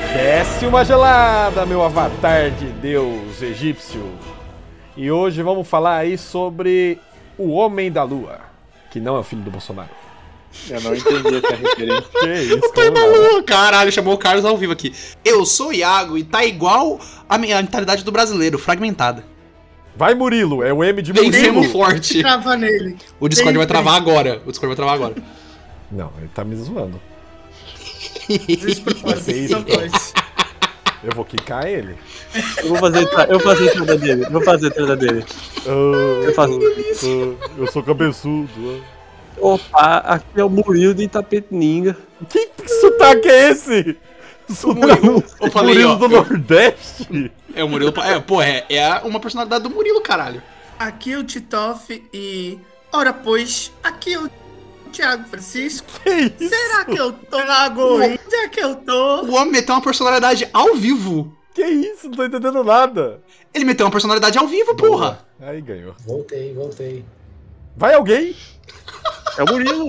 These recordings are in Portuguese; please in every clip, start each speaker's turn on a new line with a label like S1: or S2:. S1: Dá-se uma gelada, meu avatar de deus egípcio. E hoje vamos falar aí sobre o Homem da Lua, que não é o filho do Bolsonaro.
S2: Eu não entendi essa referência.
S1: Que isso,
S3: O
S1: cara,
S3: pai da
S1: não. né?
S3: lua, caralho, chamou o Carlos ao vivo aqui. Eu sou o Iago e tá igual a minha mentalidade do brasileiro, fragmentada.
S1: Vai Murilo, é o M de Murilo.
S3: Vencemos forte.
S4: Trava nele.
S3: O Discord vai
S4: Sempre.
S3: travar agora. O Discord vai travar agora.
S1: Não, ele tá me zoando.
S4: Despropósitos são dois.
S1: Eu vou quicar ele.
S2: Eu vou fazer, tra- eu vou fazer a entrada dele. Eu vou fazer a entrada dele.
S1: Ah,
S2: Eu faço.
S1: ah, eu sou cabeçudo. ah.
S2: Opa, aqui é o Murilo de Itapetininga.
S1: Que, que sotaque é esse? Sotaque
S3: Eu falei,
S1: Murilo
S3: ó,
S1: do
S3: eu-
S1: Nordeste?
S3: É o Murilo. É, pô, é, é a- uma personalidade do Murilo, caralho.
S4: Aqui é o Titoff e. Ora, pois, aqui é o Thiago Francisco.
S1: Que isso?
S4: Será que eu tô na Lagoinha? Onde é que eu tô?
S3: O homem meteu uma personalidade ao vivo.
S1: Que isso? Não tô entendendo nada.
S3: Ele meteu uma personalidade ao vivo, porra.
S1: Aí ganhou.
S5: Voltei, voltei.
S1: Vai alguém?
S2: É o Murilo.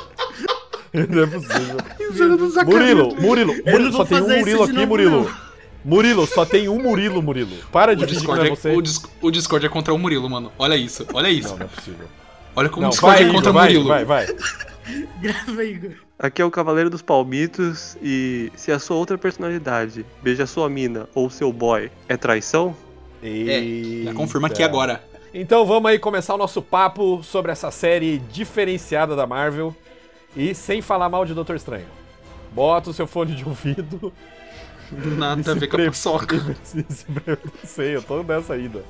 S1: Não é possível.
S4: Juro do
S1: Murilo, Murilo, Murilo,
S4: não
S1: só
S4: vou
S1: tem um
S4: fazer isso
S1: Murilo
S4: de
S1: aqui,
S4: novo,
S1: Murilo.
S4: não.
S1: Murilo, só tem um Murilo, Murilo. Para de
S3: O
S1: fingir que não
S3: Discord,
S1: é
S3: é,
S1: você.
S3: o, Dis- o Discord é contra o Murilo, mano. Olha isso, olha isso.
S1: Não, não é possível.
S3: Olha como
S1: não,
S3: o Discord
S1: vai,
S3: é contra
S1: Igor,
S3: o
S1: vai,
S3: Murilo.
S1: vai, vai.
S4: Grava, Igor.
S2: Aqui é o Cavaleiro dos Palmitos e se a sua outra personalidade beija sua mina ou seu boy é traição,
S3: É, Já
S1: Eita.
S3: Tá confirma aqui agora.
S1: Então vamos aí começar o nosso papo sobre essa série diferenciada da Marvel e sem falar mal de Doutor Estranho. Bota o seu fone de ouvido.
S3: Nada a
S1: Esse
S3: ver com a
S1: pre-
S3: paçoca.
S1: Se- se- eu não sei, eu tô nessa ainda.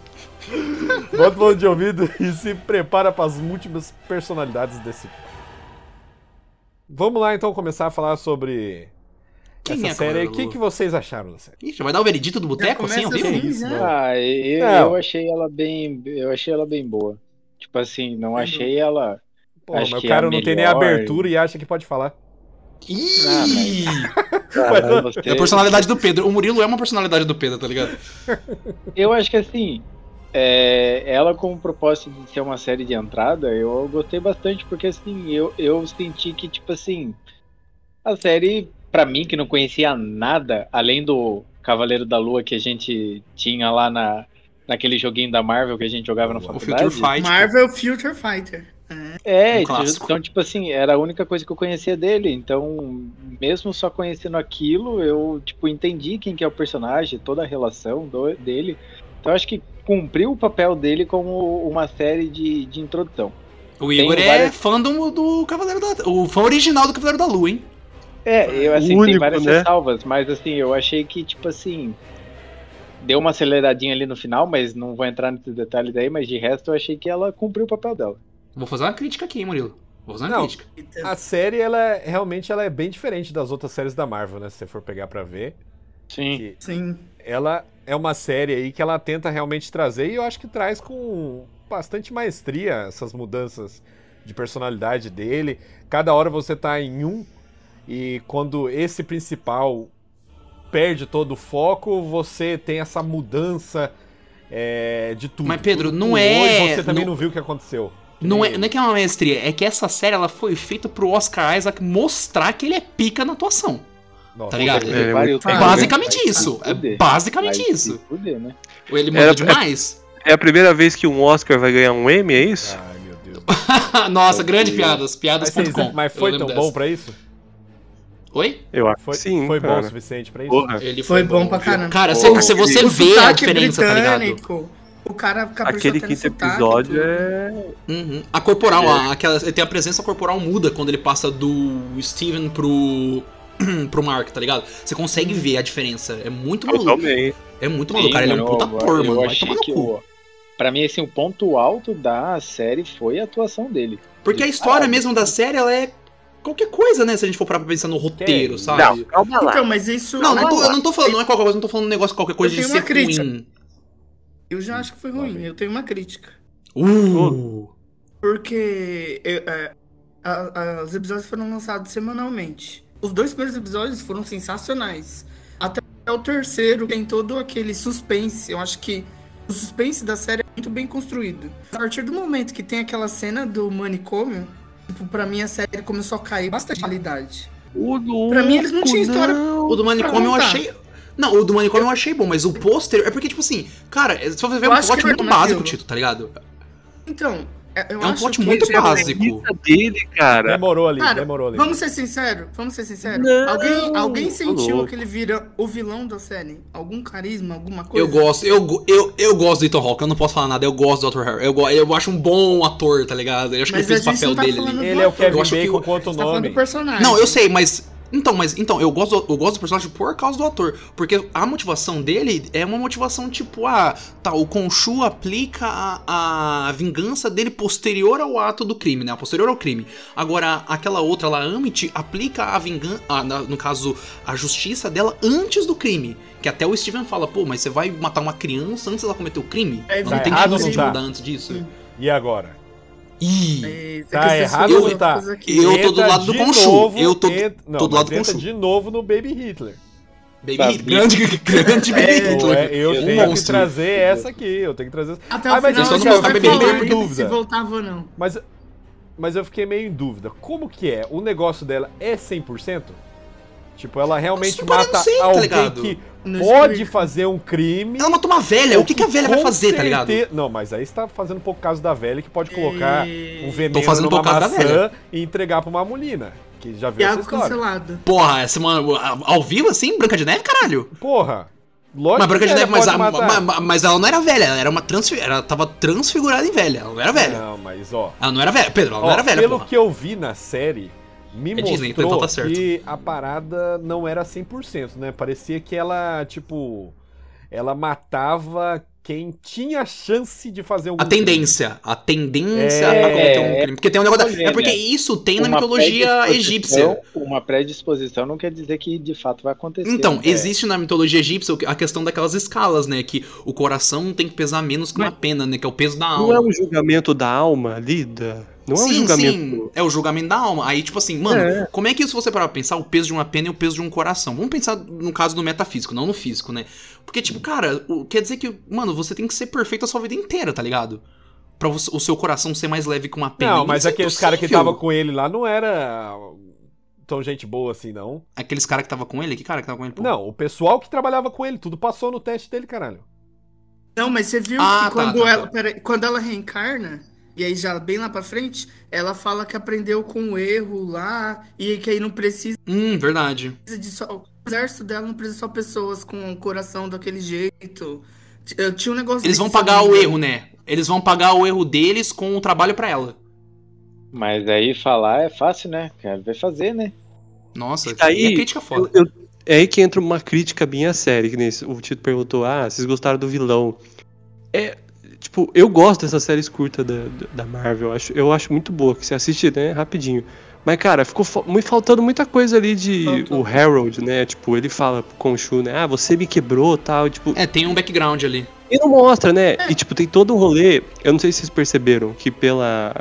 S1: Bota o fone de ouvido e se prepara para as múltiplas personalidades desse. Vamos lá então começar a falar sobre
S3: Quem
S1: essa série.
S3: é Cavaleiro
S1: O
S3: da
S1: que,
S3: Lua?
S1: que vocês acharam da série?
S3: Ih, já vai dar o veredito do boteco
S4: começa
S3: assim, ao vivo?
S4: assim.
S1: isso,
S4: né?
S1: mano?
S6: Ah, eu,
S1: Não.
S6: eu achei ela bem. Eu achei ela bem boa. Tipo assim, não achei ela.
S1: Pô,
S6: Acho
S1: mas o
S6: que é
S1: cara
S6: a
S1: não tem nem
S6: melhor.
S1: abertura e acha que pode falar.
S6: Ah,
S3: Ih!
S6: pra
S3: É a
S6: você.
S3: personalidade do Pedro. O Murilo é uma personalidade do Pedro, tá ligado?
S6: Eu acho que assim. é, ela com o propósito de ser uma série de entrada, eu gostei bastante, porque assim, eu, eu senti que, tipo assim, a série, pra mim, que não conhecia nada, além do Cavaleiro da Lua que a gente tinha lá na, naquele joguinho da Marvel que a gente jogava na
S1: O
S3: O
S6: faculdade.
S3: Future Fight.
S4: Marvel Future Fighter.
S3: Um
S6: É, isso,
S3: clássico.
S6: então, tipo assim, era a única coisa que eu conhecia dele. Então, mesmo só conhecendo aquilo, eu, tipo, entendi quem que é o personagem, toda a relação do- dele. Então, eu acho que cumpriu o papel dele como uma série de, de introdução.
S3: O Igor
S6: Tem
S3: é
S6: várias-
S3: fã do, do Cavaleiro da... O fã original do Cavaleiro da Lua, hein?
S6: É, eu,
S2: O
S6: assim, tem
S2: único,
S6: várias
S2: né?
S6: ressalvas, mas, assim, eu achei que, tipo assim, deu uma aceleradinha ali no final, mas não vou entrar nesses detalhes aí, mas de resto eu achei que ela cumpriu o papel dela.
S3: Vou fazer uma crítica aqui, hein, Murilo? Vou fazer uma
S1: Não.
S3: crítica.
S4: Então,
S1: A série, ela é- realmente ela é bem diferente das outras séries da Marvel, né? Se você for pegar pra ver.
S6: Sim.
S1: Que
S4: sim.
S1: ela é uma série aí que ela tenta realmente trazer e eu acho que traz com bastante maestria essas mudanças de personalidade dele. Cada hora você tá em um e quando esse principal perde todo o foco, você tem essa mudança é, de tudo.
S3: Mas, Pedro,
S1: Tudo
S3: não
S1: com
S3: é-
S1: Hoje você também não,
S3: não-
S1: viu o que aconteceu.
S3: Não é,
S1: Que-
S3: não é que é uma maestria, é que essa série ela foi feita pro Oscar Isaac mostrar que ele é pica na atuação.
S1: Nossa,
S3: tá ligado?
S2: É,
S6: Pare o
S3: É
S4: Ah,
S6: tempo,
S3: basicamente
S6: vai se
S3: isso. É
S6: fuder.
S3: basicamente
S6: Vai se
S3: isso.
S6: fuder, né?
S3: Ou ele manda
S2: Era-
S3: demais?
S2: é a primeira vez que um Oscar vai ganhar um M, é isso?
S1: Ai, meu Deus.
S3: Nossa, grande
S6: Meu
S3: piadas.
S1: Mas, vocês-
S3: Piadas.com.
S1: mas
S3: Eu
S1: foi
S3: lembro
S1: tão bom
S3: dessa.
S1: pra isso?
S3: Oi?
S2: Eu acho
S1: Foi,
S2: que sim.
S1: foi bom o
S2: cara.
S1: suficiente pra isso?
S2: Porra.
S3: Ele
S4: Foi bom pra caramba.
S3: Cara, se se você vê a
S4: sotaque
S3: diferença, tá ligado?
S4: britânico. O cara caprichou
S2: Aquele
S4: até no
S2: quinto
S4: sotaque,
S2: episódio
S4: tudo.
S2: é.
S3: Uhum. A
S6: É.
S3: corporal, a, aquela, ele tem a presença corporal muda quando ele passa do Steven pro. pro Mark, tá ligado? Você consegue ver a diferença. É muito maluco.
S2: Totalmente.
S3: É muito
S6: Sim,
S3: maluco, cara. Ele é um
S6: mano,
S3: puta
S6: eu-
S3: ator,
S6: Eu
S3: mano. Vai
S6: achei
S3: tomar no
S6: que,
S3: cu.
S6: o- pra mim, assim, o ponto alto da série foi a atuação dele.
S3: Porque a
S6: Ah,
S3: história mesmo da série, ela é qualquer coisa, né? Se a gente for parar pra pensar no roteiro,
S1: Que-
S3: sabe?
S2: calma
S4: Então, mas isso.
S3: Não, não, tô,
S4: Ah,
S3: eu não tô falando, não é qualquer coisa, não tô falando um negócio qualquer coisa de
S4: Eu tenho uma
S3: ser
S4: crítica.
S3: ruim.
S4: Eu já acho que foi ruim. Eu tenho uma crítica.
S3: Uh!
S4: Porque eu- é, a- a- os episódios foram lançados semanalmente. Os dois primeiros episódios foram sensacionais. Até o terceiro tem todo aquele suspense. Eu acho que o suspense da série é muito bem construído. A partir do momento que tem aquela cena do manicômio, tipo, pra mim a série começou a cair bastante de qualidade.
S7: O do
S4: Pra mim, eles
S7: Urco,
S4: não tinham história-
S7: não.
S3: O do manicômio eu
S4: contar.
S3: achei. Não, o do manicômio eu achei bom, mas o pôster. É porque, tipo assim, cara, é só você ver
S4: Eu
S3: um
S4: acho
S3: plot
S4: que
S3: muito
S4: não é
S3: básico,
S4: aquilo.
S3: Tito, tá ligado?
S4: Então, é, eu
S3: É um
S4: acho
S3: plot
S4: que
S3: muito
S4: já-
S7: A
S3: básico.
S7: premissa dele, cara.
S1: Demorou ali,
S4: Cara,
S1: demorou ali.
S4: Vamos ser sinceros? Vamos ser sinceros?
S7: Não,
S4: alguém, alguém
S7: tô
S4: sentiu
S7: louco.
S4: aquele vira o vilão da série? Algum carisma, alguma coisa?
S3: Eu gosto, eu, go- eu, eu gosto do Ethan Hawke, eu não posso falar nada, eu gosto do Dr. Harry. Eu, go- eu acho um bom ator, tá ligado? Eu acho que
S4: Mas
S3: ele fez o
S4: a gente
S3: papel
S4: não tá
S3: dele ali.
S4: falando do
S1: Ele é o
S4: ator,
S1: Kevin
S3: acho que
S1: Bacon
S3: o-
S1: quanto
S4: a gente tá falando
S1: nome.
S4: do personagem.
S3: Não, eu sei, mas. Então, mas então, eu gosto, do, eu gosto do personagem por causa do ator. Porque a motivação dele é uma motivação tipo, ah, tá, o Conchu aplica a, a vingança dele posterior ao ato do crime, né? Posterior ao crime. Agora, aquela outra lá, Amit, aplica a vingança. no caso, a justiça dela antes do crime. Que até o Steven fala, pô, mas você vai matar uma criança antes dela cometer o crime?
S4: É,
S3: não
S4: tá
S3: tem
S1: errado
S3: como
S1: ou
S3: você
S1: não tá?
S3: mudar antes disso.
S4: Hum.
S1: E agora?
S3: Ih.
S4: É,
S1: Tá
S4: que essas
S1: errado
S4: coisas
S1: ou tá?
S4: fofas aqui.
S3: Eu tô do
S1: Entra
S3: lado do
S1: de
S3: Conchu,
S1: novo,
S3: eu tô-
S1: en- Não,
S3: tô do lado
S1: mas
S3: do
S1: entra
S3: Conchu.
S1: de novo no Baby Hitler.
S3: Baby,
S6: Sabia.
S3: Tá, grande, grande Baby
S4: É,
S1: Ou
S3: Hitler.
S1: é- eu
S6: Um
S1: tenho que
S3: monstro.
S1: trazer essa aqui, eu tenho que trazer essa.
S4: Até
S1: Ah,
S4: o
S1: mas
S4: final,
S1: eu só
S4: a gente
S1: não
S4: vai
S1: sabia,
S4: falar
S1: eu tenho
S4: ainda se
S1: dúvida.
S4: voltava ou não.
S1: Mas, mas eu fiquei meio em dúvida. Como que é? O negócio dela é 100%? Tipo, ela realmente
S3: Isso parece
S1: mata
S3: sim, tá
S1: alguém
S3: ligado?
S1: que
S4: No
S1: pode
S4: Spirit.
S1: fazer um crime.
S3: Ela matou uma velha, o que, que a velha vai
S1: com
S3: fazer, tá ligado?
S1: certe- Não, mas aí você tá fazendo pouco caso da velha que pode colocar
S4: E-
S1: um veneno
S3: Tô fazendo
S1: numa
S3: pouco caso da
S1: maçã e entregar pra uma mulina. Que já viu essa
S4: Thiago
S1: história.
S4: cancelado.
S3: Porra, essa mano, ao vivo assim? Branca de Neve, caralho?
S1: Porra! Lógico
S3: Mas Branca de
S1: que ela
S3: Neve, mas,
S1: pode
S3: a-
S1: matar.
S3: ma- ma- mas ela não era velha, ela era uma transfi... ela tava transfigurada em velha, ela não era velha.
S1: Não, mas ó.
S3: Ela não era velha, Pedro, ela
S1: É. Ó,
S3: não era velha,
S1: pelo
S3: porra.
S1: que eu vi na série, me
S3: É
S1: mostrou
S3: Disney, então tá certo.
S1: que a parada não era 100%, né? Parecia que ela, tipo, ela matava quem tinha chance de fazer um
S3: A tendência, a tendência
S1: É,
S3: a cometer um
S6: é.
S3: crime. Porque tem um negócio. da-
S6: Escolher,
S3: É porque
S6: né?
S3: isso tem na
S6: Uma
S3: mitologia
S6: predisposição-
S3: egípcia.
S6: Uma predisposição não quer dizer que de fato vai acontecer.
S3: Então,
S6: né?
S3: existe na mitologia egípcia a questão daquelas escalas, né? Que o coração tem que pesar menos que uma pena, né? Que é o peso da alma.
S7: Não é um julgamento da alma, Lida? Não é um julgamento.
S3: É o julgamento da alma. Aí, tipo assim, mano,
S7: É.
S3: como é que isso você parar pra pensar o peso de uma pena e o peso de um coração? Vamos pensar no caso do metafísico, não no físico, né? Porque, tipo, cara, o- quer dizer que, mano, você tem que ser perfeito a sua vida inteira, tá ligado? Pra você- o seu coração ser mais leve que uma pena.
S1: Não, mas
S3: Isso é
S1: aqueles caras que
S3: impossível.
S1: tava com ele lá não era tão gente boa assim, não.
S3: Aqueles caras que tava com ele? Que cara que tava com ele? pô?
S1: Não, o pessoal que trabalhava com ele, tudo passou no teste dele, caralho.
S4: Não, mas você viu
S3: Ah, tá,
S4: que quando,
S3: tá,
S4: ela,
S3: tá.
S4: peraí, quando ela reencarna, e aí já bem lá pra frente, ela fala que aprendeu com o erro lá, e que aí não precisa
S3: Hum, verdade.
S4: de só. O exército dela não precisa só pessoas com o coração daquele jeito. T- Eu tinha um negócio
S3: Eles vão
S4: desse, se eu
S3: pagar
S4: não
S3: o
S4: me
S3: erro, né? Eles vão pagar o erro deles com o trabalho pra ela.
S6: Mas aí falar é fácil, né? Cara, vai fazer, né?
S3: Nossa, que
S7: Aí-
S3: é crítica foda.
S7: Eu- eu- é aí que entra uma crítica bem a série, que nem esse- o Tito perguntou, ah, vocês gostaram do vilão. É, tipo, eu gosto dessas séries curtas da, da Marvel, eu acho, eu acho muito boa, que você assiste, né, rapidinho. Mas, cara, ficou fa- muito faltando muita coisa ali de
S4: Faltou.
S7: o Harold, né, tipo, ele fala pro Conchu, né, ah, você me quebrou, tal, e, tipo,
S3: É, tem um background ali.
S7: e não mostra, né, e, tipo, tem todo um rolê, eu não sei se vocês perceberam, que pela...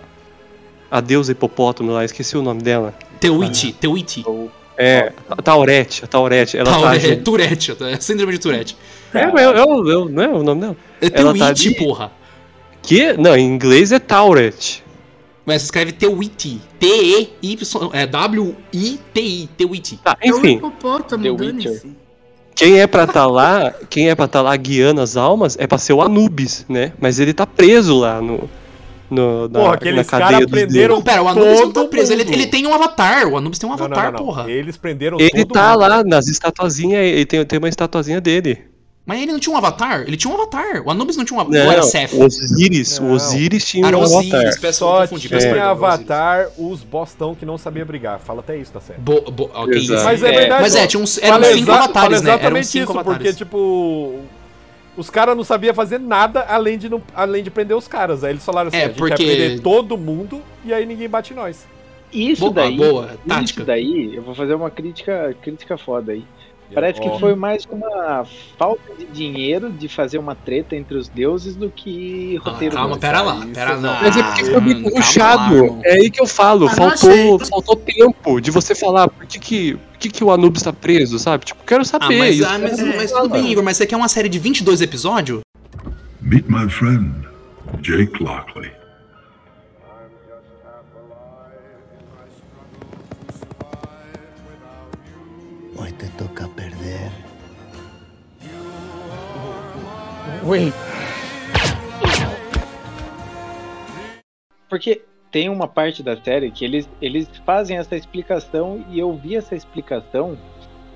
S7: A deusa hipopótamo lá, esqueci o nome dela.
S3: Teuiti, Teuiti.
S6: Ou-
S7: É, a Taurete, a Taurete. Ela tá
S3: Taurete,
S7: junto-
S3: Tourette, é síndrome de Tourette.
S7: É,
S1: Tá.
S7: mas eu, eu, eu, não é o nome dela.
S3: É
S7: Ela tá
S3: Tewiti,
S7: ali.
S3: porra.
S7: Que? Não, em inglês é Tauret.
S3: Mas se escreve Tewiti. T-E-Y, é W-I-T-I, Tewiti.
S7: Tá,
S4: engano. É o
S7: enfim,
S4: hipopótamo,
S6: The
S4: dane-se.
S7: quem é pra tá lá, quem é pra tá lá guiando as almas é pra ser o Anubis, né? Mas ele tá preso lá no. no na,
S1: Porra, aqueles
S7: na
S1: caras
S7: cadeia dos
S1: prenderam-
S7: deuses.
S3: Não, pera, o Anubis não tá
S1: Todo
S3: preso, ele,
S1: mundo.
S3: ele tem um avatar, o Anubis tem um
S1: Não,
S3: avatar,
S1: não, não, não.
S3: porra.
S1: Eles prenderam
S7: Ele
S1: todo
S7: tá
S1: mundo.
S7: lá nas estatuazinhas, ele tem, tem uma estatuazinha dele.
S3: Mas ele não tinha um avatar? Ele tinha um avatar, o Anubis não tinha um avatar, ou
S7: Não,
S3: era Seth?
S7: o Osiris, o
S1: Não.
S7: Osiris tinha
S3: Era
S7: um
S3: Osiris,
S7: avatar.
S3: peço, eu
S1: Só
S3: confundi, peço
S1: tinha
S3: perdão, era Osiris.
S1: avatar os bostão que não sabia brigar. Fala até isso, tá certo?
S3: Bo, bo, ok,
S7: Exato.
S3: isso.
S1: Mas é
S6: É,
S1: verdade.
S3: Mas é,
S1: ó.
S3: tinha uns, eram
S1: Fala
S3: cinco
S1: exa- fala
S3: avatares, né?
S1: exatamente
S3: Eram cinco
S1: isso, porque,
S3: avatares.
S1: tipo, os caras não sabiam fazer nada além de, não, além de prender os caras. Aí eles falaram assim,
S3: É,
S1: a gente
S3: porque-
S1: vai prender todo mundo e aí ninguém bate em nós.
S6: Isso
S3: Boa,
S6: daí.
S3: boa, tática.
S6: Isso daí, eu vou fazer uma crítica, crítica foda aí. Parece
S1: Ó,
S6: que foi mais uma falta de dinheiro de fazer uma treta entre os deuses do que
S3: Ah,
S6: roteiro.
S3: calma,
S6: mesmo.
S3: pera lá,
S1: Isso
S3: pera
S1: não.
S3: lá.
S7: Mas é porque foi
S3: Hum,
S7: muito
S3: calma lá,
S7: puxado.
S3: irmão.
S7: É aí que eu falo,
S4: Ah, não
S7: faltou,
S4: achei.
S7: faltou tempo de você falar por que que, por que, que o Anubis tá preso, sabe? Tipo, quero
S3: Ah,
S7: saber.
S3: mas,
S7: isso.
S3: ah, mas,
S4: é-
S3: mas tudo bem, Igor, mas você quer uma série de 22 episódios?
S5: Meet my friend, Jake Lockley.
S8: I'm just half alive in my struggle to survive without.
S9: Hoy te toca perder.
S6: Ui. Porque tem uma parte da série que eles, eles fazem essa explicação e eu vi essa explicação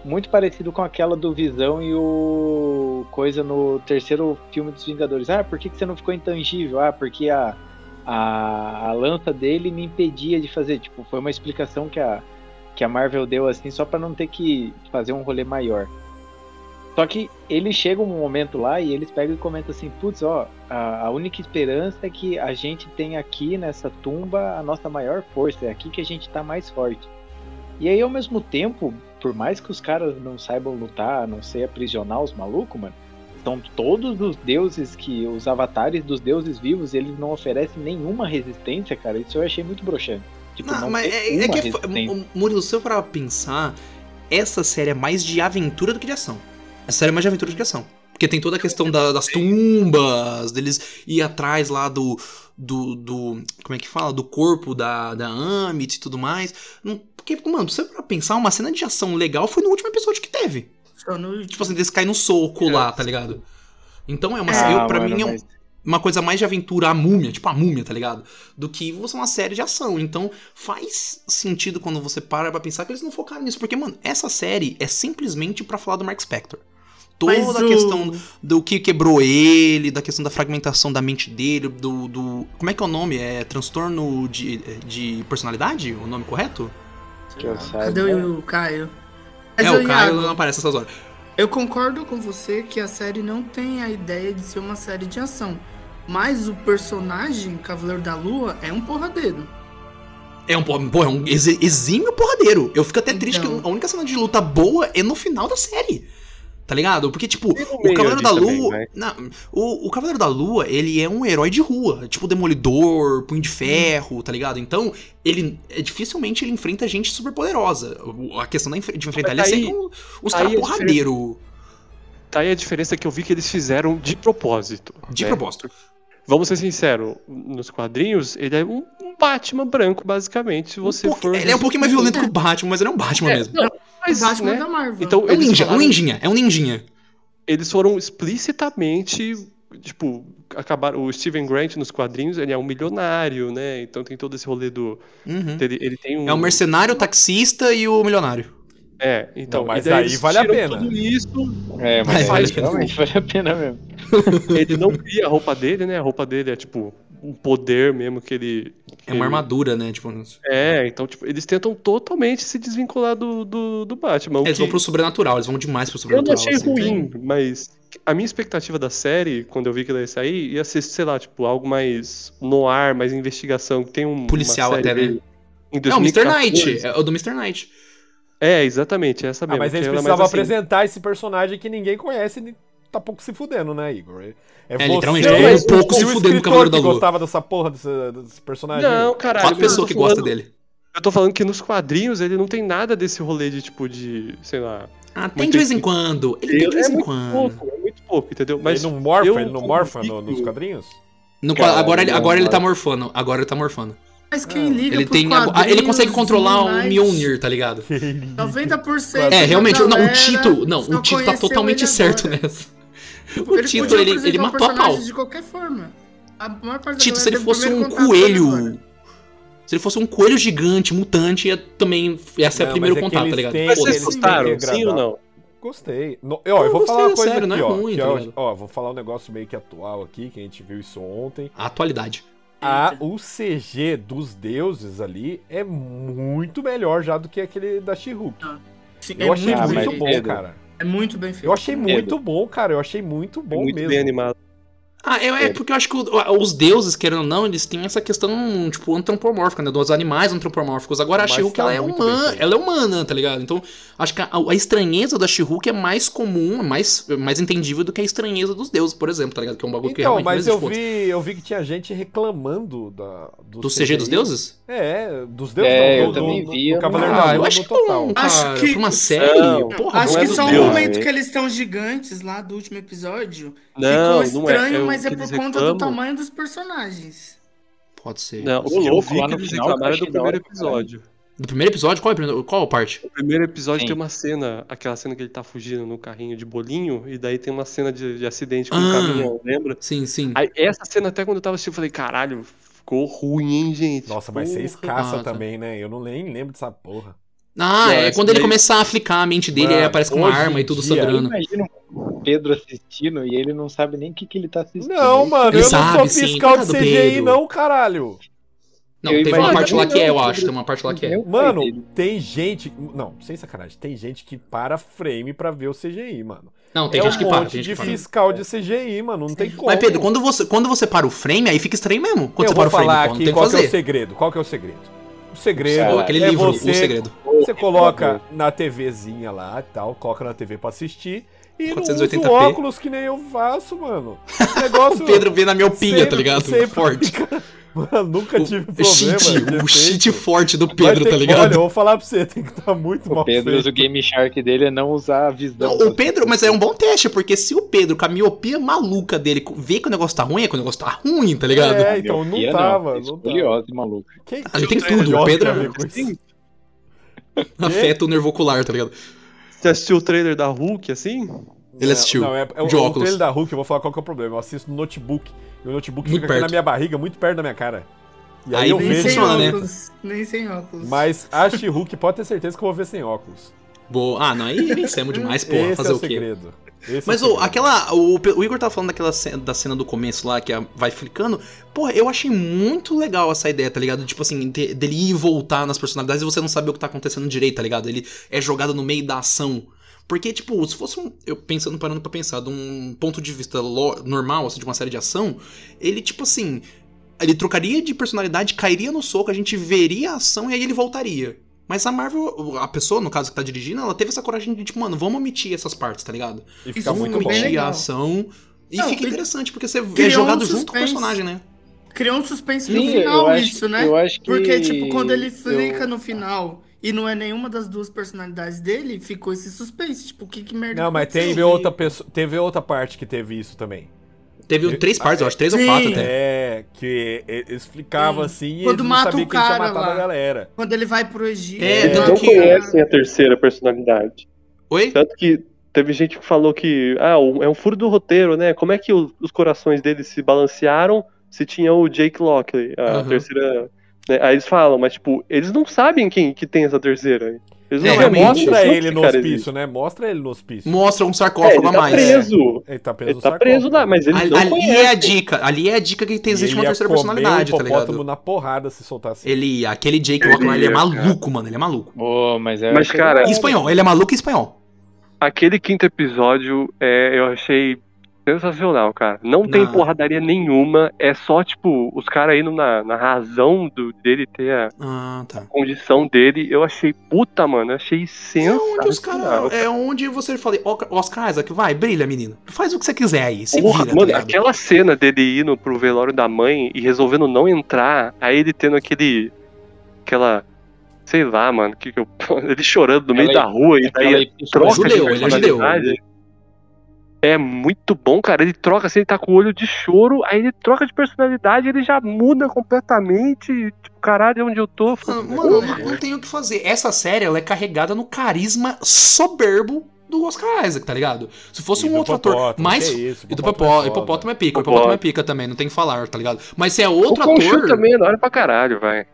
S6: muito parecido com aquela do Visão e o coisa no terceiro filme dos Vingadores. Ah, por que, que você não ficou intangível? Ah, porque a, a, a lança dele me impedia de fazer. Tipo, foi uma explicação que a, que a Marvel deu assim só para não ter que fazer um rolê maior. Só que ele chega um momento lá e eles pegam e comentam assim, putz, ó, a, a, única esperança é que a gente tem aqui nessa tumba a nossa maior força, é aqui que a gente tá mais forte. E aí ao mesmo tempo, por mais que os caras não saibam lutar, a não sei aprisionar os malucos, mano, então todos os deuses que. os avatares dos deuses vivos, eles não oferecem nenhuma resistência, cara. Isso eu achei muito broxante. Tipo, não, não
S3: mas é, é que. É, Murilo, se eu parar pra pensar, essa série é mais de aventura do que de ação. A série é mais de aventura do que ação. Porque tem toda a questão da, das tumbas, deles ir atrás lá do, do, do. Como é que fala? Do corpo da, da Amit e tudo mais. Não, porque, mano, se você pra pensar, uma cena de ação legal foi no último episódio que teve.
S4: No...
S3: Tipo assim, eles caem no soco lá, tá ligado? Então é uma. Ah, eu, pra mano, mim é um, mas uma coisa mais de aventura, a múmia, tipo a múmia, tá ligado? Do que você é uma série de ação. Então faz sentido quando você para pra pensar que eles não focaram nisso. Porque, mano, essa série é simplesmente para falar do Mark Spector. Toda
S4: Mas
S3: a
S4: o-
S3: questão do que quebrou ele, da questão da fragmentação da mente dele, do. do como é que é o nome? É transtorno de, de personalidade? O nome correto?
S6: Que eu saiba.
S4: Ah, Cadê o Caio? Mas,
S3: é,
S4: ô,
S3: o Caio
S4: Iago,
S3: não aparece nessas horas.
S4: Eu concordo com você que a série não tem a ideia de ser uma série de ação. Mas o personagem Cavaleiro da Lua é um porradeiro.
S3: É um, po- pô, é um ex- exímio porradeiro. Eu fico até triste
S4: Então.
S3: que a única cena de luta boa é no final da série. Tá ligado? Porque, tipo,
S7: E no
S3: o
S7: meio
S3: Cavaleiro
S7: ali
S3: da
S7: também,
S3: Lua.
S7: né?
S3: não, o, o Cavaleiro da Lua, ele é um herói de rua. Tipo, Demolidor, Punho de Ferro, tá ligado? Então, ele. é, dificilmente ele enfrenta gente super poderosa. A questão da enfre- de enfrentar ele é
S7: Mas aí-
S3: sempre um- os
S7: aí
S3: caras
S7: é
S3: porradeiro.
S7: Tá aí a diferença que eu vi que eles fizeram de propósito.
S3: De
S7: né?
S3: propósito.
S7: Vamos ser sinceros, nos quadrinhos ele é um um Batman branco, basicamente, se você
S3: Um pouco-
S7: for...
S3: ele é um pouquinho mais violento que o Batman, mas ele é um Batman
S7: É,
S3: mesmo.
S7: não, mas,
S4: Batman
S7: né,
S4: da Marvel.
S7: Então,
S3: É um
S7: eles
S3: ninja, é um
S7: falaram-
S3: ninjinha, é um ninjinha.
S7: eles foram explicitamente tipo acabaram o Steven Grant nos quadrinhos ele é um milionário né então tem todo esse rolê do
S3: Uhum.
S7: ele, ele tem um
S3: É o mercenário, o taxista e o milionário.
S7: é então
S1: Não, mas
S7: e daí
S1: aí
S7: eles
S1: vale a
S7: tiram
S1: pena.
S7: tudo isso
S6: É,
S3: Vai,
S6: mas
S7: vale
S6: aí
S7: a pena.
S6: realmente vale a pena mesmo.
S7: ele não cria a roupa dele né a roupa dele é tipo um poder mesmo que ele
S3: É uma armadura, né? Tipo,
S7: é então tipo eles tentam totalmente se desvincular do do, do Batman o
S3: eles
S7: que
S3: vão pro sobrenatural, eles vão demais pro
S7: eu não
S3: sobrenatural.
S7: achei
S3: assim.
S7: ruim mas a minha expectativa da série quando eu vi que ela ia sair ia ser sei lá tipo algo mais no ar mais investigação que tem um
S3: Policial
S7: uma série
S3: até, né?
S7: dele em
S3: É o Mr.
S7: 2014.
S3: Knight, é o do Mr. Knight.
S7: É, exatamente, é essa
S1: Ah,
S7: mesmo.
S1: mas eles
S7: que ela é mais
S1: precisavam
S7: assim.
S1: apresentar esse personagem que ninguém conhece e tá pouco se fudendo, né, Igor? É,
S3: É, literalmente,
S1: você
S3: todo
S1: e
S3: mundo pouco se
S1: o
S3: fudendo com o
S1: escritor
S3: Cavaleiro da
S1: que
S3: Lua.
S1: gostava dessa porra desse, desse personagem.
S7: Não, caralho.
S3: Quatro
S7: mas eu
S3: pessoas
S7: tô
S3: que gostam
S7: falando-
S3: dele.
S7: Eu tô falando que nos quadrinhos ele não tem nada desse rolê de tipo de, sei lá.
S3: Ah, tem
S7: Muito
S3: de vez em
S7: difícil.
S3: quando. Ele tem de
S7: é
S3: vez em
S7: muito
S3: quando.
S7: pouco, é muito pouco, entendeu?
S1: Mas
S7: Mas
S1: ele não morfa,
S7: eu
S1: ele não morfa no-
S7: consigo-
S1: nos quadrinhos?
S3: No qua-
S6: Caralho,
S3: agora ele,
S6: não,
S3: agora ele tá
S6: mano.
S3: morfando. Agora ele tá morfando.
S4: Mas quem liga
S3: Ele
S4: pros
S3: tem. agora- ah,
S4: quadrinhos,
S3: ele consegue controlar
S4: os
S3: o
S4: jornais,
S3: Mjolnir, tá ligado?
S4: 90%
S3: É,
S4: da
S3: realmente, não, o
S4: galera
S3: Tito. Não,
S4: só
S3: o Tito tá
S4: conheceu
S3: totalmente
S4: ele
S3: certo
S4: agora.
S3: nessa. O
S4: Eles
S3: Tito,
S4: podiam
S3: ele, ele
S4: apresentar o
S3: matou a pau.
S4: personagem De qualquer forma. A maior parte da
S3: Tito,
S4: galera
S3: se ele
S4: teve
S3: fosse
S4: primeiro
S3: um
S4: contato com ele
S3: coelho.
S4: agora.
S3: Se ele fosse um coelho gigante, mutante, ia também. Ia ser o
S1: Não,
S3: primeiro
S1: mas é que
S3: contato, tá
S1: eles
S3: ligado?
S1: têm-
S7: Mas
S3: Foda-se.
S7: vocês
S1: Eles têm
S7: gostaram,
S1: que
S7: sim
S1: agradar.
S7: ou não?
S1: Gostei. No- ó, eu vou
S3: gostei,
S1: falar uma coisa
S3: sério,
S1: aqui,
S3: não é
S1: ó.
S3: ruim,
S1: que
S3: tá
S1: eu-
S3: ligado?
S1: ó, vou falar um negócio meio que atual aqui, que a gente viu isso ontem.
S3: A atualidade.
S1: A, o CG dos deuses ali é muito melhor já do que aquele da She-Hulk.
S3: É
S4: Sim,
S1: Eu achei
S6: muito
S1: é muito,
S6: bem
S1: bom,
S6: feito.
S1: cara.
S4: É muito bem feito.
S1: Eu achei
S6: Medo.
S1: muito bom, cara. Eu achei muito
S7: É
S1: bom
S7: muito
S1: mesmo.
S7: bem animado.
S3: Ah, é, é porque eu acho que o- os deuses, querendo ou não, eles têm essa questão, tipo, antropomórfica, né? Dos animais antropomórficos. Agora
S1: Mas
S3: a She-Hulk,
S1: tá
S3: ela é
S1: muito bem
S3: humana,
S1: feito.
S3: ela é humana, tá ligado? Então, acho que a, a estranheza da She-Hulk é mais comum, é mais, é mais entendível do que a estranheza dos deuses, por exemplo, tá ligado? Que é um bagulho que
S1: Então,
S3: realmente
S1: mas
S3: não
S1: eu
S3: existe,
S1: vi, eu vi que tinha gente reclamando da,
S3: pô. Do CG dos deuses?
S1: É, é, dos deuses
S6: É,
S1: não,
S6: eu
S1: do,
S6: também
S1: do,
S6: vi,
S1: do
S6: eu
S1: Cavaleiro
S6: não-
S1: da
S3: Ah,
S1: Lua
S3: eu acho
S1: no
S3: que bom,
S1: total.
S3: cara.
S4: Acho que- um
S3: Pra uma série,
S7: Não,
S3: porra,
S4: Acho
S3: não é
S4: que
S3: do
S4: só o
S7: Deus,
S3: Deus.
S4: momento
S6: velho.
S4: que eles estão gigantes lá do último episódio
S7: Não,
S4: ficou
S7: não é.
S4: estranho,
S7: é o
S4: mas é
S7: que
S4: por
S7: eles
S4: conta
S7: reclamam.
S4: do tamanho dos personagens.
S3: Pode ser.
S7: Não, o
S6: Ô,
S7: que eu
S6: louco,
S7: vi
S6: lá
S7: que
S6: no
S7: eles
S6: final, eu
S7: reclamaram
S6: achei
S7: do
S6: da hora
S7: primeiro
S6: pra caralho.
S7: episódio.
S3: Do primeiro episódio? Qual, é, qual a parte?
S7: No primeiro episódio
S6: Sim.
S7: tem uma cena, aquela cena que ele tá fugindo no carrinho de bolinho, e daí tem uma cena de, de acidente com o
S3: Ah.
S7: caminhão, lembra?
S3: Sim, sim.
S7: Aí, essa cena, até quando eu tava assistindo, eu falei, caralho, ficou ruim, hein, gente?
S1: Nossa, mas
S7: Porra.
S1: você é escassa
S3: Ah, tá.
S1: também, né? Eu não nem lembro dessa porra.
S3: Ah,
S7: Não,
S3: é
S7: esse
S3: quando ele
S7: daí-
S3: começa a aflicar a mente dele,
S1: Mano,
S3: aí aparece com uma
S1: hoje
S3: arma e
S1: em
S3: tudo
S1: dia-
S6: Eu
S7: Hum.
S3: sangrando.
S6: imagino o um Pedro assistindo e ele não sabe nem o que, que ele tá assistindo.
S1: Não, mano,
S3: Ele
S1: eu não
S3: sabe,
S1: sou
S3: sim,
S1: fiscal de
S3: coitado do
S1: CGI,
S3: Pedro. Tá
S1: não, caralho.
S3: Não,
S6: Eu
S3: teve uma
S1: imagino-
S3: parte lá que é, eu acho.
S6: Eu-
S3: Tem uma parte lá que é.
S6: Eu-
S1: Mano,
S6: Foi dele.
S1: tem gente. Não, sem sacanagem. Tem gente que para frame pra ver o CGI, mano.
S3: Não, tem
S1: é
S3: gente
S1: um
S3: que para,
S1: monte
S3: tem gente
S1: de
S3: que para.
S1: fiscal de CGI, mano. Não tem como.
S3: Mas, Pedro, quando você, quando você para o frame, aí fica estranho mesmo. Quando
S1: eu
S3: você para
S1: vou
S3: o frame,
S1: falar
S3: pô, não
S1: aqui
S3: tem o que
S1: qual que é o
S3: fazer.
S1: segredo. Qual que é o segredo? O
S6: Sei
S1: segredo
S6: lá,
S3: Aquele
S1: é
S3: livro,
S1: você
S3: O Segredo.
S1: Você coloca na TVzinha lá e tal, coloca na TV pra assistir e não usa
S3: 480p.
S1: o óculos que nem eu faço, mano. O negócio.
S3: O Pedro vê na miopia, tá
S1: sempre-
S3: ligado?
S1: sempre
S3: Forte.
S1: fica- Mano, nunca tive
S3: O
S1: problema.
S3: cheat, o
S1: defeito.
S3: cheat forte do
S1: Vai
S3: Pedro,
S1: ter
S3: tá
S1: que-
S3: ligado?
S1: Olha, eu vou falar pra você, tem que estar muito
S6: O
S1: mal
S6: Pedro,
S1: feito.
S6: o Game Shark dele é não usar a visão.
S3: Não, o Pedro, mas é um bom teste, porque se o Pedro, com a miopia maluca dele, vê que o negócio tá ruim, é que o negócio tá ruim, tá ligado?
S1: É, então, não
S6: Miopia,
S1: tava, não tá. tava.
S6: Escoliose, maluco.
S1: Quem que
S3: Ah, ele tem
S1: um
S3: tudo, o
S1: idiota
S3: Pedro-
S1: a ver com isso?
S3: Afeta o nervo ocular, tá ligado?
S7: Você assistiu o trailer da Hulk, assim?
S3: Ele
S1: Não,
S3: assistiu,
S1: Não, é, é o,
S3: de
S1: é o
S3: óculos.
S1: trailer da Hulk, eu vou falar qual que é o problema. Eu assisto no notebook. E o notebook
S3: Muito
S1: fica aqui na
S3: perto.
S1: minha barriga, muito perto da minha cara. E aí,
S3: Aí
S1: eu
S4: nem
S1: vejo.
S4: sem
S3: funciona, né?
S4: óculos, nem sem óculos.
S1: Mas a She-Hulk pode ter certeza que eu vou ver sem óculos.
S3: Boa. Ah, não, aí vencemos demais, porra.
S1: Esse
S3: fazer
S1: é o
S3: o quê?
S1: segredo. Esse é
S3: Mas
S1: o
S3: ô,
S1: segredo.
S3: aquela. O, o Igor tá falando daquela cena, da cena do começo lá, que a- vai flicando. Porra, eu achei muito legal essa ideia, tá ligado? Tipo assim, de- dele ir e voltar nas personalidades e você não saber o que tá acontecendo direito, tá ligado? Ele é jogado no meio da ação. Porque, tipo, se fosse um. Eu pensando, parando pra pensar, de um ponto de vista lo- normal, assim, de uma série de ação, ele, tipo assim. Ele trocaria de personalidade, cairia no soco, a gente veria a ação e aí ele voltaria. Mas a Marvel, a pessoa, no caso, que tá dirigindo, ela teve essa coragem de, tipo, mano, vamos omitir essas partes, tá ligado?
S1: E fica
S4: Isso
S1: muito
S4: foi
S1: bom.
S4: bem
S3: omitir a
S4: legal.
S3: ação. E
S4: Não,
S3: fica
S4: ele
S3: interessante, porque você é
S4: criou
S3: jogado
S4: um
S3: junto com o
S4: suspense.
S3: personagem, né?
S4: Criou um suspense no
S6: Sim, eu
S4: final
S6: acho,
S4: isso, né?
S6: eu acho que...
S4: Porque, tipo, quando ele flica
S6: eu-
S4: no final e não é nenhuma das duas personalidades dele, ficou esse suspense. Tipo, que, que merda
S1: Não,
S4: que
S1: mas teve
S4: aconteceu?
S1: outra, pessoa, teve outra parte que teve isso também.
S3: Teve um
S1: Eu-
S3: três partes, eu acho, três ou
S4: Sim.
S3: quatro até.
S1: É, que e- explicava
S4: Sim.
S1: assim e
S4: Quando
S1: eles não
S4: mata
S1: sabiam
S4: o
S1: quem tinha
S4: cara
S1: matado a
S4: lá.
S1: galera.
S4: Quando ele vai pro Egito.
S3: É,
S4: ele
S7: Eles
S3: tanto
S7: não
S4: vai
S3: que-
S4: pra-
S7: conhecem a terceira personalidade.
S3: Oi?
S7: Tanto que teve gente que falou que ah, o- é um furo do roteiro, né? Como é que o- os corações deles se balancearam se tinha o Jake Lockley, a
S3: Aham.
S7: terceira. né? Aí eles falam, mas tipo, eles não sabem quem que tem essa terceira. Eles
S3: É,
S1: Não, mas
S7: sabem,
S3: realmente,
S1: mostra
S7: não
S1: ele
S7: sabe
S1: no
S3: é
S7: que cara
S1: hospício, né? Mostra ele no hospício.
S3: Mostra um
S7: existe. É,
S3: sarcófago
S7: ele
S3: a
S7: tá
S3: mais.
S7: preso.
S1: Ele tá preso
S7: Ele
S1: no
S7: tá preso
S1: sarcófago.
S7: lá, mas eles
S3: Ali,
S7: não
S3: ali é
S7: conhecem.
S3: a dica, ali é a dica que tem- existe
S1: E
S3: uma
S1: ele ia
S3: terceira
S1: comer
S3: personalidade,
S1: o
S3: tá
S1: hipopótamo
S3: ligado?
S1: na porrada se assim. soltasse.
S3: Ele, aquele Jake
S7: Ele
S3: Locke lá, ele é
S7: ia, cara.
S3: maluco, mano, ele é maluco.
S6: Ô, mas é
S7: Mas, cara-
S3: Em espanhol, ele é maluco em espanhol.
S7: Aquele quinto episódio é, eu achei sensacional, cara. Não, tem
S3: Não.
S7: porradaria nenhuma, é só, tipo, os caras indo na, na razão do, dele ter a,
S3: Ah, tá.
S7: condição dele, eu achei puta, mano, eu achei
S3: É onde os
S7: sensacional.
S3: caras. É onde você fala, "Ó, Oscar Isaac, vai, brilha, menino. Faz o que você quiser aí. Se
S7: Porra,
S3: vira, tá
S7: mano, é
S3: ligado?
S7: aquela cena dele indo pro velório da mãe e resolvendo não entrar, aí ele tendo aquele. aquela. sei lá, mano, que que eu- ele chorando no meio
S6: Aquela-
S7: da rua e daí
S6: Aquela
S7: troca de
S3: Judeu, ele é judeu.
S7: personalidade. É muito bom, cara. Ele troca, assim, ele tá com o olho de choro, aí ele troca de personalidade, ele já muda completamente. e, Tipo, caralho, onde eu tô? né?
S3: Ah, Mano, não, não tem o que fazer. Essa série ela é carregada no carisma soberbo do Oscar Isaac, tá ligado? Se fosse
S1: E
S3: um
S1: do
S3: outro ator
S1: hipopótamo,
S3: mais.
S1: que isso,
S3: E do
S1: hipopótamo
S3: Popó,
S1: é foda.
S3: Hipopótamo é pica, o
S7: Hipopótamo.
S3: Hipopótamo é pica também, não tem que falar, tá ligado? Mas se é
S7: O
S3: outro
S7: Conchu
S3: ator.
S7: também é da hora pra caralho, vai.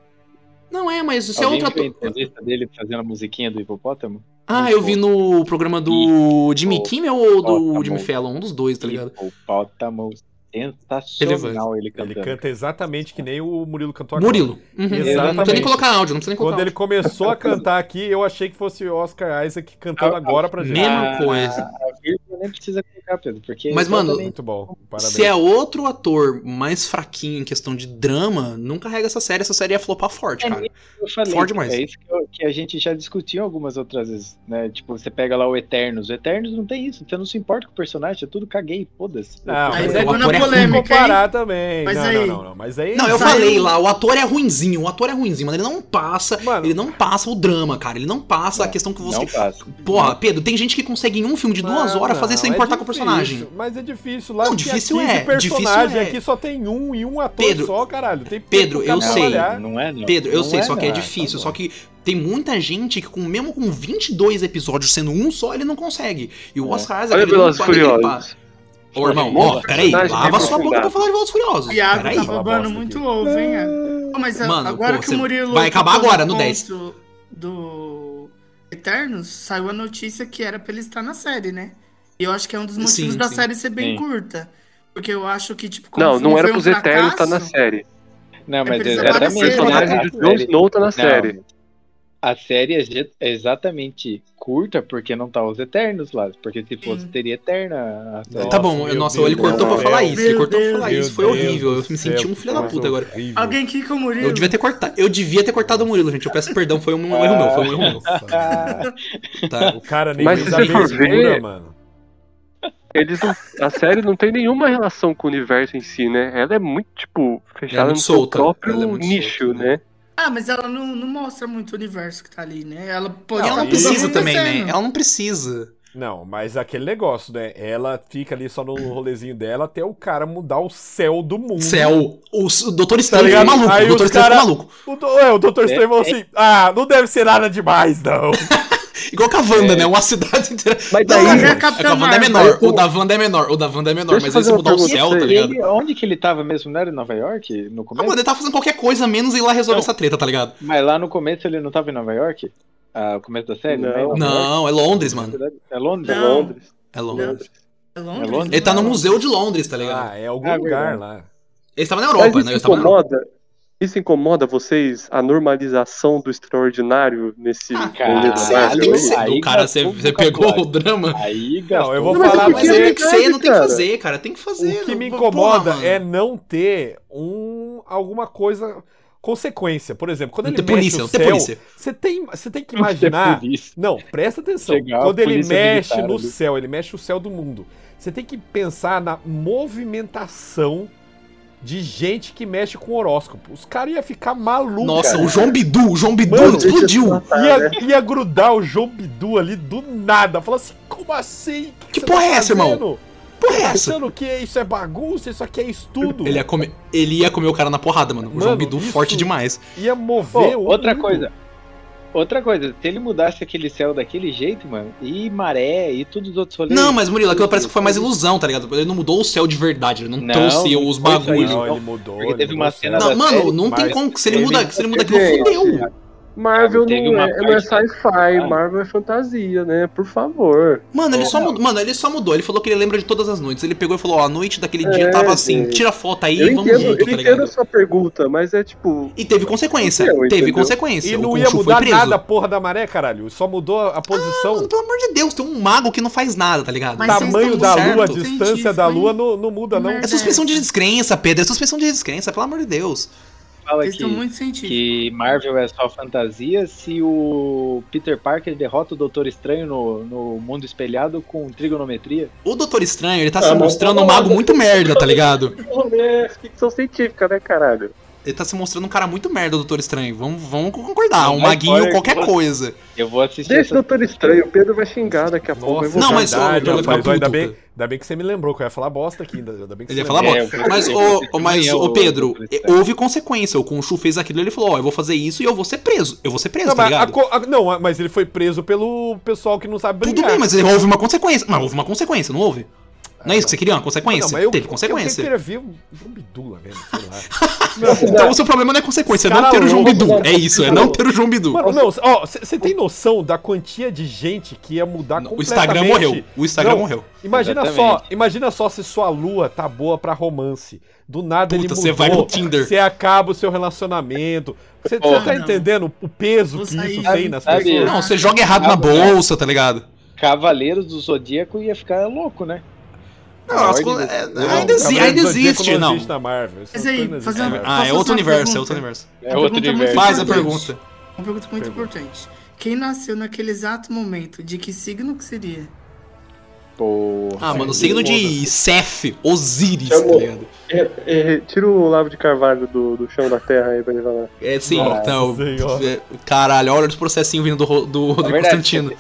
S3: Não é, mas se é
S6: Alguém
S3: outro
S6: viu a
S3: ator.
S6: entrevista dele fazendo a musiquinha do hipopótamo?
S3: Ah, eu vi no programa do Jimmy Kimmel ou do
S6: Ó, tá
S3: Jimmy
S6: bom.
S3: Fallon, um dos dois, tá ligado?
S6: Hipopótamo. Sensacional ele
S1: Ele
S6: cantando.
S1: canta exatamente que nem o Murilo cantou agora.
S3: Murilo. Uhum. Não precisa nem
S1: Exatamente.
S3: colocar áudio, não precisa nem colocar
S1: Quando ele começou a cantar aqui, eu achei que fosse o Oscar Isaac cantando
S6: Ah,
S1: agora pra
S3: áudio.
S1: gente.
S3: Mesma coisa.
S6: A vírgula nem precisa colocar, Pedro, porque...
S3: Mas, mano,
S6: exatamente-
S1: Ah, Muito bom. Parabéns.
S3: Se é outro ator mais fraquinho em questão de drama, não carrega essa série. Essa série ia flopar forte,
S6: É
S3: cara.
S6: eu falei,
S3: Forte demais.
S6: é isso que, eu- que a gente já discutiu algumas outras vezes, né? Tipo, você pega lá o Eternos. O Eternos não tem isso, você não se importa com o personagem, é tudo caguei, foda-se.
S1: Não,
S4: Aí
S1: mas
S3: é
S4: pegou
S3: uma
S1: aí
S4: na
S1: vamos
S3: coreia
S4: polêmica, hein?
S1: comparar também.
S4: Mas
S1: não,
S4: aí-
S1: não, não, não. Mas aí... é
S3: Não, eu
S4: Saiu.
S3: falei lá, o ator é ruinzinho, o ator é ruinzinho, mas ele não passa.
S1: Mano,
S3: Ele não passa o drama, cara. Ele não passa a questão que você.
S6: Não passa.
S3: Porra, Pedro, tem gente que consegue em um filme de duas
S1: Mano,
S3: horas fazer fazer sem importar com o
S1: é
S3: personagem.
S1: difícil, Mas é difícil. Lá
S3: Não,
S1: tinha
S3: difícil
S1: 15
S3: é, difícil
S1: personagens,
S3: é.
S1: aqui só tem um e um ator
S3: Pedro,
S1: só, caralho. Tem tempo
S3: Pedro,
S1: pro cara
S3: eu sei.
S1: trabalhar.
S6: Não é, não.
S3: Pedro, eu
S6: Não
S3: sei, só que é
S6: não.
S3: difícil.
S6: Tá
S3: só
S6: bom.
S3: que tem muita gente que, com, mesmo com 22 episódios sendo um só, ele não consegue. E o
S6: É.
S3: Oscar Isaac,
S2: Olha
S3: ele não
S2: Velozes e
S3: pode
S2: Furiosos.
S3: gripar. Ô, irmão,
S2: Nossa,
S3: ó, peraí,
S2: personagem
S3: lava sua boca
S2: aprofundado.
S3: pra falar de Velozes e Furiosos.
S4: Iago
S3: Peraí.
S4: tá
S1: Fala
S4: babando
S1: bosta
S4: muito
S1: aqui.
S4: ovo, hein, Iago? Pô, Mas a-
S3: Mano,
S4: agora
S3: pô,
S4: que
S3: você
S4: o Murilo.
S3: vai acabar
S4: tocou
S3: agora, no
S4: ponto
S3: 10.
S4: Do Eternos, saiu a notícia que era pra ele estar na série, né? E eu acho que é um dos motivos
S3: Sim,
S4: da
S3: sim.
S4: série ser bem
S6: Sim.
S4: curta. Porque eu acho que, tipo, como
S2: Não,
S4: foi-
S2: não era
S4: foi um
S2: pros Eternos tá na
S4: fracasso,
S2: série.
S6: Não, mas
S4: precisa
S2: Era o
S4: aparecer,
S6: exatamente.
S2: personagem
S6: a
S2: do Jon
S6: série-
S2: Snow tá na
S6: Não,
S2: série.
S6: A série é exa- é exatamente curta porque não tá os Eternos lá. Porque se fosse,
S4: Sim.
S6: teria Eterna. a série.
S3: Tá
S1: Nossa,
S3: bom, eu,
S1: meu
S3: nossa,
S1: Deus
S3: ele
S1: do
S3: cortou pra
S1: céu.
S3: falar isso. Ele
S4: Meu
S3: cortou pra falar
S1: Meu
S3: isso. Foi
S1: Deus
S3: horrível.
S1: do
S3: Eu
S1: céu,
S3: me senti um filho da
S1: que
S3: puta
S1: coisa
S3: agora.
S1: horrível.
S4: Alguém quica o Murilo.
S3: Eu devia ter cortado. Eu devia ter cortado o Murilo, gente. Eu peço perdão, foi um erro meu, foi um erro
S1: Nossa,
S6: Ah,
S3: meu. Tá.
S1: o cara nem
S2: Mas
S1: fez
S2: se
S1: a
S2: você for
S1: leitura,
S2: ver-
S1: mano.
S2: Eles não- a série não tem nenhuma relação com o universo em si, né? Ela é muito, tipo,
S3: Ela é
S2: fechada
S3: muito
S2: no seu
S3: solta. Ela é
S2: próprio
S3: muito
S2: nicho,
S3: solta,
S2: né?
S4: Ah, mas ela não, não mostra muito o universo que tá ali, né? Ela pode
S3: E ela
S4: estar
S3: não
S1: e-
S3: precisa
S4: tudo
S3: também, né?
S4: acontecendo.
S3: Ela não precisa.
S1: Não, mas aquele negócio, né? Ela fica ali só no rolezinho dela até o cara mudar o céu do mundo.
S3: Céu, é o, o Doutor Estranho
S1: Uhum. ligado?
S3: é maluco.
S1: Aí
S3: o Doutor
S1: os
S3: Estranho é
S1: cara-
S3: maluco.
S1: O, do... é, o Dr. Strange falou assim: Ah, não deve ser nada demais, não.
S3: Igual com a Wanda,
S6: É.
S3: né? Uma cidade inteira.
S6: Tá
S2: Mas
S4: Não,
S2: daí,
S4: mas é a
S3: É, com a
S4: Capitã
S3: Wanda é
S4: Marvel.
S3: menor. O da Wanda é menor. O da Wanda é menor.
S2: Deixa eu
S3: Mas
S2: fazer
S3: aí você
S2: uma
S3: mudar o
S2: pergunta
S3: céu,
S2: pra
S3: tá
S6: e
S3: ligado?
S6: ele, onde que ele tava mesmo? Não era em Nova York? No
S3: Ah, mano,
S6: começo?
S3: ele tava fazendo qualquer coisa menos ir lá resolver
S6: Não.
S3: essa treta, tá ligado?
S6: Mas lá no começo ele não tava em Nova York? Ah, o começo da série?
S2: Não.
S6: é em Nova York?
S3: Não, é Londres, mano.
S6: É Londres?
S2: É
S4: Não.
S2: Londres.
S3: É Londres.
S4: É Londres?
S6: É Londres?
S3: Ele tá no museu de Londres, tá ligado?
S1: Ah, é algum
S6: Ah,
S1: lugar
S6: verdade.
S1: lá.
S3: Ele estava na
S2: Mas
S3: Europa, né?
S2: isso
S3: Eu estava na Europa.
S2: incomoda. Isso incomoda vocês a normalização do extraordinário nesse
S3: Ah,
S2: rolê
S3: tem
S2: da
S3: que ser,
S2: Marvel? é
S3: tem que ser.
S6: Aí
S3: O cara, você,
S6: gastou
S3: você
S6: um
S3: pegou
S6: vocabulário.
S3: o drama.
S6: Aí,
S1: Não,
S6: gastou
S1: eu vou
S2: Não, mas
S1: falar
S2: é
S1: pra
S3: Mas
S2: porque-
S1: você.
S3: tem que ser, não tem que
S2: cara.
S3: fazer, cara. Tem que fazer.
S1: O que me
S3: Pô,
S1: incomoda
S3: mano.
S1: é não ter um alguma coisa consequência. Por exemplo, quando
S3: Não
S1: ele
S3: tem
S1: mexe
S3: polícia,
S1: o
S3: não tem
S1: céu,
S3: polícia.
S1: você tem, você tem que
S6: Imaginar.
S1: imaginar. Não, presta atenção.
S6: Chegar a
S1: quando ele
S6: polícia
S1: mexe
S6: militar
S1: no
S6: ali.
S1: céu, ele mexe o céu do mundo. Você tem que pensar na movimentação de gente que mexe com horóscopo. Os caras iam ficar malucos.
S3: Nossa, né?
S1: cara.
S3: o João Bidu, o João Bidu
S1: Mano,
S3: explodiu.
S1: Ia, ia grudar o João Bidu ali do nada. Falar assim, como assim?
S3: Que
S1: você
S3: porra é essa, irmão?
S1: fazendo?
S3: Porra, é essa?
S1: Pensando que isso é bagunça, isso aqui é estudo.
S3: Ele ia, comer, ele ia comer o cara na porrada, mano. O João
S1: Mano,
S3: Bidu
S1: isso-
S3: forte demais.
S1: ia
S6: Pô,
S1: mover o
S6: outra
S1: mundo.
S6: coisa. Outra coisa, se ele mudasse aquele céu daquele jeito, mano, e maré e todos os outros rolês.
S3: Não, mas Murilo, aquilo parece que foi mais ilusão, tá ligado? Ele não mudou o céu de verdade, ele não,
S6: Não,
S3: trouxe os
S6: não foi isso aí,
S3: bagulhos.
S1: Não,
S6: Não,
S1: ele mudou.
S6: porque
S1: ele
S6: teve
S1: mudou
S6: uma
S1: o céu.
S6: cena
S3: Não,
S6: da
S3: mano,
S6: série,
S3: não tem
S1: mas
S3: como. Se ele
S6: teve-
S3: muda, se ele muda aquilo,
S2: Gente,
S3: fudeu.
S2: Marvel
S6: Teve
S2: não
S6: uma
S2: é, não é
S6: parte-
S2: sci-fi,
S6: Ah.
S2: Marvel é fantasia, né? Por favor.
S3: Mano, ele
S6: É,
S3: só
S6: não.
S3: mudou. Mano, ele só mudou. Ele falou que ele lembra de todas as noites. Ele pegou e falou, ó, a noite daquele dia
S2: É,
S3: tava assim,
S2: gente.
S3: tira a foto aí
S2: eu
S3: e vamos
S2: entendo,
S3: junto,
S2: eu
S3: tá
S2: entendo a
S3: ligado?
S2: sua pergunta, mas é tipo.
S3: E teve consequência.
S2: Entendeu,
S3: teve
S2: entendeu?
S3: consequência.
S1: E
S3: o
S1: não
S3: Khonshu
S1: ia
S3: foi
S1: mudar
S3: preso.
S1: nada a porra da maré, caralho. Só mudou a posição.
S3: Mano, pelo amor de Deus, tem um mago que não faz nada, tá ligado?
S4: Mas
S3: Tá-
S4: vocês
S1: tamanho
S4: estão
S1: da
S4: certo.
S1: lua, a
S4: Científico,
S1: distância da
S4: hein?
S1: lua não, não muda, não.
S4: Merda.
S3: É suspensão de descrença, Pedro. É suspensão de descrença, pelo amor de Deus.
S6: fala
S4: Eles
S6: que,
S4: estão muito científicos.
S6: que Marvel é só fantasia se o Peter Parker derrota o Doutor Estranho no, no mundo espelhado com trigonometria.
S3: O Doutor Estranho, ele tá
S2: Ah,
S3: se
S2: mas-
S3: mostrando um mago muito merda, tá ligado?
S2: É ficção científica, né, caralho?
S3: Ele tá se mostrando um cara muito merda, o Doutor Estranho. Vamos, vamos concordar.
S6: Não,
S3: um
S6: mas
S3: maguinho,
S6: olha,
S3: qualquer
S6: você-
S3: coisa.
S6: Eu vou assistir
S2: Deixa o
S6: essa...
S2: Doutor Estranho, o Pedro vai xingar daqui a pouco. eu vou-
S3: Não, mas-
S1: verdade,
S3: o- o-
S1: rapaz,
S3: o-
S1: ainda,
S3: o-
S1: bem, ainda bem que você me lembrou que eu ia falar bosta aqui. Ainda, ainda bem que
S3: Ele ia
S1: você
S3: falar
S1: lembrou.
S3: bosta.
S6: É, eu vou-
S3: Mas,
S6: eu
S3: ô,
S6: vou-
S3: ô, mas,
S6: amanhã
S3: ô,
S6: eu-
S3: Pedro, é,
S6: eu- eu-
S3: houve consequência. O Conchu fez aquilo ele falou: Ó, eu vou fazer isso e eu vou ser preso. Eu vou ser preso,
S1: Não,
S3: tá
S1: mas, a
S3: ligado?
S1: co- a- não, mas ele foi preso pelo pessoal que não sabe brigar.
S3: Tudo bem, mas houve uma consequência. Mas houve uma consequência, não houve? Não é isso que você queria? Uma consequência?
S1: Não, mas eu,
S3: Teve
S1: Eu,
S3: consequência.
S1: queria ver um Jumbidula mesmo, sei lá.
S3: Então o seu problema não é consequência, é
S1: Cara,
S3: não ter o
S1: eu
S3: João
S1: vou
S3: Bidu.
S2: falar-
S3: É isso, é não ter o João Bidu.
S1: Mano, não, ó, você tem noção da quantia de gente que ia mudar
S3: Não, O
S1: completamente?
S3: Instagram morreu. O Instagram
S1: Não,
S3: morreu.
S1: Imagina
S6: Exatamente.
S1: só, imagina só se sua lua tá boa pra romance. Do nada ele
S3: Puta,
S1: mudou.
S3: você vai no Tinder.
S1: Você acaba o seu relacionamento. Você
S6: Porra.
S1: tá
S4: Ah, não.
S1: entendendo o peso
S4: Vou
S1: que
S4: sair.
S1: isso tem nas
S6: Sabe-
S1: pessoas?
S3: Não, você joga errado na bolsa, tá ligado?
S6: Cavaleiros do Zodíaco ia ficar louco, né?
S3: Não, as
S6: Ordem
S3: coisas.
S6: do-
S3: é,
S6: Não,
S3: Ainda, exi-
S1: Cavaleiros
S3: ainda
S1: do Zodíaco
S3: existe, não.
S1: existe na Marvel. essas
S4: Mas aí,
S1: coisas assim, né? não existem
S4: fazer
S1: na
S4: uma-
S1: Marvel.
S3: Ah, é
S4: Posso
S3: outro
S4: fazer uma
S3: universo, é
S4: pergunta?
S3: outro universo.
S6: É outro
S4: pergunta tá muito
S6: universo.
S3: Faz a
S4: importante.
S3: pergunta.
S4: Uma pergunta Um muito importante. Quem nasceu naquele exato momento, de que signo que seria?
S6: Porra.
S3: Ah, mano,
S6: Aí,
S3: signo de
S6: foda-se.
S3: Seth, Osiris, tá
S2: Chamou.
S3: ligado?
S2: É, é, tira o Lavo de Carvalho do, do chão da terra aí pra ele falar.
S3: É sim,
S1: Nossa
S3: então.
S1: Senhora.
S3: é, Caralho, olha os processinhos vindo do, Ro- do Rodrigo
S6: verdade,
S3: Constantino.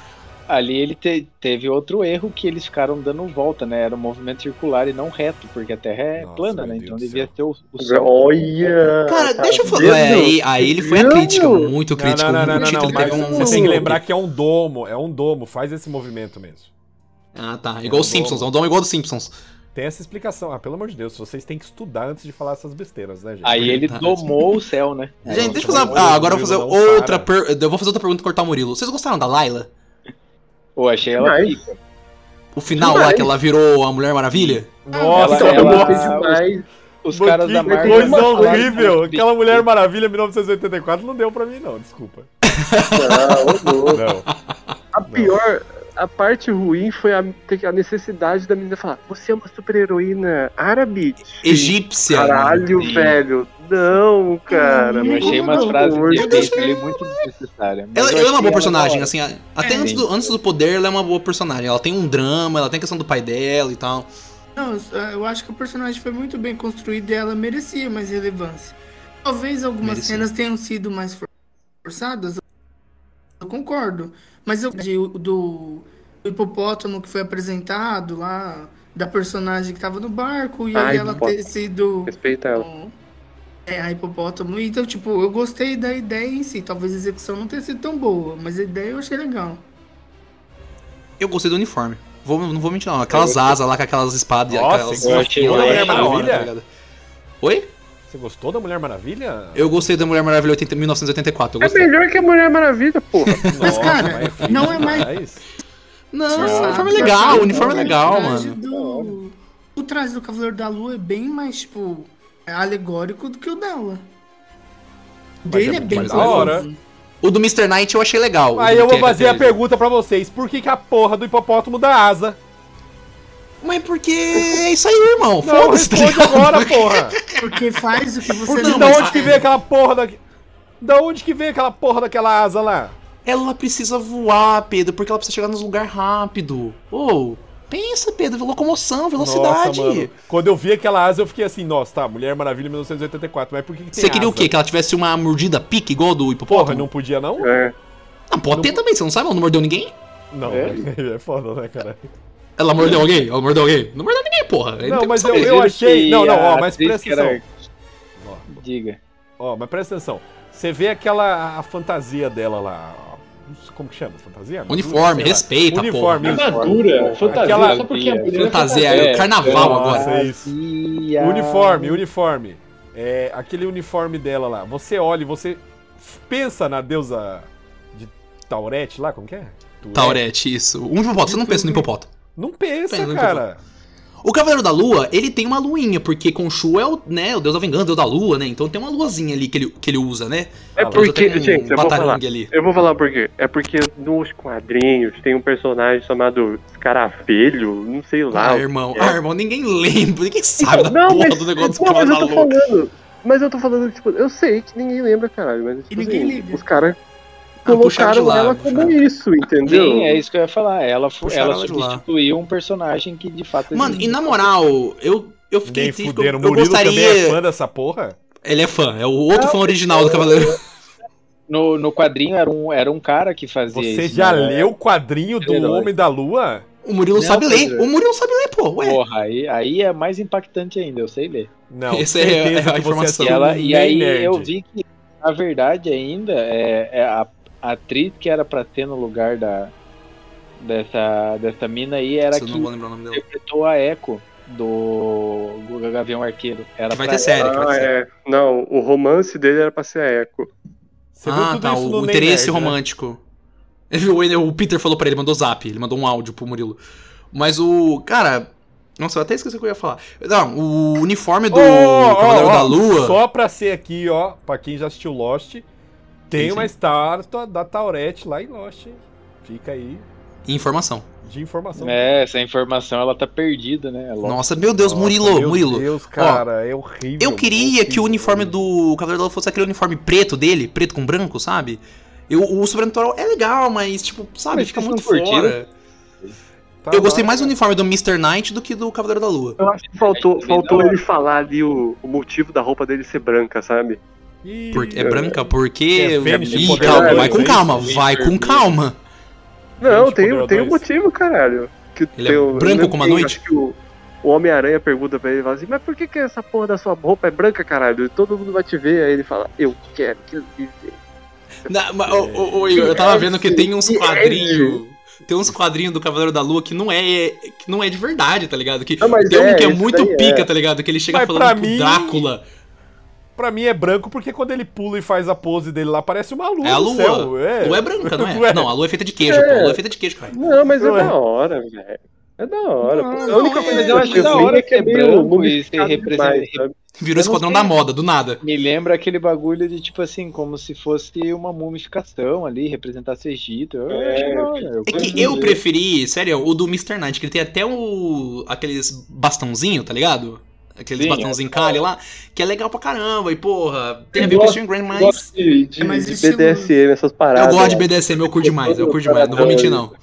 S6: ali ele te- teve outro erro que eles ficaram dando volta, né? Era um movimento circular e não reto, porque a Terra é
S1: Nossa,
S6: plana,
S1: meu
S6: né?
S1: Deus
S6: Então
S1: do
S6: devia
S1: céu.
S6: ser o, o céu.
S2: Ah,
S7: Olha!
S3: Cara,
S2: tá.
S3: deixa eu falar.
S7: Deus,
S3: é, aí, aí ele foi a
S7: Deus.
S3: crítica, muito
S1: Não,
S3: crítico.
S1: não, não, não,
S3: muito
S1: não,
S3: crítico,
S1: mas
S3: ele teve um-
S1: você tem
S3: um-
S1: que lembrar que é um domo, é um domo, faz esse movimento mesmo.
S3: Ah, tá.
S1: É um
S3: Igual os Simpsons, é um dom igual dos Simpsons.
S1: Tem essa explicação. Ah, pelo amor de Deus, vocês têm que estudar antes de falar essas besteiras, né, gente?
S6: Aí ele
S3: Verdade.
S6: domou o céu, né?
S2: É,
S3: Gente, deixa eu
S1: nossa,
S3: fazer.
S1: o
S3: uma- Ah, agora eu vou
S1: Murilo
S3: fazer
S1: não
S3: outra
S1: para.
S3: per... Eu vou fazer outra pergunta e cortar o Murilo. Vocês gostaram da Laila?
S6: Pô, achei ela
S7: Mas-
S6: pica.
S3: O final lá que ela virou a Mulher Maravilha?
S1: Nossa,
S7: Então,
S6: Ela-
S7: eu
S1: ela-
S7: gostei demais.
S6: Os caras da
S1: que
S6: Marvel.
S1: Um né? coisa
S6: falaram
S1: horrível.
S6: que-
S1: Aquela Mulher Maravilha 1984 não deu pra mim, não, desculpa.
S7: Não, ô, louco.
S1: Não.
S7: a pior, a parte ruim foi a, ter a necessidade da menina falar: Você é uma super-heroína árabe?
S3: Egípcia.
S7: Caralho,
S6: Sim.
S7: velho. Não, cara.
S6: Eu achei umas
S7: pelo
S6: frases
S7: amor de
S6: de
S7: Deus.
S6: efeito ali muito desnecessárias. mas
S3: Ela,
S6: eu
S3: ela é uma
S6: achei
S3: boa personagem,
S6: da hora.
S3: assim. a- Até
S4: É,
S3: antes,
S6: sim.
S3: do, antes do poder, ela é uma boa personagem. Ela tem um drama, ela tem a questão do pai dela e tal.
S4: Não, eu- eu acho que o personagem foi muito bem construído e ela merecia mais relevância. Talvez algumas
S3: Merecia.
S4: cenas tenham sido mais for- forçadas, eu concordo. Mas eu de- do, do hipopótamo que foi apresentado lá, da personagem que tava no barco, e aí
S7: Ai,
S4: ela
S7: hipopótamo.
S4: ter sido.
S7: Respeita ela.
S4: É, a hipopótamo. Então, tipo, eu gostei da ideia em si. Talvez a execução não tenha sido tão boa, mas a ideia eu achei legal.
S3: Eu gostei do uniforme. Vou- não vou mentir, não. Aquelas asas lá com aquelas espadas
S1: Nossa, eu
S3: e aquelas.
S6: achei
S3: Eu
S6: uma
S3: achei
S6: Mulher
S3: da hora,
S1: Maravilha.
S3: tá ligado? Oi?
S1: Você gostou da Mulher Maravilha?
S3: Eu gostei da Mulher Maravilha 80, 1984. Eu
S7: É
S3: gostei.
S7: melhor que a Mulher Maravilha, porra.
S4: Mas, cara,
S1: feio
S4: não é mais-
S1: demais.
S3: Não,
S4: Forçado,
S3: o uniforme é
S4: forçado.
S3: legal, o uniforme é
S4: traje-
S3: legal,
S4: o traje
S3: mano.
S4: do- O traje do Cavaleiro da Lua é bem mais, tipo, alegórico do que o dela. O
S1: Mas
S4: dele
S1: é
S4: é, bem
S1: mais da
S4: coeso.
S1: hora.
S3: O do Mr. Knight eu achei legal.
S1: Aí eu vou fazer
S3: fazer
S1: a pergunta pra vocês: por que, que a porra do hipopótamo dá asa?
S3: Mas porque é isso aí, irmão.
S1: Não,
S3: Foda-se, tá
S1: responde
S3: ligado?
S1: agora, porra!
S4: Porque faz o que você
S1: Porque
S4: não
S1: da
S4: faz.
S1: Então, onde que vem aquela porra da. Da onde que vem aquela porra daquela asa lá?
S3: Ela precisa voar, Pedro, porque ela precisa chegar nos lugares rápido. Ou, pensa, Pedro, locomoção, velocidade.
S1: Nossa, mano. Quando eu vi aquela asa, eu fiquei assim, nossa, tá, Mulher Maravilha 1984, mas por que, que tem
S3: Você queria o
S1: asa?
S3: quê? Que ela tivesse uma mordida pique igual a do hipopótamo?
S1: Porra, não podia não?
S7: É.
S3: Ah, pode ter também, você não sabe, ela não mordeu ninguém?
S1: Não, é, foda, né, cara?
S3: Ela mordeu alguém? Ela mordeu alguém? Não mordeu ninguém, porra. Aí
S1: Não,
S3: tem
S1: mas
S3: que saber.
S1: eu achei-
S6: que
S1: não, não, ó,
S6: a
S1: mas
S6: atriz
S1: presta
S6: que era-
S1: Ó,
S6: Diga.
S1: ó, mas presta atenção. Você vê aquela a fantasia dela lá, ó, não sei como que chama? Fantasia?
S3: Uniforme,
S1: Sei lá.
S3: respeita,
S1: Uniforme,
S3: porra.
S2: Armadura, fantasia,
S1: Aquela-
S2: só porque a mulher é
S3: Fantasia, é, carnaval
S1: Nossa,
S3: agora.
S1: é isso. Uniforme, uniforme. É, aquele uniforme dela lá. Você olha e você f- pensa na deusa de Taurete lá, como que é? Turet?
S3: Taurete, um isso. Um hipopótamo, você não pensa no hipopótamo.
S1: Não pensa,
S3: Pensa no
S1: cara.
S3: O Cavaleiro da Lua, ele tem uma luinha, porque Khonshu é o, né, o deus da vingança, o deus da lua, né? Então tem uma luazinha ali que ele, que ele usa, né?
S7: É
S1: Ah, mas
S7: porque,
S3: Usa até um
S7: gente, eu vou falar.
S3: batarangue ali.
S7: Eu vou falar por quê. É porque nos quadrinhos tem um personagem chamado Escaravelho, não sei lá.
S3: Ah, irmão,
S7: é.
S3: ah, irmão, ninguém lembra, ninguém sabe da
S7: Então, Não,
S3: porra
S7: mas-
S3: do negócio do
S7: Não, mas
S3: Cavaleiro
S7: eu
S3: da
S7: tô
S3: Lua.
S7: falando. Mas eu tô falando, tipo, eu sei que ninguém lembra, caralho, mas tipo,
S4: E ninguém
S7: assim,
S4: liga.
S7: os caras
S3: puxaram de
S7: colocaram
S3: lá,
S7: ela
S3: puxaram.
S7: como isso, entendeu?
S6: Sim, é isso que eu ia falar. Ela, fu-
S3: Puxaram
S6: ela
S3: ela de lá.
S6: substituiu um personagem que de fato.
S3: Mano,
S6: ele-
S3: e na moral, eu, eu fiquei
S1: Nem
S3: triste, porque eu,
S1: fuderam.
S3: eu
S1: Murilo também é
S3: gostaria...
S1: fã dessa porra?
S3: Ele é fã, é o outro
S1: Ah,
S3: fã original do Cavaleiro.
S6: no, no quadrinho era um, era um cara que fazia
S1: Você
S6: isso,
S1: já
S6: né?
S1: leu o quadrinho do
S6: Herói.
S1: Homem da Lua?
S3: O Murilo
S6: Não,
S3: sabe ler,
S1: é.
S6: Pedro.
S3: o Murilo sabe ler, pô, ué.
S6: Porra, aí, aí é mais impactante ainda, eu sei ler.
S1: Não,
S3: Essa é a-
S1: certeza
S3: é a
S1: que você
S3: informação.
S6: E,
S1: assistiu
S6: ela,
S1: no
S6: e aí
S1: Nerd.
S6: eu vi que, na verdade, ainda é, é a, a atriz que era pra ter no lugar da, dessa, dessa mina aí era
S3: Isso, eu
S6: que
S3: não vou lembrar o nome dela.
S6: interpretou a Echo do Gavião Arqueiro. Era
S3: Que vai
S6: pra
S3: ter série, que vai ter
S7: Ah,
S3: série.
S7: é. Não, o romance dele era pra ser a Echo.
S1: Você viu
S3: Ah,
S1: tudo
S3: tá,
S1: isso no
S3: o
S1: Ney Nerd,
S3: interesse
S1: né?
S3: romântico. Ele- O, o Peter falou pra ele, mandou zap, ele mandou um áudio pro Murilo. Mas o. Cara. Nossa, eu até esqueci o que eu ia falar. Não, o uniforme
S1: Ô,
S3: do
S1: ó,
S3: Cavaleiro
S1: ó,
S3: da Lua.
S1: Só pra ser aqui, ó, pra quem já assistiu Lost, tem
S3: sim.
S1: uma estátua da Taurete lá em Lost, hein? Fica aí
S3: Informação.
S1: de informação.
S6: É, essa informação ela tá perdida, né? É lógico.
S3: Nossa, meu Deus,
S1: Nossa,
S3: Murilo,
S1: meu
S3: Murilo.
S1: Deus, cara, é horrível.
S3: Eu queria que o uniforme do Cavaleiro da Lua fosse aquele uniforme preto dele, preto com branco, sabe? Eu, o sobrenatural é legal, mas, tipo, sabe,
S6: Mas
S3: fica
S6: vocês
S3: muito
S6: não curtiram?
S3: fora.
S1: Tá
S3: eu gostei mais do uniforme do Mr. Knight do que do Cavaleiro da Lua.
S7: Eu acho que faltou,
S6: Ele
S7: faltou
S6: não-
S7: ele falar ali o, o motivo da roupa dele ser branca, sabe?
S1: uniforme.
S3: Porque é branca porque.
S1: É Fênix,
S3: Ih,
S1: poder
S3: calma,
S1: dois,
S3: vai com
S1: é
S3: calma,
S6: isso?
S3: vai com
S6: Vermelho.
S3: calma.
S7: Não,
S1: Gente,
S7: tem,
S1: Poder
S7: tem um
S1: dois.
S7: motivo, caralho. Que
S3: Ele
S7: tem
S3: é
S7: o- eu
S3: branco
S7: lembro
S3: como a
S7: que-
S3: noite?
S7: acho que o, o Homem-Aranha pergunta pra ele, fala assim, mas por que, que essa porra da sua roupa é branca, caralho? E todo mundo vai te ver, aí ele fala, eu quero que eu viver.
S3: Na- mas, ô, ô, ô, Igor, eu tava vendo que tem uns
S7: Que
S3: quadrinhos. Tem uns quadrinhos do Cavaleiro da Lua que não é, que não é de verdade, tá ligado? Que
S7: Não, mas
S3: tem um
S7: é,
S3: que é
S7: esse
S3: muito
S7: daí é.
S3: pica, tá ligado? Que ele chega
S1: Mas pra
S3: falando pro
S1: mim-
S3: Drácula.
S1: Pra mim é branco porque quando ele pula e faz a pose dele lá, parece uma lua.
S3: É a
S1: no
S3: lua.
S1: céu,
S3: A
S1: É.
S3: lua é branca, não é?
S1: Ué.
S3: Não, a lua é feita de queijo,
S7: É.
S3: pô. A lua é feita de queijo, cara.
S7: Não, mas é
S1: Ué.
S7: da hora, velho. É da hora, pô.
S3: não
S7: A única
S3: é,
S7: coisa
S3: mas
S7: que
S3: eu
S6: acho
S7: vi
S6: da hora
S7: é que é
S6: ser
S7: meio
S6: branco e ser
S7: mumificado
S6: representado-
S7: demais, sabe?
S3: Virou
S6: Eu não
S3: Esquadrão
S6: sei.
S3: da Moda, do nada.
S6: Me lembra aquele bagulho de tipo assim, como se fosse uma mumificação ali, representasse o Egito. Eu
S7: É,
S6: acho da hora, eu
S3: É
S6: gosto
S3: que eu
S6: disso.
S3: preferi, sério, o do Mr. Knight, que ele tem até o. aqueles bastãozinho, tá ligado? Aqueles
S6: Sim,
S3: bastãozinho calha lá, que é legal pra caramba, e porra, tem a
S7: Eu
S3: ver com o
S7: gosto-
S3: Steven Grant, mas.
S7: Gosto de, de,
S4: É mais
S7: de
S4: estilo-
S7: BDSM, essas
S3: Eu
S7: paradas.
S3: gosto de BDSM, eu curto demais, eu curto demais, não vou mentir não.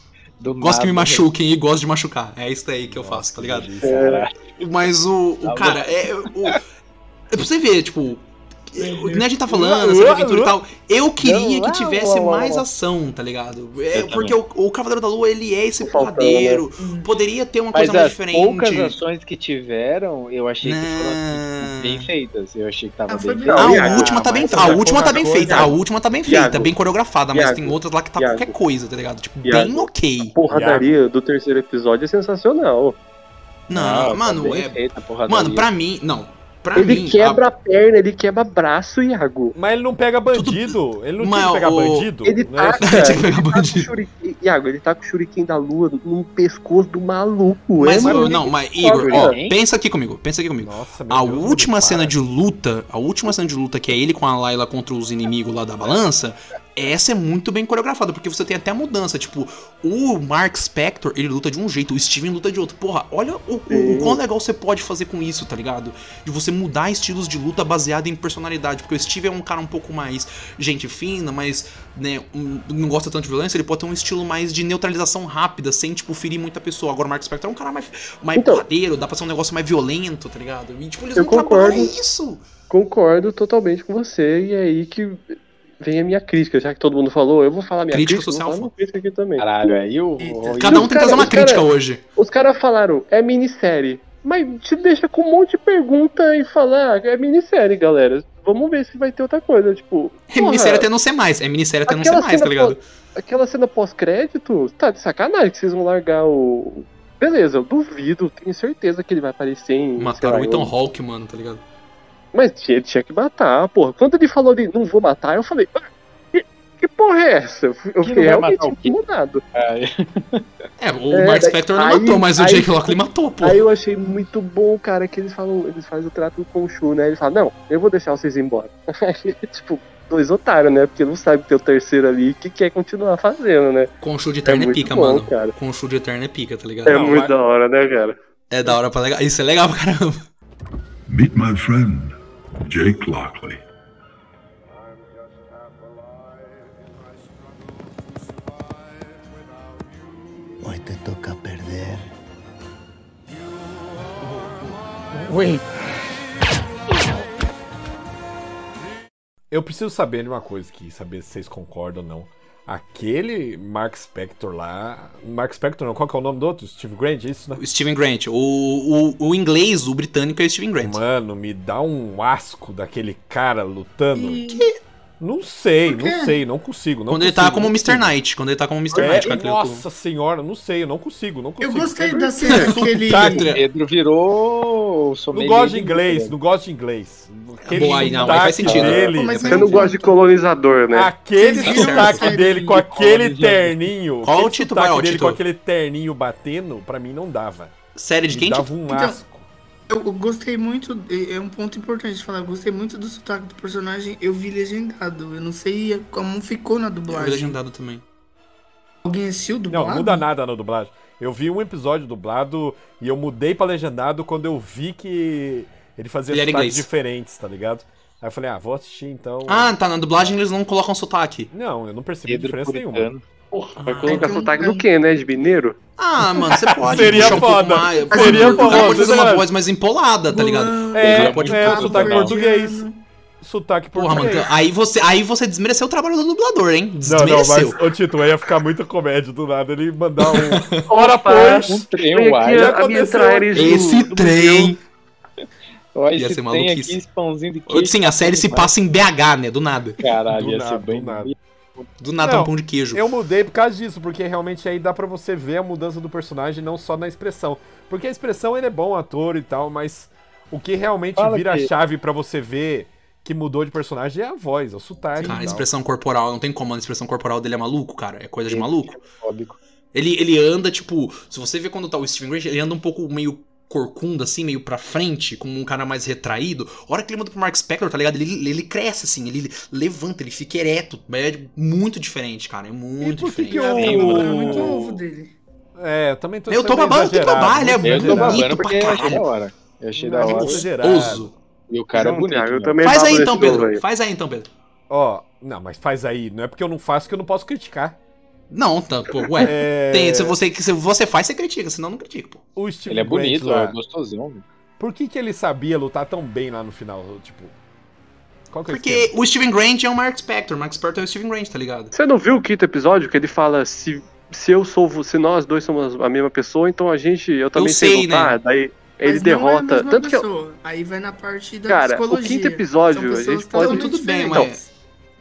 S6: Do
S3: Gosto que me
S6: nada,
S3: machuquem e gosto de machucar. É isso aí que eu faço, tá ligado?
S7: É,
S3: Mas o. o
S6: Tá
S3: cara, é. O, é pra você ver, tipo. O que a gente tá falando, essa aventura e tal. Eu queria que tivesse mais ação, tá ligado? É,
S6: Eu
S3: porque o, o Cavaleiro da Lua, ele é esse
S7: Faltando,
S3: porradeiro. Poderia ter uma coisa
S6: Mas
S3: mais
S6: as
S3: diferente.
S6: poucas ações que tiveram, eu achei que
S3: Não.
S6: foram bem feitas. Eu achei que tava
S4: Ah, foi
S6: bem
S4: bem-
S7: Não,
S3: Ah,
S6: feita.
S7: Iago,
S3: a última tá
S6: mas
S3: bem,
S6: essa
S3: a
S6: foi
S3: última tá
S6: pouca
S3: bem
S6: coisa.
S3: feita, a última tá bem feita,
S7: Iago.
S3: bem coreografada, mas
S7: Iago.
S3: tem outras lá que tá
S7: Iago.
S3: qualquer coisa, tá ligado? Tipo, bem
S7: Iago.
S3: ok.
S7: porradaria do terceiro episódio é sensacional.
S3: Não,
S6: tá
S3: mano,
S6: bem
S3: é.
S6: feita, porra,
S3: Mano,
S6: daí.
S3: pra mim, não. Pra
S7: ele
S3: mim,
S7: quebra a perna, ele quebra braço, Iago.
S1: Mas ele não pega bandido. Ele não
S3: Mas tá-
S1: tinha que pegar
S3: o-
S1: bandido.
S7: Ele
S1: né?
S7: taca,
S3: Tinha que
S7: ele
S3: pegar
S7: taca o
S3: bandido.
S7: Tá shuriken, Iago, ele tá com o shuriken da lua no pescoço do maluco.
S3: Mas,
S7: é,
S3: ô,
S7: mano,
S3: não, mas Igor,
S7: pobre,
S3: ó,
S6: hein?
S3: pensa aqui comigo, pensa aqui comigo.
S1: Nossa, meu
S3: A
S1: Deus,
S3: última
S1: para.
S3: cena de luta, a última cena de luta que é ele com a Layla contra os inimigos lá da balança, essa é muito bem coreografada, porque você tem até a mudança, tipo, o Mark Spector, ele luta de um jeito, o Steven luta de outro. Porra, olha o, o, o quão legal você pode fazer com isso, tá ligado? De você mudar estilos de luta baseado em personalidade, porque o Steven é um cara um pouco mais gente fina, mas né, um- não gosta tanto de violência, ele pode ter um estilo mais de neutralização rápida, sem, tipo, ferir muita pessoa. Agora o Mark Spector é um cara mais, mais
S7: Então.
S3: porradeiro, dá pra ser um negócio mais violento, tá ligado? E, tipo, eles
S7: Eu
S3: não trabalham
S7: concordo.
S3: isso.
S7: Concordo totalmente com você, e é aí que vem a minha crítica, já que todo mundo falou, eu vou falar minha
S3: Crítica
S7: crítica, vou
S3: social,
S7: falar minha crítica aqui também.
S6: Caralho, aí o.
S4: Eita.
S6: o-
S3: Cada um tem que
S7: cara-
S3: trazer uma
S7: os cara-
S3: crítica hoje.
S7: Os caras falaram, é minissérie, mas te deixa com um monte de pergunta e falar, é minissérie, galera. Vamos ver se vai ter outra coisa, tipo...
S3: É minissérie
S7: porra,
S3: até não ser mais, é minissérie até não ser
S7: Aquela
S3: mais,
S7: cena
S3: tá ligado?
S7: pós- Aquela cena pós-crédito, tá de sacanagem que vocês vão largar o. Beleza, eu duvido, tenho certeza que ele vai aparecer em. sei
S3: Mataram
S7: lá,
S3: o Ethan
S7: em-
S3: Hawke, mano, tá ligado?
S7: Mas tinha, tinha que matar, porra. Quando ele falou de não vou matar, eu falei. "Ah, Que, que porra é essa? Eu fui- Eu
S6: Que
S7: fiquei
S6: não vai matar
S7: realmente
S6: o quê?
S7: incomodado.
S3: É, o
S7: É,
S3: Mark
S7: daí-
S3: Spector não
S7: aí-
S3: matou, mas o
S7: aí-
S3: Jake Lockley matou, pô.
S7: Aí eu achei muito bom, cara, que eles falam, eles fazem o trato com o Shu, né? Ele fala, não, eu vou deixar vocês embora. tipo, dois otários, né? Porque não sabe que tem o terceiro ali que quer continuar fazendo, né?
S3: Com o show de eterno é,
S7: muito
S3: pica,
S7: bom,
S3: mano.
S7: cara.
S3: Com o show de eterno é pica, tá ligado?
S7: É
S1: Não,
S7: muito
S1: mas-
S7: da hora, né, cara?
S3: É da hora pra legal. Isso é legal pra caramba.
S5: Meet my friend, Jake Lockley.
S9: Hoy te toca perder.
S1: Eu preciso saber de uma coisa aqui, saber se vocês concordam ou não. Aquele Mark Spector lá. Mark Spector não, qual que é o nome do outro? Steve Grant, é isso, né?
S3: O Steven Grant. O, o, o inglês, o britânico é o Steven Grant.
S1: Mano, me dá um asco daquele cara lutando.
S4: E
S1: Não sei,
S4: Por quê?
S1: não sei, não consigo. Não
S3: quando ele
S1: consigo,
S3: tá como
S1: não
S3: Mr.
S1: consigo.
S3: Knight. Quando ele tá como Mr.
S1: É,
S3: Knight. cara, que ele atuou.
S1: nossa senhora, não sei, eu não consigo, não
S4: eu
S1: consigo.
S4: gostei da cena que ele.
S1: Tá,
S6: O Pedro virou.
S1: Não gosto de
S7: né?
S1: inglês, não gosto de inglês.
S3: Bom, aí não, aí faz
S1: sotaque
S3: sentido.
S1: dele-
S4: Pô, mas
S7: Você não gosta de colonizador, né?
S1: Aquele
S4: Vocês viram
S1: sotaque
S4: essa
S1: dele
S4: série
S1: com
S4: de
S1: aquele
S6: Colônia?
S1: terninho.
S3: Qual
S1: aquele
S3: o título?
S1: sotaque
S3: Qual é o
S1: dele
S3: título?
S1: com aquele terninho batendo, pra mim não dava.
S3: Série É de
S1: Me
S3: quem? Tipo,
S1: dava um
S4: Então,
S1: asco.
S4: Eu eu gostei muito, é é um ponto importante de falar, eu gostei muito do sotaque do personagem, eu vi legendado, eu não sei como ficou na
S3: Eu
S4: dublagem.
S3: vi legendado também.
S4: Alguém assistiu
S1: Não,
S4: dublado?
S1: não muda nada na dublagem. Eu vi um episódio dublado e eu mudei pra legendado quando eu vi que ele fazia
S3: Ele era
S1: sotaques
S3: inglês.
S1: diferentes, tá ligado? Aí eu falei, ah, vou assistir então.
S3: Ah, tá. Na dublagem eles não colocam sotaque.
S1: Não, eu não percebi
S6: Pedro
S1: diferença nenhuma.
S6: Puritano.
S7: Porra,
S3: Ah.
S7: vai colocar
S4: Então,
S7: sotaque
S4: não.
S7: do quê, né? De mineiro?
S3: Ah, mano, você pode
S1: Seria
S3: puxar um pouco
S1: foda.
S3: mais.
S1: Seria
S3: o cara
S1: foda,
S3: pode fazer
S1: né?
S3: uma voz mais empolada, tá ligado?
S1: É,
S3: pode
S1: é,
S3: falar
S1: sotaque
S3: português.
S1: português. sotaque
S3: Porra,
S1: português.
S3: mano, então, aí você, aí você desmereceu o trabalho do dublador, hein?
S1: Não, não,
S3: Desmereceu.
S1: mas o Tito ia ficar muito comédia do nada. Ele mandar um. Hora pois!
S6: Um trem,
S7: Vem
S6: uai.
S7: aqui a,
S1: aconteceu.
S7: a minha traeres do-
S3: Esse
S7: do museu.
S3: trem.
S6: Ó,
S3: Ia
S6: esse
S3: ser
S6: trem
S3: maluquice.
S6: aqui, esse pãozinho de
S3: Ou,
S6: queijo.
S3: Sim, a série se passa em BH, né? Do nada.
S6: Caralho,
S1: Do
S6: ia
S1: nada,
S6: ser
S1: do
S6: bem.
S1: nada.
S3: Do nada é
S1: Não,
S3: um pão de queijo.
S1: Eu mudei por causa disso, porque realmente aí dá pra você ver a mudança do personagem, não só na expressão. Porque a expressão ele é bom ator e tal, mas o que realmente
S6: Fala
S1: vira
S6: que-
S1: a chave pra você ver que mudou de personagem é a voz, é o sotaque. e
S3: Cara, a
S1: tal.
S3: expressão corporal, não tem como, a expressão corporal dele é maluco, cara. É coisa de maluco.
S6: Fóbico.
S3: Ele, ele anda, tipo, se você vê quando tá o Steven Grant, ele anda um pouco meio corcunda, assim, meio pra frente, como um cara mais retraído. A hora que ele muda pro Mark Spector, tá ligado? Ele, ele cresce, assim, ele levanta, ele fica ereto. Mas É muito diferente, cara. É muito
S1: E por que
S3: diferente.
S1: que
S4: Cara,
S1: o-
S4: tem
S3: Tem,
S4: um
S3: mano.
S4: problema muito novo dele.
S1: É, eu também tô
S3: Eu tô
S1: sendo
S3: babando, tem que
S1: exagerado,
S3: babar, ele é
S1: muito
S6: Eu tô
S3: bonito
S1: exagerado.
S6: babando porque eu
S3: pra
S6: achei da
S3: caralho.
S6: hora. Eu achei da
S1: Não,
S6: hora.
S1: exagerado.
S6: E o cara é
S7: Não,
S6: bonito.
S7: Thiago, eu
S6: né?
S7: também
S3: Faz aí
S7: babo
S3: então,
S7: nesse jogo,
S3: Pedro.
S7: velho.
S3: Faz aí então, Pedro.
S1: Ó, não, mas faz aí. Não é porque eu não faço que eu não posso criticar.
S3: Não, tá, pô, ué.
S1: É,
S3: Tem, se, você, se você faz, você critica, senão não critica, pô.
S1: o Steve
S6: Ele é bonito,
S1: lá,
S6: é gostosão. velho.
S1: Por que, que ele sabia lutar tão bem lá no final? Tipo. Qual que é o
S3: Porque o Steven Grant é o Mark Spector, o Mark Spector é o Steven Grant, tá ligado?
S7: Você não viu o quinto episódio que ele fala se, se eu sou vo- se nós dois somos a mesma pessoa, então a gente eu também sei,
S3: sei, né?
S7: lutar. Daí
S4: Mas não
S7: ele
S4: é a
S7: derrota.
S4: mesma
S7: tanto que eu-
S4: pessoa. Aí vai na parte da
S7: Cara,
S4: psicologia.
S7: o quinto
S4: São
S7: episódio, a
S4: pessoas
S7: gente pode.
S4: totalmente
S3: Então, Tudo bem,
S4: diferentes.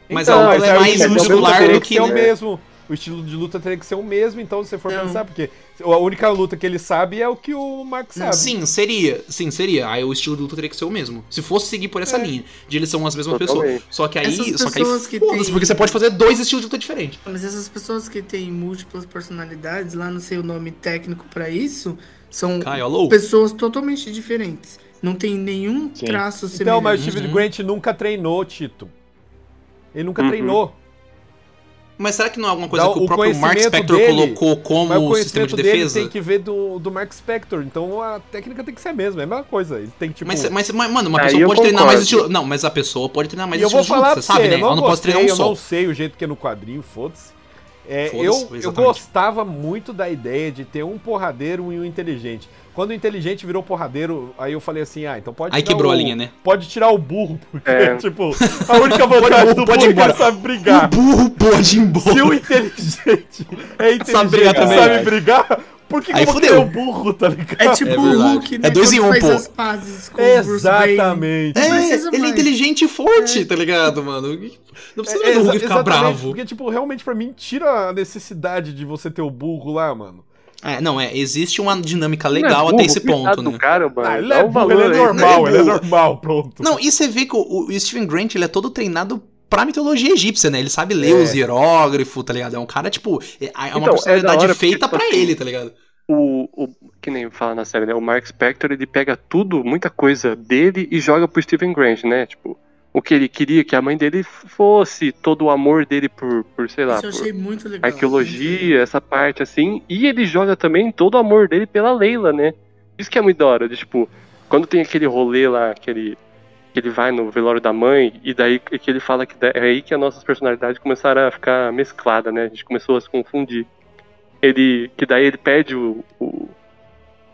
S3: Mas
S7: Então,
S3: a
S7: mas
S3: aula é
S7: aí
S3: mais
S7: é o mesmo
S3: muscular do
S1: teria
S7: poder
S1: que
S3: que.
S1: ser o
S7: né?
S1: mesmo. O estilo de luta teria que ser o mesmo, então se você for
S4: Não.
S1: pensar, porque a única luta que ele sabe é o que o Mark sabe.
S3: Sim, seria. Sim, seria. Aí o estilo de luta teria que ser o mesmo. Se fosse seguir por
S1: É.
S3: essa linha, de eles são as mesmas
S7: Totalmente.
S3: pessoas. Só que aí.
S4: Essas
S3: Só que aí.
S4: pessoas que
S3: Foda-se,
S4: têm-
S3: porque você pode fazer dois estilos de luta diferentes.
S4: Então, Mas essas pessoas que têm múltiplas personalidades, lá não sei o nome técnico pra isso, são
S3: Caio, alô?
S4: pessoas totalmente diferentes. Não tem nenhum
S6: Sim.
S4: traço
S1: Então,
S4: semelhante.
S1: mas o Steve
S3: Uhum.
S1: Grant nunca treinou, Tito. Ele nunca
S7: Uhum.
S1: treinou.
S3: Mas será que não é alguma coisa
S1: Não,
S3: que o
S1: o
S3: próprio Mark
S1: conhecimento
S3: Spector
S1: dele-
S3: colocou
S1: Mas o
S3: como sistema
S1: conhecimento
S3: de
S1: dele
S3: defesa?
S1: tem que tipo, ver do, do Mark Spector, então a técnica tem que ser a mesma, é a mesma coisa. Ele tem que, tipo...
S3: Mas, mas, mas, mano, uma
S7: Aí
S3: pessoa
S7: eu
S3: pode treinar mais
S7: concordo.
S3: estilo. Não, mas a pessoa pode treinar mais
S1: e eu vou
S3: estilo de
S1: falar pra
S3: luta,
S1: você,
S3: você sabe, né?
S1: eu não,
S3: Ela não pode
S1: gostei,
S3: treinar um
S1: eu não
S3: só.
S1: sei o jeito que é no quadrinho, foda-se. É, eu,
S3: Foda-se,
S1: eu
S3: exatamente.
S1: gostava muito da ideia de ter um porradeiro e um inteligente. Quando o inteligente virou porradeiro, aí eu falei assim, ah, então pode
S3: Aí
S1: tirar
S3: quebrou
S1: o,
S3: a linha, né?
S1: Pode tirar o burro, porque,
S7: É.
S1: tipo, a única vantagem do
S3: Pode- pode
S1: burro é que ele
S3: embora.
S1: sabe brigar.
S3: burro pode ir
S1: Se o inteligente é inteligente
S3: Sabe brigar
S1: e
S3: também.
S1: sabe brigar, por que
S3: Aí
S1: como que
S3: fudeu.
S1: é o burro, tá ligado?
S4: É tipo
S3: É
S4: o
S3: verdade.
S4: Hulk, né?
S3: É dois em
S4: quando
S3: um,
S4: faz
S3: pô.
S4: as pazes com o Bruce Wayne.
S1: Exatamente.
S4: Não
S3: É,
S4: precisa
S3: ele é
S4: mais.
S3: inteligente e forte, tá ligado, mano? Não precisa mais do Hulk
S1: exa-
S3: ficar
S1: exatamente,
S3: bravo.
S1: Porque, tipo, realmente pra mim tira a necessidade de você ter o burro lá, mano.
S3: É, não, é, existe uma dinâmica
S7: Não é
S3: legal
S7: burro,
S3: até esse
S7: coitado
S3: ponto,
S7: do
S3: né?
S7: Cara, mano,
S1: Ah, ele,
S7: dá
S1: é
S7: um
S1: burro,
S7: valor
S1: ele é
S7: aí.
S1: normal,
S3: né?
S1: ele é normal, pronto.
S3: Não, e você vê que o, o Steven Grant, ele é todo treinado pra mitologia egípcia, né? Ele sabe ler
S1: É.
S3: os hierógrafos, tá ligado? É um cara, tipo, é, é uma
S7: Então, é
S3: personalidade
S7: da hora porque,
S3: feita
S7: tipo
S3: pra
S7: assim,
S3: ele, tá ligado?
S7: o, o- que nem fala na série, né? O Mark Spector, ele pega tudo, muita coisa dele e joga pro Steven Grant, né? Tipo, o que ele queria que a mãe dele fosse, todo o amor dele por, por sei lá,
S4: Isso eu achei
S7: por
S4: muito legal.
S7: arqueologia, essa parte assim. E ele joga também todo o amor dele pela Leila, né? Isso que é muito da hora, de, tipo, quando tem aquele rolê lá, aquele que ele vai no velório da mãe e daí que ele fala que da- é aí que as nossas personalidades começaram a ficar mescladas, né? A gente começou a se confundir. Ele que daí ele pede o, o,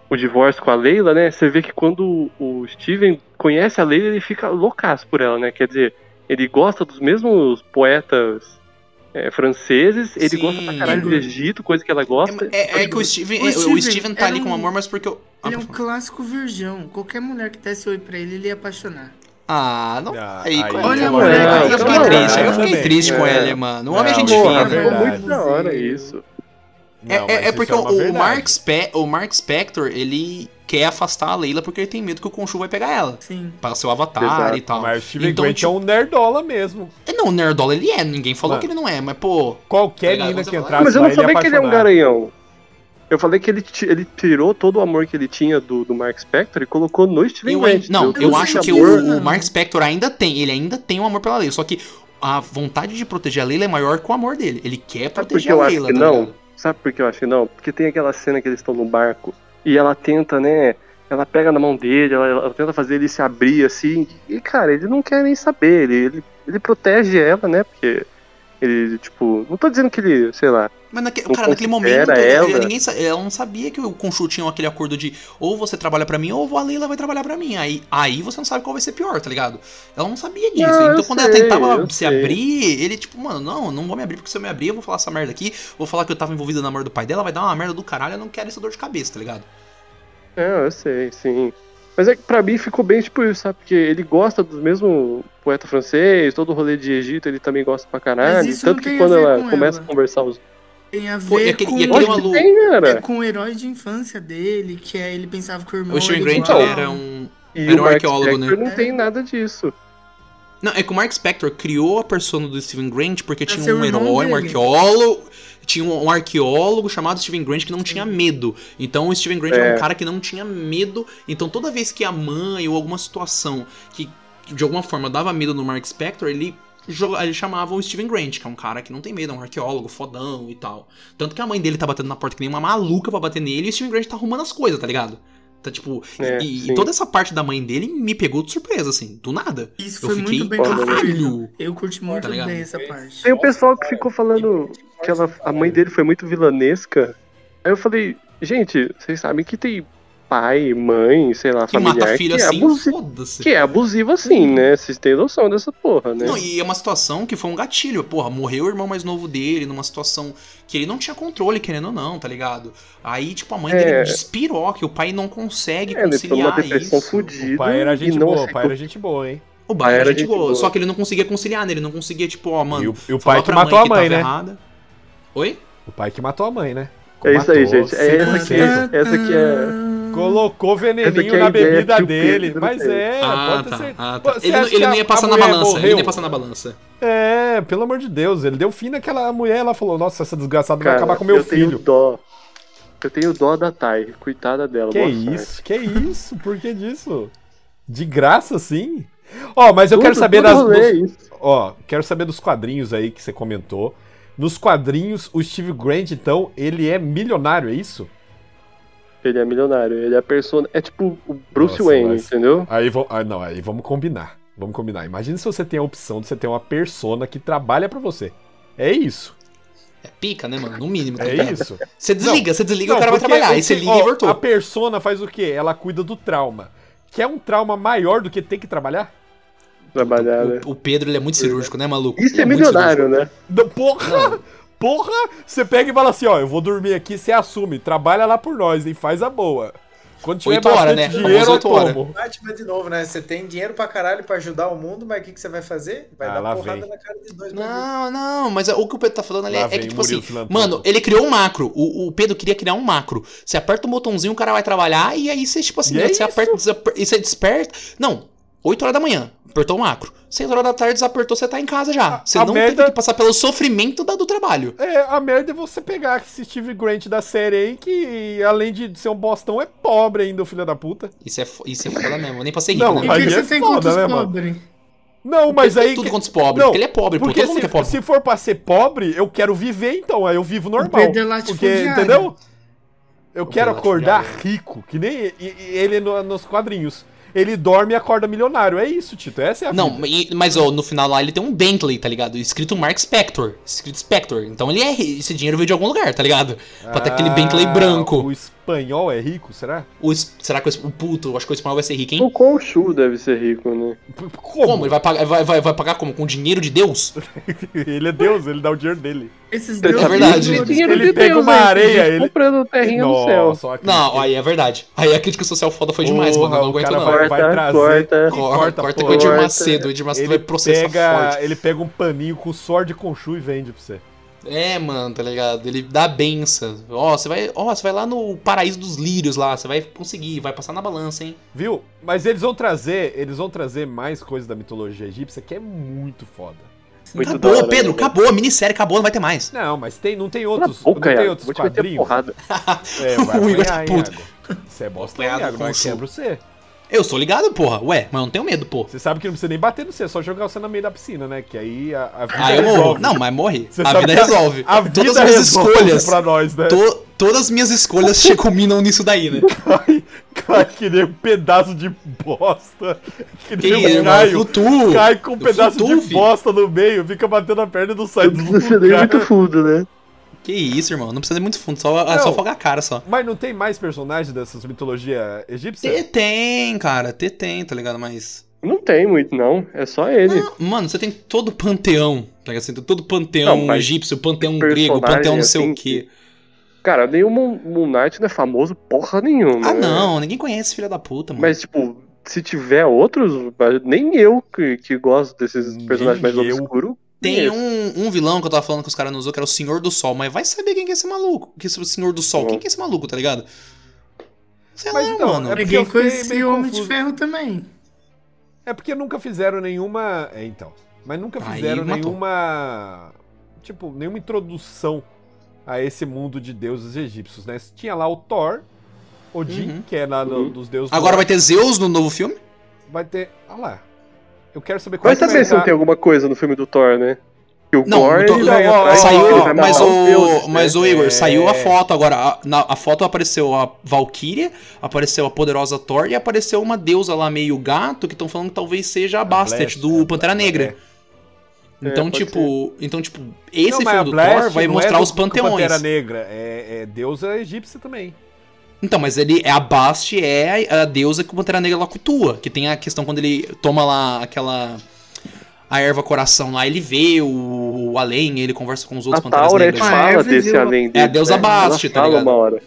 S7: o divórcio com a Leila, né? Você vê que quando o Steven conhece a Leila, ele fica loucaço por ela, né? Quer dizer, ele gosta dos mesmos poetas é, franceses, ele
S3: Sim.
S7: gosta pra caralho do Egito, coisa que ela gosta.
S3: É, é que o Steven,
S4: O
S3: é, o
S4: Steven
S3: Steven tá
S4: era
S3: ali com
S4: um-
S3: amor, mas porque eu... Ah,
S4: Ele é um
S3: por favor.
S4: clássico virgão. Qualquer mulher que desse oi pra ele, ele ia apaixonar.
S3: Ah,
S7: um-
S3: não...
S1: Ah,
S3: Aí,
S1: aí,
S3: cara,
S4: Olha,
S3: eu
S4: moleque,
S3: fiquei- eu
S7: então
S3: fiquei
S7: não,
S3: triste, eu
S7: cara,
S3: fiquei
S1: também.
S3: triste com
S1: É.
S3: ele, mano. O homem é
S1: Não,
S3: gente
S1: porra,
S3: fina,
S1: é
S3: mano.
S1: verdade.
S7: Ficou muito da hora isso.
S3: É,
S1: Não, mas
S3: é, é
S1: isso
S3: porque
S1: uma
S3: o, o
S1: verdade.
S3: Mark Spe o Mark Spector, ele quer afastar a Leila porque ele tem medo que o Khonshu vai pegar ela.
S4: Sim.
S3: Para seu avatar
S7: Exato.
S3: e tal.
S1: Mas o Steven
S3: Então,
S1: Grant
S3: tipo-
S1: é um nerdola mesmo.
S3: É, Não, o Nerdola ele é, ninguém falou
S1: Mano.
S3: que ele não é, mas pô...
S1: Qualquer
S3: Tá ligado?
S1: menina
S3: Você
S1: que
S3: fala,
S1: entrasse
S7: mas eu
S1: lá,
S7: não
S1: ele ia
S7: falei que ele é um
S1: apaixonar.
S7: garanhão. Eu falei que ele, ti- ele tirou todo o amor que ele tinha do, do Mark Spector e colocou no Steven
S3: Eu,
S7: Grant.
S3: ain- não, eu
S7: Deu
S4: não
S7: todo
S3: acho
S7: esse
S3: que
S7: amor.
S3: o, o Mark Spector ainda tem, ele ainda tem um amor pela Leila, só que a vontade de proteger a Leila é maior que o amor dele. Ele quer
S7: Sabe por que
S3: proteger
S7: eu
S3: a
S7: acho
S3: Leila,
S7: que
S3: tá
S7: não?
S3: ligado?
S7: Sabe por que eu acho que não? Porque tem aquela cena que eles estão no barco e ela tenta, né? Ela pega na mão dele, ela, ela tenta fazer ele se abrir assim. E, cara, ele não quer nem saber. Ele, ele, ele protege ela, né? Porque ele, tipo, não tô dizendo que ele, sei lá,
S3: Mas naque,
S7: Não
S3: cara, naquele momento,
S7: considera ela?
S3: ninguém sa- ela não sabia que o Conchu tinha aquele acordo de ou você trabalha pra mim ou a Leila vai trabalhar pra mim. Aí, aí você não sabe qual vai ser pior, tá ligado? Ela não sabia disso.
S7: Não, eu
S3: então quando ela
S7: sei,
S3: tentava
S7: eu
S3: se
S7: sei.
S3: abrir, ele tipo, mano, não, não vou me abrir porque se eu me abrir eu vou falar essa merda aqui, vou falar que eu tava envolvida na morte do pai dela, vai dar uma merda do caralho, eu não quero essa dor de cabeça, tá ligado?
S7: É, eu sei, sim. Mas é que pra mim ficou bem tipo isso, sabe? Porque ele gosta do mesmo poeta francês, todo o rolê de Egito ele também gosta pra caralho.
S4: Mas isso
S7: Tanto
S4: não
S7: que
S4: tem
S7: quando
S4: a ver
S7: ela
S4: com
S7: começa
S4: ela.
S7: a conversar os.
S4: Tem a ver
S3: Pô, e aquele-
S4: com,
S3: e aquele
S7: Lógico que
S3: maluco?
S7: tem,
S4: é
S7: cara!
S4: com o herói de infância dele, que é, ele pensava que o irmão
S3: O Steven
S4: era
S3: Grant
S4: igual.
S3: ele era um.
S7: E
S3: Era
S7: o
S3: um
S7: Mark
S3: arqueólogo,
S7: Spector
S4: né?
S7: não tem nada disso.
S3: Não, é que o Mark Spector criou a persona do Steven Grant porque
S4: Pra
S3: tinha
S4: ser
S3: um
S4: o irmão
S3: herói, um
S4: dele.
S3: arqueólogo. Tinha um um arqueólogo chamado Steven Grant que não tinha medo. Então o Steven Grant
S7: É.
S3: era um cara que não tinha medo. Então toda vez que a mãe ou alguma situação que de alguma forma dava medo no Mark Spector, ele, jo- ele chamava o Steven Grant, que é um cara que não tem medo, é um arqueólogo fodão e tal. Tanto que a mãe dele tá batendo na porta que nem uma maluca pra bater nele e o Steven Grant tá arrumando as coisas, tá ligado? Tá tipo. e-
S7: É,
S3: e,
S7: sim.
S3: toda essa parte da mãe dele me pegou de surpresa, assim, do nada.
S4: Isso
S3: Eu
S4: foi
S3: fiquei
S4: muito bem
S7: foda, né?
S4: construído. Eu curti muito
S3: Tá ligado?
S4: bem essa parte.
S7: Tem um o pessoal que ficou falando que ela, a mãe dele foi muito vilanesca. Aí eu falei, gente, vocês sabem que tem pai, mãe, sei lá,
S3: que mata
S7: familiar
S3: filho
S7: que, é
S3: assim,
S7: abusivo,
S3: foda-se.
S7: que é abusivo assim, né? Vocês têm noção dessa porra, né?
S3: Não, e é uma situação que foi um gatilho. Porra, morreu o irmão mais novo dele numa situação que ele não tinha controle, querendo ou não, tá ligado? Aí, tipo, a mãe
S7: É.
S3: dele despirou, que o pai não consegue
S7: É, ele foi numa
S3: conciliar
S7: depressão
S3: isso.
S7: fudida.
S1: O pai era gente
S7: e não
S1: boa, o
S7: aceitou.
S1: pai era gente boa, hein?
S3: O pai era
S7: Era
S3: gente
S7: gente
S3: boa,
S7: boa.
S3: só que ele não conseguia conciliar, né? Ele não conseguia, tipo, ó,
S1: e
S3: mano,
S1: o, e o
S3: falar
S1: pai que
S3: pra
S1: matou a mãe,
S3: que tá
S1: né?
S3: tava errada. Oi?
S1: O pai que matou a mãe, né?
S7: É isso aí,
S1: Matou,
S7: gente. É essa aqui,
S1: 100%.
S7: essa aqui é.
S1: Colocou
S7: Essa
S1: veneninho
S7: que é a
S1: na
S7: ideia
S1: bebida
S7: que o
S1: dele.
S7: Pedro
S1: Mas
S7: tem.
S1: é,
S3: ah,
S1: pode ter
S3: tá,
S1: certeza.
S3: ah, tá.
S1: Você
S3: Ele, não-
S1: acha
S3: ele
S1: que
S3: não
S1: a-
S3: ia
S1: a
S3: passar na
S1: mulher
S3: balança, ele não ia
S1: morreu?
S3: passar na balança.
S1: É, pelo amor de Deus, ele deu fim naquela mulher, ela falou, nossa, essa desgraçada vai acabar com meu
S7: eu
S1: filho.
S7: tenho dó. Eu tenho dó da Thay, coitada dela.
S1: Que
S7: boa sorte.
S1: isso, que isso, por que disso? De graça, sim? Ó, mas eu quero
S7: Tudo-
S1: saber
S7: tudo
S1: das,
S7: rolê
S1: dos-
S7: é isso.
S1: ó, quero saber dos quadrinhos aí que você comentou. Nos quadrinhos, o Steve Grant, então, ele é milionário, é isso?
S7: Ele é milionário, ele é persona. É tipo o Bruce
S1: Nossa,
S7: Wayne,
S1: mas-
S7: entendeu?
S1: Aí vamos, ah, não, aí vamos combinar. Vamos combinar. Imagina se você tem a opção de você ter uma persona que trabalha pra você. É isso.
S3: É pica, né, mano? No mínimo. tá
S1: É
S3: ligado?
S1: isso.
S3: Você desliga, você desliga e
S1: Não,
S3: o cara vai
S1: porque
S3: trabalhar.
S1: o
S3: Aí você
S1: que-
S3: liga
S1: ó,
S3: e voltou.
S1: A persona faz o quê? Ela cuida do trauma. Que é um trauma maior do que ter que trabalhar?
S7: Trabalhar, né?
S3: O, o Pedro, ele é muito cirúrgico, né, maluco?
S7: Isso
S3: Ele
S7: é
S3: muito
S7: milionário, né?
S1: Não, Porra! Porra! Você pega e fala assim, ó, eu vou dormir aqui, você assume, trabalha lá por nós, hein? Faz a boa. Quando tiver
S3: Oito horas,
S1: bastante
S3: né? Famoso
S1: dinheiro, eu
S3: oito horas.
S1: tomo.
S10: Batman de novo, né? Você tem dinheiro pra caralho pra ajudar o mundo, mas o que, que você vai fazer? Vai
S1: Ah, lá
S10: dar porrada
S1: vem.
S10: na cara de dois. pra ver.
S3: Não, não, mas o que o Pedro tá falando ali
S1: Lá
S3: é
S1: vem
S3: que, tipo
S1: Murilo
S3: assim,
S1: Filantropo.
S3: mano, ele criou um macro. O, o Pedro queria criar um macro. Você aperta o botãozinho, o cara vai trabalhar, e aí você, tipo assim,
S1: E é
S3: você
S1: isso.
S3: aperta, desaper- e você desperta. Não, 8 horas da manhã, apertou o macro. 6 horas da tarde, desapertou, você tá em casa já.
S1: A-
S3: Você
S1: a
S3: não
S1: merda-
S3: teve que passar pelo sofrimento da- do trabalho.
S1: É, a merda é você pegar esse Steve Grant da série aí, que além de ser um bostão, é pobre ainda, o filho da puta.
S3: Isso é, fo- isso é foda mesmo, nem pra ser rico,
S1: Não,
S3: né?
S1: mas
S4: E por que
S1: aí é
S4: você tem
S1: foda,
S4: contra os
S1: né, mano?
S4: pobres?
S1: Não, mas aí.
S3: tá Tudo contra os pobres,
S1: Não,
S3: porque ele é pobre, porque,
S1: Porque
S3: todo mundo que é
S1: se,
S3: pobre.
S1: se for pra ser pobre, eu quero viver então, aí eu vivo normal.
S4: Pedro é
S1: Porque,
S4: latifundiário.
S1: entendeu? Eu quero
S3: Pedro é
S1: acordar
S3: latifundiário.
S1: rico, que nem e- e- ele no- nos quadrinhos. Ele dorme e acorda milionário. É isso, Tito. Essa é a vida.
S3: Não, e- mas ó, no final lá ele tem um Bentley, tá ligado? Escrito Mark Spector. Escrito Spector. Então ele é. ri- Esse dinheiro veio de algum lugar, tá ligado? Pra ter aquele Bentley branco.
S1: Ah, O espanhol é rico, será?
S3: O es- será que o, es- o puto, eu acho que o espanhol vai ser rico, hein?
S7: O Conchu deve ser rico, né?
S1: P- p-
S3: Como? Ele vai pagar, vai, vai, vai pagar como? Com o dinheiro de Deus?
S1: ele é Deus, ele dá o dinheiro dele.
S4: Esses
S7: Você
S4: dois
S3: sabia? verdade.
S7: Ele,
S1: Ele pega
S7: né?
S1: uma areia, ele-
S7: comprando terrinha Tipo, um no céu.
S1: Nossa, olha que-
S3: Não, aí é verdade. Aí a crítica social foda foi demais,
S1: Porra,
S3: mano. Eu não
S1: o
S3: aguento
S1: cara
S3: não.
S1: vai,
S7: Corta,
S1: vai trazer.
S7: corta.
S1: Que
S3: Corta, corta com o
S1: porra.
S3: Edir
S7: Corta.
S3: Macedo. O Edir Macedo
S1: Ele
S3: vai processar
S1: pega,
S3: forte.
S1: ele pega um paninho com suor de conchu e vende pra você.
S3: É, mano, tá ligado? Ele dá a benção. Ó, você vai, ó, você vai lá no paraíso dos lírios lá. Você vai conseguir, vai passar na balança, hein?
S1: Viu? Mas eles vão trazer, eles vão trazer mais coisas da mitologia egípcia que é muito foda.
S7: Muito da
S3: acabou,
S7: hora,
S3: tá Pedro,
S7: né?
S3: acabou. A minissérie acabou, não vai ter mais.
S1: Não, mas tem, não tem
S7: Cala a
S1: outros,
S7: boca,
S1: não tem
S7: Iago.
S1: outros
S7: Vou te meter
S1: quadrinhos.
S7: porrada.
S1: É, vai
S3: O Igor tá
S1: apanhar, hein,
S3: puto.
S1: Iago? Você é bosta,
S3: Apanhado
S1: Iago,
S3: com
S1: nós
S3: chu.
S1: quebra você.
S3: Eu sou ligado, porra. Ué, mas eu não tenho medo, pô.
S1: Você sabe que não precisa nem bater no C, é só jogar você no meio da piscina, né? Que aí a, a vida
S3: Aí Ah, eu morro.
S1: resolve.
S3: Não, mas morre.
S1: Você
S3: a
S1: sabe
S3: vida
S1: que a-
S3: resolve.
S1: a vida
S3: todas as minhas
S1: resolve
S3: escolhas.
S1: pra nós, né?
S3: to- todas as minhas escolhas se culminam nisso daí, né?
S1: Cai, cai que nem um pedaço de bosta. Que
S3: Que
S1: nem
S3: eu
S1: um Caio.
S3: flutuo.
S1: Cai com um
S3: Eu
S1: pedaço
S3: flutuo,
S1: de
S3: filho.
S1: bosta no meio, fica batendo a perna e não sai do
S7: Você deu
S1: lugar.
S7: muito fundo, né?
S3: Que isso, irmão. Não precisa ir muito fundo, só, ah,
S1: Não.
S3: só afogar a cara só.
S1: Mas não tem mais personagem dessas mitologia egípcia?
S3: T tem, cara. T tem, tá ligado? Mas.
S7: Não tem muito, não. É só ele.
S3: Não, mano, você tem todo o panteão. Tá ligado? Você tem todo o panteão
S7: Não, mas
S3: egípcio, panteão grego,
S7: personagem
S3: panteão não sei
S7: assim
S3: o quê.
S7: Cara, nem o Moon Moon Knight não é famoso porra nenhuma.
S3: Ah,
S7: né?
S3: não. Ninguém conhece filha da puta, mano.
S7: Mas, tipo, se tiver outros, nem eu que, que gosto desses
S1: Nem
S7: personagens mais
S1: eu.
S7: obscuros.
S3: Tem
S7: conheço.
S3: um, um vilão que eu tava falando que os caras não usou, que era o Senhor do Sol, mas vai saber quem que é esse maluco. Que esse o Senhor do Sol,
S7: Bom.
S3: quem que é esse maluco, tá ligado? Sei
S1: Mas
S3: lá,
S1: então,
S3: mano.
S1: é- porque eu
S4: Ninguém
S1: fiquei
S4: conhecia
S1: meio
S4: o Homem de
S1: confuso.
S4: Ferro também.
S1: É porque nunca fizeram nenhuma. É, então. Mas nunca
S3: Aí
S1: fizeram
S3: matou.
S1: nenhuma. Tipo, nenhuma introdução a esse mundo de deuses egípcios, né? Tinha lá o Thor, Odin,
S3: Uhum.
S1: que é lá do-
S7: Uhum.
S1: dos deuses.
S3: Agora vai ter Zeus no novo filme?
S1: Vai ter. Ah lá. Eu quero saber como
S7: Vai
S1: que
S7: saber se não
S1: tá-
S7: tem alguma coisa no filme do Thor, né? Que o
S3: Não,
S7: Gore
S3: o Thor-
S7: ele vai
S1: não,
S7: atrás,
S1: saiu-
S7: ele vai
S3: mas
S7: matar
S3: o,
S7: os deuses,
S3: mas
S7: né?
S3: o Igor,
S1: É.
S3: saiu a foto agora. A, na, a foto apareceu a Valkyria, apareceu a poderosa Thor e apareceu uma deusa lá meio gato que estão falando que talvez seja a
S1: Blast,
S3: Bastet do
S1: é,
S3: Pantera Negra.
S7: É,
S3: Então,
S7: pode
S3: tipo, então tipo, esse
S1: Não, mas
S3: filme
S1: a
S3: do
S1: Blast
S3: Thor vai
S1: não é
S3: mostrar
S1: do-
S3: os
S1: do Pantera
S3: panteões.
S1: Negra, é, é deusa egípcia também.
S3: Então, mas ele é a Bast é a, a deusa que o Pantera Negra lá cultua, que tem a questão quando ele toma lá aquela a erva coração lá, ele vê o, o além, ele conversa com os
S7: A
S3: outros Panteras
S7: Tauret
S3: Negras.
S4: Ah,
S7: fala
S4: Hermes
S7: desse
S4: e o-
S7: além dele.
S3: É a deusa
S7: né?
S3: Bast,
S7: Ela
S3: tá
S7: fala
S3: ligado?
S7: uma hora.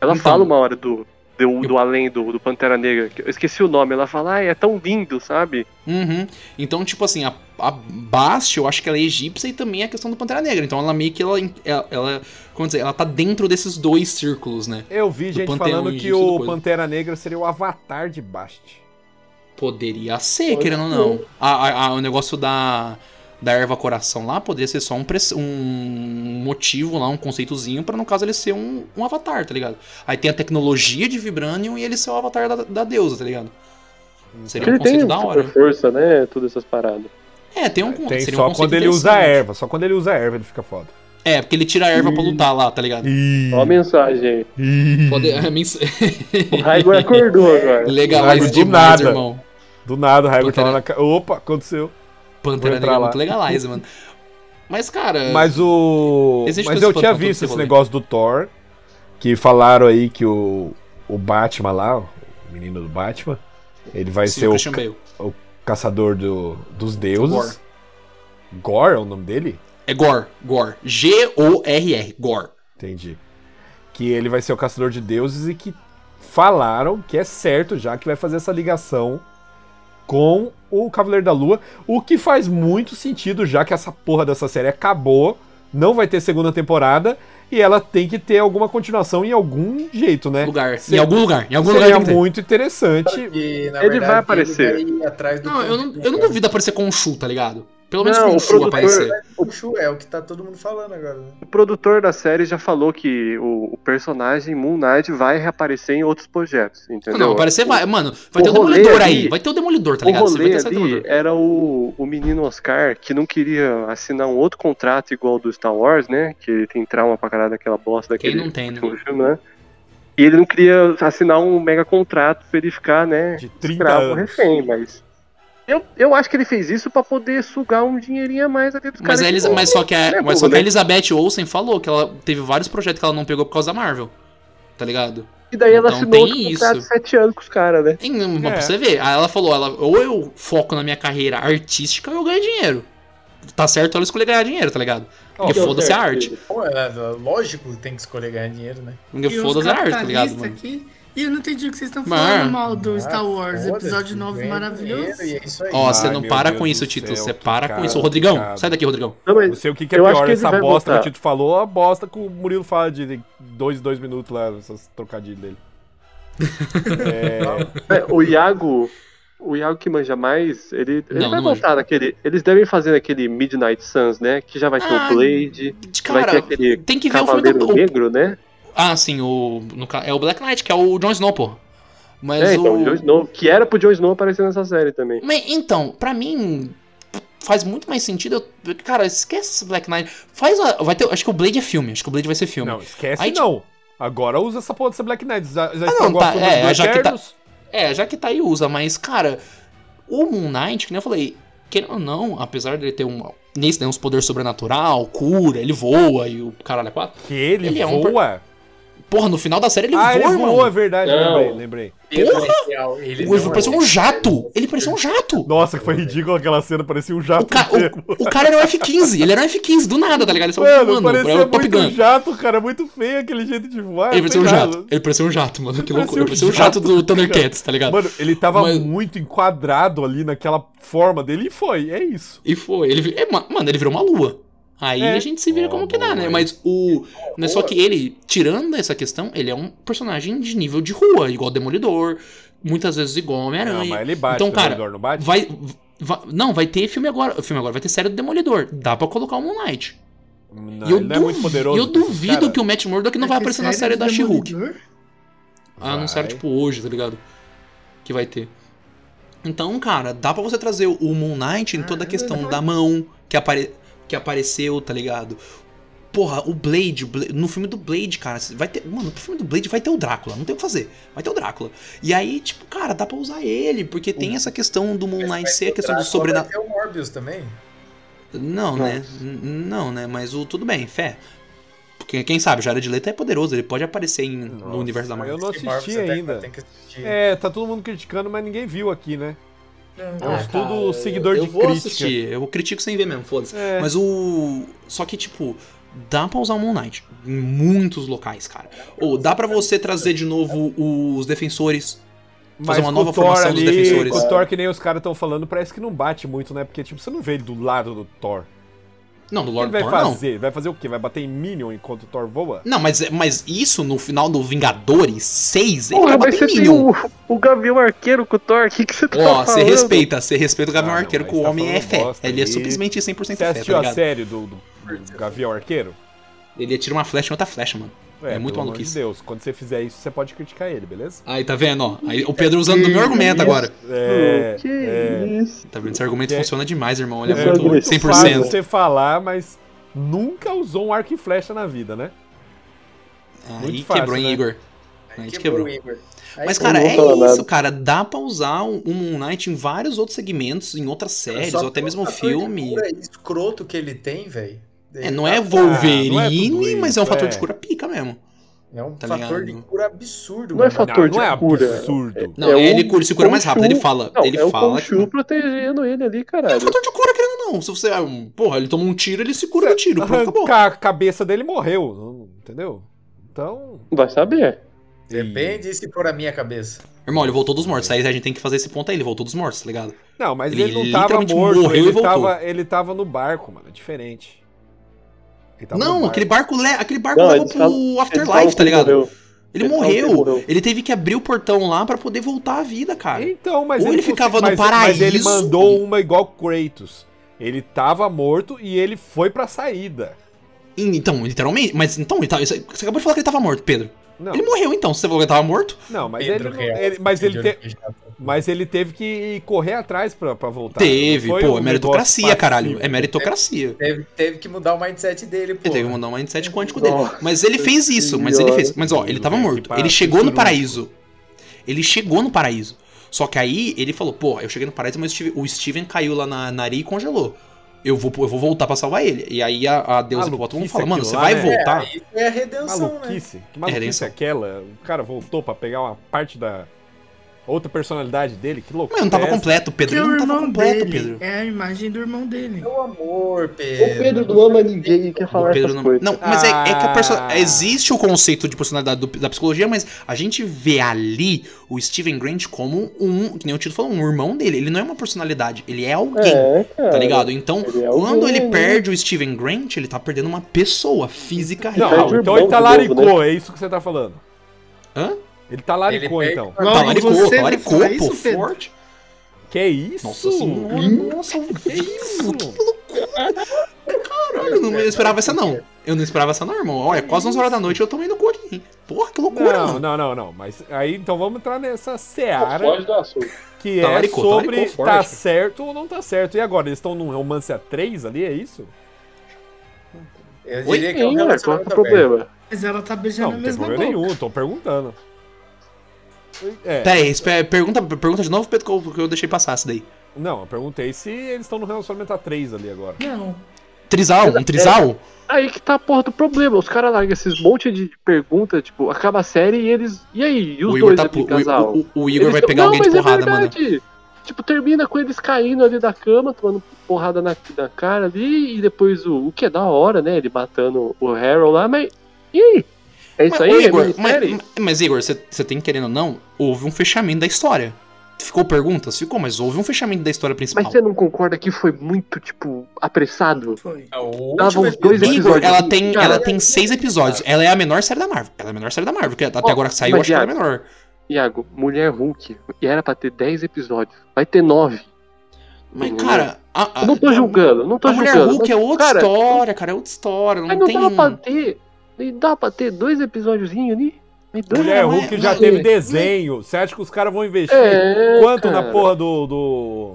S7: Ela
S3: Então.
S7: fala uma hora do, do, do além do, do Pantera Negra. que Eu esqueci o nome. Ela fala, ah, é tão lindo, sabe?
S3: Uhum. Então, tipo assim, a, a Bast, eu acho que ela é egípcia e também é a questão do Pantera Negra. Então ela meio que ela, ela, ela- como dizer, ela tá dentro desses dois círculos, né?
S1: Eu vi
S3: Do
S1: gente
S3: panteão
S1: falando que
S3: egípcio do
S1: o
S3: é coisa.
S1: Pantera Negra seria o avatar de Bast.
S3: Poderia ser, querendo ou não. A, a- a- o negócio da, da erva coração lá poderia ser só um, press- um motivo lá, um conceitozinho, pra no caso ele ser um, um avatar, tá ligado? Aí tem a tecnologia de Vibranium e ele ser o avatar da, da deusa, tá ligado? Seria
S7: Porque
S3: um
S7: ele tem
S3: conceito da hora.
S7: super força, né? Todas essas paradas.
S3: É, tem um
S1: tipo- Tem
S3: seria um
S1: só
S3: conceito
S1: quando ele usa a
S3: interessante.
S1: erva, só quando ele usa a erva ele fica foda.
S3: É, porque ele tira a erva pra lutar lá, tá ligado?
S1: Ih,
S7: Ó a mensagem aí.
S3: Pode... é, mens-
S7: O Raigor acordou agora.
S3: legal
S1: Lago
S3: isso
S1: do
S3: demais,
S1: nada.
S3: irmão.
S1: Do nada, o Raigo tá
S3: Pantera-
S1: lá na ca... Opa, aconteceu.
S3: Pantera
S1: Vou
S3: Negra é
S1: entrar lá.
S3: muito legalize, mano. Mas, cara.
S1: Mas o.
S3: Existe
S1: Mas
S3: coisa
S1: eu tinha
S3: espantando,
S1: visto
S3: tudo
S1: esse
S3: rolê.
S1: negócio do Thor. Que falaram aí que o. O Batman lá, o menino do Batman. Ele vai
S3: sim,
S1: ser
S3: o
S1: o
S3: Christian Bale.
S1: ca- caçador do, dos deuses. Gore é o nome dele?
S3: É Gore. Gore. G-O-R-R. Gore.
S1: Entendi. Que ele vai ser o caçador de deuses e que falaram que é certo já que vai fazer essa ligação com o Cavaleiro da Lua, o que faz muito sentido já que essa porra dessa série acabou, não vai ter segunda temporada e ela tem que ter alguma continuação em algum jeito,
S7: É.
S1: né?
S3: Lugar.
S1: Sim.
S3: Em algum lugar. Em algum
S1: Seria
S3: lugar. tem que ter.
S1: muito interessante.
S10: Porque, na
S7: Ele
S10: verdade,
S7: vai aparecer.
S10: Ele vai ir atrás do
S3: Não, eu
S10: Kung
S3: não,
S10: Fu,
S3: eu não
S10: cara.
S3: duvido aparecer com o Shu, tá ligado? Pelo menos
S7: É. Não,
S3: com
S7: o
S3: o Shu
S7: produtor- né,
S3: aparecer.
S10: O Shu é o que tá todo mundo falando agora. né?
S7: O produtor da série já falou que o, o personagem Moon Knight vai reaparecer em outros projetos, entendeu?
S3: Não, não, aparecer vai. Mano, vai
S7: O
S3: ter o
S7: rolê
S3: Demolidor
S7: ali-
S3: aí. Vai ter o Demolidor, tá
S7: o
S3: ligado? Você vai
S7: rolê
S3: ter certo
S7: ali é
S3: Demolidor.
S7: era o, o menino Oscar que não queria assinar um outro contrato igual do Star Wars, né? Que ele tem trauma pra caralho daquela bosta
S3: Quem
S7: daquele
S3: não tem, né?
S7: último filme, né? E ele não queria assinar um mega contrato pra ele ficar, né?
S1: De 30
S7: escravo,
S1: anos.
S7: refém, mas. Eu, eu acho que ele fez isso pra poder sugar um dinheirinho a mais ali dos
S3: Mas,
S7: caras.
S3: a
S7: que
S3: Elis-
S7: vão-
S3: mas só que a,
S7: né,
S3: mas só
S7: pô,
S3: que a
S7: né?
S3: Elizabeth Olsen falou que ela teve vários projetos que ela não pegou por causa da Marvel. Tá ligado?
S7: E daí ela
S3: Então
S7: assinou
S3: tem
S7: outro contrato de
S3: isso.
S7: 7 anos com os caras, né?
S3: Em, mas
S1: É.
S3: Pra você ver, aí ela falou, ela, ou eu foco na minha carreira artística ou eu ganho dinheiro. Tá certo ela escolher ganhar dinheiro, tá ligado? Porque
S7: Ó,
S3: foda-se a arte.
S10: Pô, é, lógico, tem que escolher ganhar dinheiro, né?
S3: Porque
S4: uns
S3: foda-se a arte, tá ligado,
S4: capitalistas
S3: mano?
S4: aqui. E eu não entendi o que vocês estão
S3: Mas-
S4: falando mal do Star
S10: Ah,
S4: Wars,
S10: foda-se,
S4: episódio 9
S10: ganha
S4: maravilhoso.
S10: dinheiro E é isso aí.
S3: Ó,
S1: Ai,
S3: você não
S1: Ah, meu
S3: para
S1: Deus
S3: com
S1: do
S3: isso, Tito.
S1: céu,
S3: Você
S1: que
S3: para com
S1: cara
S3: isso. Ô, Rodrigão,
S1: complicado.
S3: sai daqui, Rodrigão.
S7: Não, mas
S1: Não sei o que, que é
S7: Eu acho
S1: pior,
S7: que ele
S1: essa
S7: vai
S1: bosta
S7: voltar.
S1: que o Tito falou, a bosta que o Murilo fala de dois, dois minutos lá, essas trocadilhas dele. é,
S7: É, o Iago, o Iago que manja mais, ele, ele
S3: Não,
S7: vai
S3: não manja.
S7: voltar naquele. Eles devem fazer aquele Midnight Suns, né? Que já vai ter
S3: Ah,
S7: o Blade,
S3: De
S7: vai ter
S3: cara,
S7: aquele
S3: tem que ver o filme
S7: Cavaleiro
S3: da... o-
S7: Negro, né?
S3: Ah, sim, o... no ca- é o Black Knight, que é o Jon Snow, pô. Mas
S7: é, então,
S3: o...
S7: o Jon Snow, que era pro Jon Snow aparecer nessa série também.
S3: Mas, então, pra mim faz muito mais sentido. eu- cara, esquece esse Black Knight. Faz a, vai ter, acho que o Blade é filme, acho que o Blade vai ser filme.
S1: não, esquece
S3: Aí, tipo-
S1: não. Agora usa essa porra dessa Black Knight. Já, já
S3: Ah, não,
S1: estragou a
S3: tá,
S1: fama
S3: é,
S1: dos
S3: já que tá-
S1: Eternos.
S3: É, já que tá aí usa, mas cara, o Moon Knight, que nem eu falei, Querendo ou não, apesar dele ter um. Nesse, né, uns poderes sobrenatural, cura, ele voa e o caralho é quatro.
S1: Que ele,
S3: Ele é um per-
S1: voa?
S3: Porra, no final da série ele
S1: ah,
S3: voa,
S1: ele
S3: irmão.
S1: voou, é verdade.
S6: Não.
S1: Lembrei, lembrei.
S10: Porra! Ele
S3: Ele parecia um jato. Ele parecia um jato.
S1: Nossa, que foi ridículo aquela cena, parecia um jato
S3: O, ca-
S1: inteiro.
S3: o- o cara era um F-15. Ele era um F-15 do nada, tá ligado? Ele só
S1: Mano,
S3: voando,
S1: parecia
S3: era o Top
S1: muito um
S3: Gun.
S1: jato, cara. Muito feio aquele jeito de voar.
S3: Ele parecia um
S1: coitado.
S3: jato. Ele parecia um jato, mano. Que
S1: Ele
S3: loucura. Ele
S1: parecia
S3: parecia
S1: um
S3: um jato
S1: jato,
S3: do Thundercats, tá ligado?
S1: Mano, ele tava
S3: Mas-
S1: muito enquadrado ali naquela forma dele e foi, é isso.
S3: E foi. Ele, vi- é, ma- mano, ele virou uma lua. Aí
S1: É.
S3: a gente se vira como que dá, né? Mas o. Não é só que ele, tirando essa questão, ele é um personagem de nível de rua, igual Demolidor, muitas vezes igual
S1: Não,
S3: Homem-Aranha.
S1: mas ele bate,
S3: Então,
S1: o
S3: cara,
S1: Demolidor não bate?
S3: Vai, vai- Não, vai ter filme agora. Filme agora, vai ter série do Demolidor. Dá pra colocar o Moon Knight.
S1: Não,
S3: e eu,
S1: ele não é muito
S3: duvi-
S1: poderoso.
S3: eu duvido que o Matt Murdock não vai
S4: É que
S3: aparecer na série
S4: série do
S3: da She-Hulk.
S4: Demolidor?
S3: Ah, anunciaram,
S1: Vai.
S3: tipo, hoje, tá ligado? Que vai ter. Então, cara, dá pra você trazer o Moon Knight
S10: Ah,
S3: em toda a
S10: é
S4: Caramba.
S3: questão da mão que, apare... que apareceu, tá ligado? Porra, o Blade, o Bla- no filme do Blade, cara, vai ter. Mano, no filme do Blade vai ter o Drácula, não tem o que fazer. Vai ter o Drácula. E aí, tipo, cara, dá pra usar ele, porque tem essa questão do Moon Knight ser a questão do sobrenatural.
S10: o Morbius também.
S3: Não, né? N- Não, né? Mas o tudo bem, fé. Porque quem sabe, o Jared Leto é poderoso, ele pode aparecer em-
S1: Nossa,
S3: no universo da Marvel.
S1: Eu não
S10: Esse Morbius
S1: assisti
S10: até
S1: ainda.
S10: Tem que assistir.
S1: É, tá todo mundo criticando, mas ninguém viu aqui, né? É
S4: Não.
S1: um
S6: Ah,
S1: estudo
S6: cara, eu-
S1: seguidor
S3: eu
S1: de
S3: vou
S1: crítica.
S3: assistir, eu critico sem ver mesmo, foda-se.
S1: É.
S3: Mas o. Só que, tipo, dá pra usar o Moon Knight em muitos locais, cara. Ou dá pra você trazer de novo os defensores. fazer uma
S1: com
S3: nova
S1: o Thor
S3: formação dos
S1: ali,
S3: defensores.
S1: com O Thor, que nem os caras estão falando, parece que não bate muito, né? Porque, tipo, você não vê ele do lado do Thor.
S3: Não, do
S1: O que ele
S3: Lord
S1: vai
S3: Thor, não.
S1: fazer? Vai fazer o quê? Vai bater em Minion enquanto o Thor voa?
S3: Não, mas, mas isso no final do Vingadores 6 ele
S7: Porra,
S3: acaba
S7: mas você tem
S3: Minion.
S7: o, o Gavião Arqueiro com o Thor, o que, que você tá
S3: Ó,
S7: falando?
S3: você respeita, você respeita o Gavião
S1: Ah, não,
S3: Arqueiro,
S1: aí
S3: que o
S1: você tá
S3: homem é
S1: falando
S3: fé.
S1: bosta
S3: Ele é
S1: aí.
S3: simplesmente 100%
S7: É,
S1: Você
S3: fé, tá
S1: assistiu a
S3: ligado?
S1: série do, do, do Gavião Arqueiro?
S3: Ele atira uma flecha em outra flecha, mano. É muito
S1: pelo amor
S3: maluquice.
S1: de Deus, quando você fizer isso, você pode criticar ele, beleza?
S3: Aí, tá vendo, ó? Aí, o Pedro usando o meu argumento agora.
S1: É.
S7: Hum, Que
S1: é.
S7: isso?
S3: Tá vendo? Esse argumento
S1: É.
S3: funciona demais, irmão. Ele é,
S1: É
S3: muito
S1: muito
S3: 100%.
S1: fácil você falar, mas nunca usou um arco e flecha na vida, né?
S3: Aí
S1: Muito fácil,
S3: quebrou, hein,
S1: né?
S3: Igor?
S10: Aí
S3: Aí te
S10: quebrou
S3: quebrou.
S10: o Igor. Aí
S3: Mas,
S10: quebrou.
S3: cara,
S6: não
S3: é
S6: fala nada.
S3: isso, cara. Dá pra usar um um Moon Knight em vários outros segmentos, em outras séries,
S10: Só
S3: ou até
S10: pelo
S3: mesmo
S10: fator de
S3: filme.
S10: cura escroto que ele tem, velho.
S3: É, não
S1: não
S3: é
S1: é tudo
S3: Wolverine,
S1: isso,
S3: mas é um fator
S1: é.
S3: de cura pica mesmo.
S10: É um
S3: tá
S10: fator
S3: ligado?
S10: de cura absurdo.
S7: Não é
S10: mano.
S7: fator- Ator de
S1: não é
S7: cura.
S1: absurdo.
S3: Não,
S7: É
S3: ele
S7: o
S3: cura- se cura mais
S7: Khonshu.
S3: rápido, ele fala.
S7: Não,
S3: ele
S7: é o
S3: fala.
S7: Khonshu protegendo ele ali,
S3: É um
S7: caralho.
S3: fator de cura, querendo ou não. Se você. ah, um, Porra, ele toma um tiro, ele se cura do tiro. Pronto, acabou.
S1: Arrancar a cabeça dele e morreu, não- entendeu? Então.
S7: Vai saber.
S10: Depende se for a minha cabeça.
S3: Irmão, ele voltou dos mortos. Aí a gente tem que fazer esse ponto aí. Ele voltou dos mortos, tá ligado?
S1: Não, mas
S3: Ele
S1: ele, não tava
S3: literalmente
S1: morto,
S3: morreu e
S1: ele
S3: voltou.
S1: tava, ele tava no barco, mano, é diferente. Ele tava no
S3: não,
S1: barco.
S3: aquele barco, le... aquele barco
S7: Não,
S3: leva
S7: eles
S3: pro
S7: falam- Ele fala
S3: Afterlife, tá
S7: que
S3: ligado?
S7: morreu.
S3: Ele,
S1: Então,
S7: Ele fala que
S3: morreu.
S7: ele morreu.
S3: Ele teve que abrir o portão lá pra poder voltar à vida, cara.
S1: Então, mas
S3: Ou ele
S1: consegui-
S3: ficava no
S1: mas- Mas ele
S3: paraíso.
S1: mandou uma igual Kratos. Ele tava morto e ele foi pra saída.
S3: Então, literalmente. Mas então, ele tava- você acabou de falar que ele tava morto, Pedro.
S1: Não, Tá,
S3: Ele morreu então. Você falou que ele tava morto?
S1: não, mas
S10: Pedro
S1: ele, não-
S10: Real,
S1: ele- mas ele
S10: Pedro
S1: te-
S10: Real.
S1: mas ele teve que correr atrás pra, pra voltar.
S3: teve,
S1: Não foi um
S3: pô. é
S1: negócio
S3: meritocracia,
S1: passivo.
S3: caralho. É meritocracia.
S10: Teve, teve que mudar o mindset dele, pô.
S3: Ele teve que mandar um mindset quântico dele. Mas ele fez isso, mas
S7: senhora.
S3: ele fez. Mas ó, ele tava
S1: Velho, que
S3: morto. Ele
S1: parada
S3: chegou no
S1: cirúrgica.
S3: paraíso. Ele chegou no paraíso. Só que aí ele falou, pô, eu cheguei no paraíso, mas o Steven, o Steven caiu lá na, na areia e congelou. Eu vou, eu vou voltar pra salvar ele. E aí a, a deusa
S1: Maluquice
S3: Hipótamo fala, mano,
S1: aquilo
S3: você
S1: Ah, lá,
S3: vai
S1: né?
S3: voltar?
S10: Aí foi a redenção, né?
S1: Maluquice.
S3: É,
S1: Que maluquice
S3: redenção.
S1: aquela. O cara voltou pra pegar uma parte da outra personalidade dele. Que loucura.
S3: Mas não tava
S1: é essa?
S3: completo, Pedro.
S4: Que é
S3: Ele
S4: o
S3: não tava
S4: irmão
S3: completo,
S4: dele.
S3: Pedro.
S4: É a imagem do irmão dele.
S10: Meu amor, Pedro.
S7: O Pedro não ama ninguém e quer falar
S3: O Pedro
S7: essas
S3: não...
S7: coisas.
S3: não, mas é, é que a perso...
S1: Ah.
S3: existe o conceito de personalidade do- da psicologia, mas a gente vê ali o Steven Grant como um, que nem o Tito falou, um irmão dele. Ele não é uma personalidade, ele é alguém.
S7: é, cara.
S3: Tá ligado? Então,
S7: Ele é
S3: quando
S7: alguém,
S3: ele
S7: né?
S3: perde o Steven Grant, ele tá perdendo uma pessoa física real.
S1: Não,
S7: Perde o
S1: então
S7: irmão
S1: ele tá
S7: de
S1: laricô,
S7: novo,
S1: é isso que você tá falando.
S3: Hã?
S1: Ele tá laricô,
S10: Ele
S1: então.
S3: Tá laricou,
S4: você
S3: tá
S4: vai
S3: laricou,
S4: falar
S3: pô,
S4: Pedro?
S3: forte.
S1: Que isso?
S3: Nossa senhora, nossa, que isso? Que loucura. Caralho, eu não esperava essa não. Eu não esperava essa não, irmão. Olha, quase 11 horas da noite eu tomei no corinho. Porra, que loucura,
S1: Não,
S3: mano.
S1: não, não, não. Mas aí então vamos entrar nessa
S6: Pô,
S1: seara
S6: Foge do assunto.
S1: que
S3: Tá
S1: é
S3: laricô, tá
S1: sobre
S3: laricô
S1: tá,
S3: forte.
S1: certo ou não tá certo. E agora? Eles estão num romance a três ali, é isso?
S10: Eu
S3: Oi,
S10: diria que é um
S7: Sim, ué, qual que
S10: relacionamento
S7: é o problema?
S4: Mas ela tá
S1: não,
S4: beijando
S1: não
S4: a
S1: tem
S4: mesma
S1: problema
S4: boca.
S1: nenhum, tô perguntando. É,
S3: Pera aí, espera- pergunta, pergunta de novo, Pedro, que eu- que eu deixei passar isso daí.
S1: Não, eu perguntei se eles estão no relacionamento a três ali agora.
S4: Não.
S3: Trisal? Um trisal?
S7: Aí que tá a porra do problema. Os caras largam esses monte de pergunta, tipo, acaba a série e eles. E aí? E os
S3: O Igor,
S7: dois
S3: tá,
S7: ali,
S3: pu-
S7: casal?
S3: o, o- o Igor
S7: Eles
S3: vai
S7: tão-
S3: pegar
S7: Não,
S3: alguém de
S7: mas é
S3: porrada, mano.
S7: verdade. Tipo, termina com eles caindo ali da cama, tomando porrada na, na cara ali, e depois o, o que é da hora, né? Ele matando o Harold lá, mas. E aí? É isso
S3: Mas,
S7: aí?
S3: ô,
S7: É
S3: Igor,
S7: minissérie?
S3: mas, mas, Igor, você você tem querendo ou não, houve um fechamento da história. Ficou perguntas? Ficou, mas houve um fechamento da história principal.
S7: Mas você não concorda que foi muito, tipo, apressado?
S4: Foi.
S10: É o
S7: Dava
S10: último
S7: uns dois
S10: episódio.
S3: Igor,
S7: episódios.
S3: ela tem,
S7: Cara,
S3: ela tem seis episódios. Ela é a menor série da Marvel. Ela é a menor série da Marvel, porque até
S7: Ó,
S3: agora que saiu,
S7: mas
S3: acho que ela é a
S7: Iago,
S3: menor.
S7: Iago, Mulher Hulk, e era pra ter 10 episódios. Vai ter 9.
S3: Mas, cara, a, a-
S7: Eu não tô julgando, não tô
S3: a Mulher
S7: julgando.
S3: Hulk
S7: mas,
S3: é outra
S7: cara,
S3: história, cara, é outra história. Não,
S7: Mas não
S3: tem.
S7: dava pra ter. nem Dá pra ter dois episódiozinhos ali? Mas dois-
S1: Mulher
S3: Não, mas-
S1: É, Hulk já
S3: mas-
S1: teve
S7: mas-
S1: desenho. Você acha que os caras vão investir
S7: É,
S1: quanto na
S7: cara.
S1: porra do, do.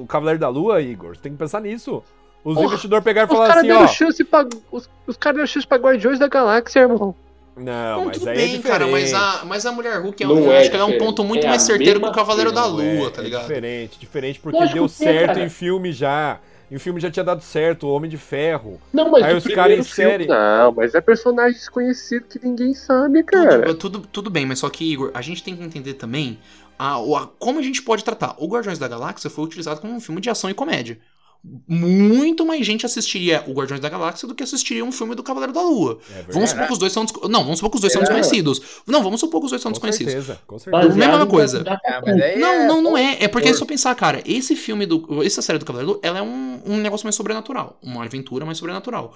S1: do Cavaleiro da Lua, Igor? Você tem que pensar nisso. Os
S7: Porra,
S1: investidores pegaram e
S7: Os
S1: falaram
S7: caras
S1: assim,
S7: deram
S1: ó.
S7: chance pra. Os, os caras deram chance pra Guardiões da Galáxia, irmão.
S1: Não,
S3: Não,
S1: mas
S3: tudo
S1: aí é
S3: bem,
S1: diferente.
S3: cara, mas a, mas a Mulher Hulk é
S6: Não
S3: um,
S6: é
S3: acho que ela é um
S6: diferente,
S3: ponto muito
S6: é a
S3: mais certeiro que o
S6: mesma
S3: Cavaleiro da
S1: Não, é-
S3: Lua, tá
S1: É
S3: ligado?
S1: diferente, diferente, porque
S6: Lógico
S1: deu
S6: que é,
S1: certo
S6: cara.
S1: em filme já. Em filme já tinha dado certo, o Homem de Ferro.
S6: Não, mas
S1: Aí
S6: o
S1: os
S6: primeiro
S1: caras em
S6: filme-
S1: série.
S7: Não, mas é personagem desconhecido que ninguém sabe, cara.
S3: Tudo, tudo, tudo bem, mas só que, Igor, a gente tem que entender também a, o- a- como a gente pode tratar. O Guardiões da Galáxia foi utilizado como um filme de ação e comédia. Muito mais gente assistiria o Guardiões da Galáxia do que assistiria um filme do Cavaleiro da Lua.
S1: É verdade. É.
S3: Vamos supor que os dois são. desco- Não, vamos supor que os dois são
S10: Será?
S3: desconhecidos. Não, vamos supor que os dois são
S1: com
S3: desconhecidos.
S1: certeza, com certeza.
S3: Mas- mesma
S6: baseado em
S3: coisa.
S6: Dá-
S10: Ah, mas daí
S3: Então, Não,
S10: é-
S3: não, não é. É porque é só pensar, cara, esse filme do. Essa série do Cavaleiro da Lua, ela é um, um negócio mais sobrenatural. Uma aventura mais sobrenatural.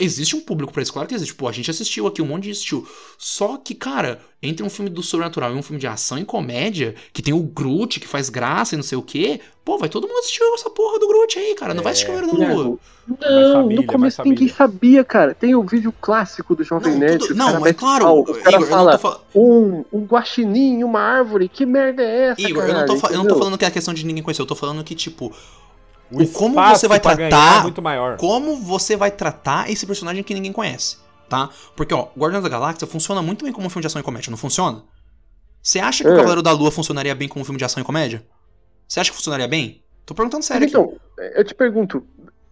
S3: Existe um público pra isso, claro que existe. Pô, a gente assistiu aqui, um monte de gente assistiu. Só que, cara, entre um filme do sobrenatural e um filme de ação e comédia, que tem o Groot, que faz graça e não sei o quê, pô, vai todo mundo assistir essa porra do Groot aí, cara. Não vai
S7: É.
S3: assistir Cavaleiro da Lua.
S7: Iago,
S1: Mais família,
S7: Não, no
S1: mais
S7: começo
S1: família.
S7: ninguém sabia, cara. Tem o vídeo clássico do Jovem
S3: Não,
S7: Nerd.
S3: tudo-
S7: que o
S3: não
S7: cara
S3: mas
S7: mete
S3: claro,
S7: pau, Os caras
S3: Igor, eu não tô
S7: falam
S3: falando.
S7: um, um guaxinim, uma árvore, que merda é essa,
S3: Igor, eu
S7: caralho,
S3: não, tô, fa- eu não tô
S7: entendeu?
S3: falando que é questão de ninguém conhecer, eu tô falando que, tipo,
S1: O
S3: o como
S1: espaço
S3: você vai
S1: pra ganhar
S3: tratar-
S1: é muito maior.
S3: como você vai tratar esse personagem que ninguém conhece, tá? Porque, ó, Guardiões da Galáxia funciona muito bem como um filme de ação e comédia, não funciona? Você acha que o
S7: É.
S3: Cavaleiro da Lua funcionaria bem como um filme de ação e comédia? Você acha que funcionaria bem? Tô perguntando sério aqui.
S7: Então, eu te pergunto,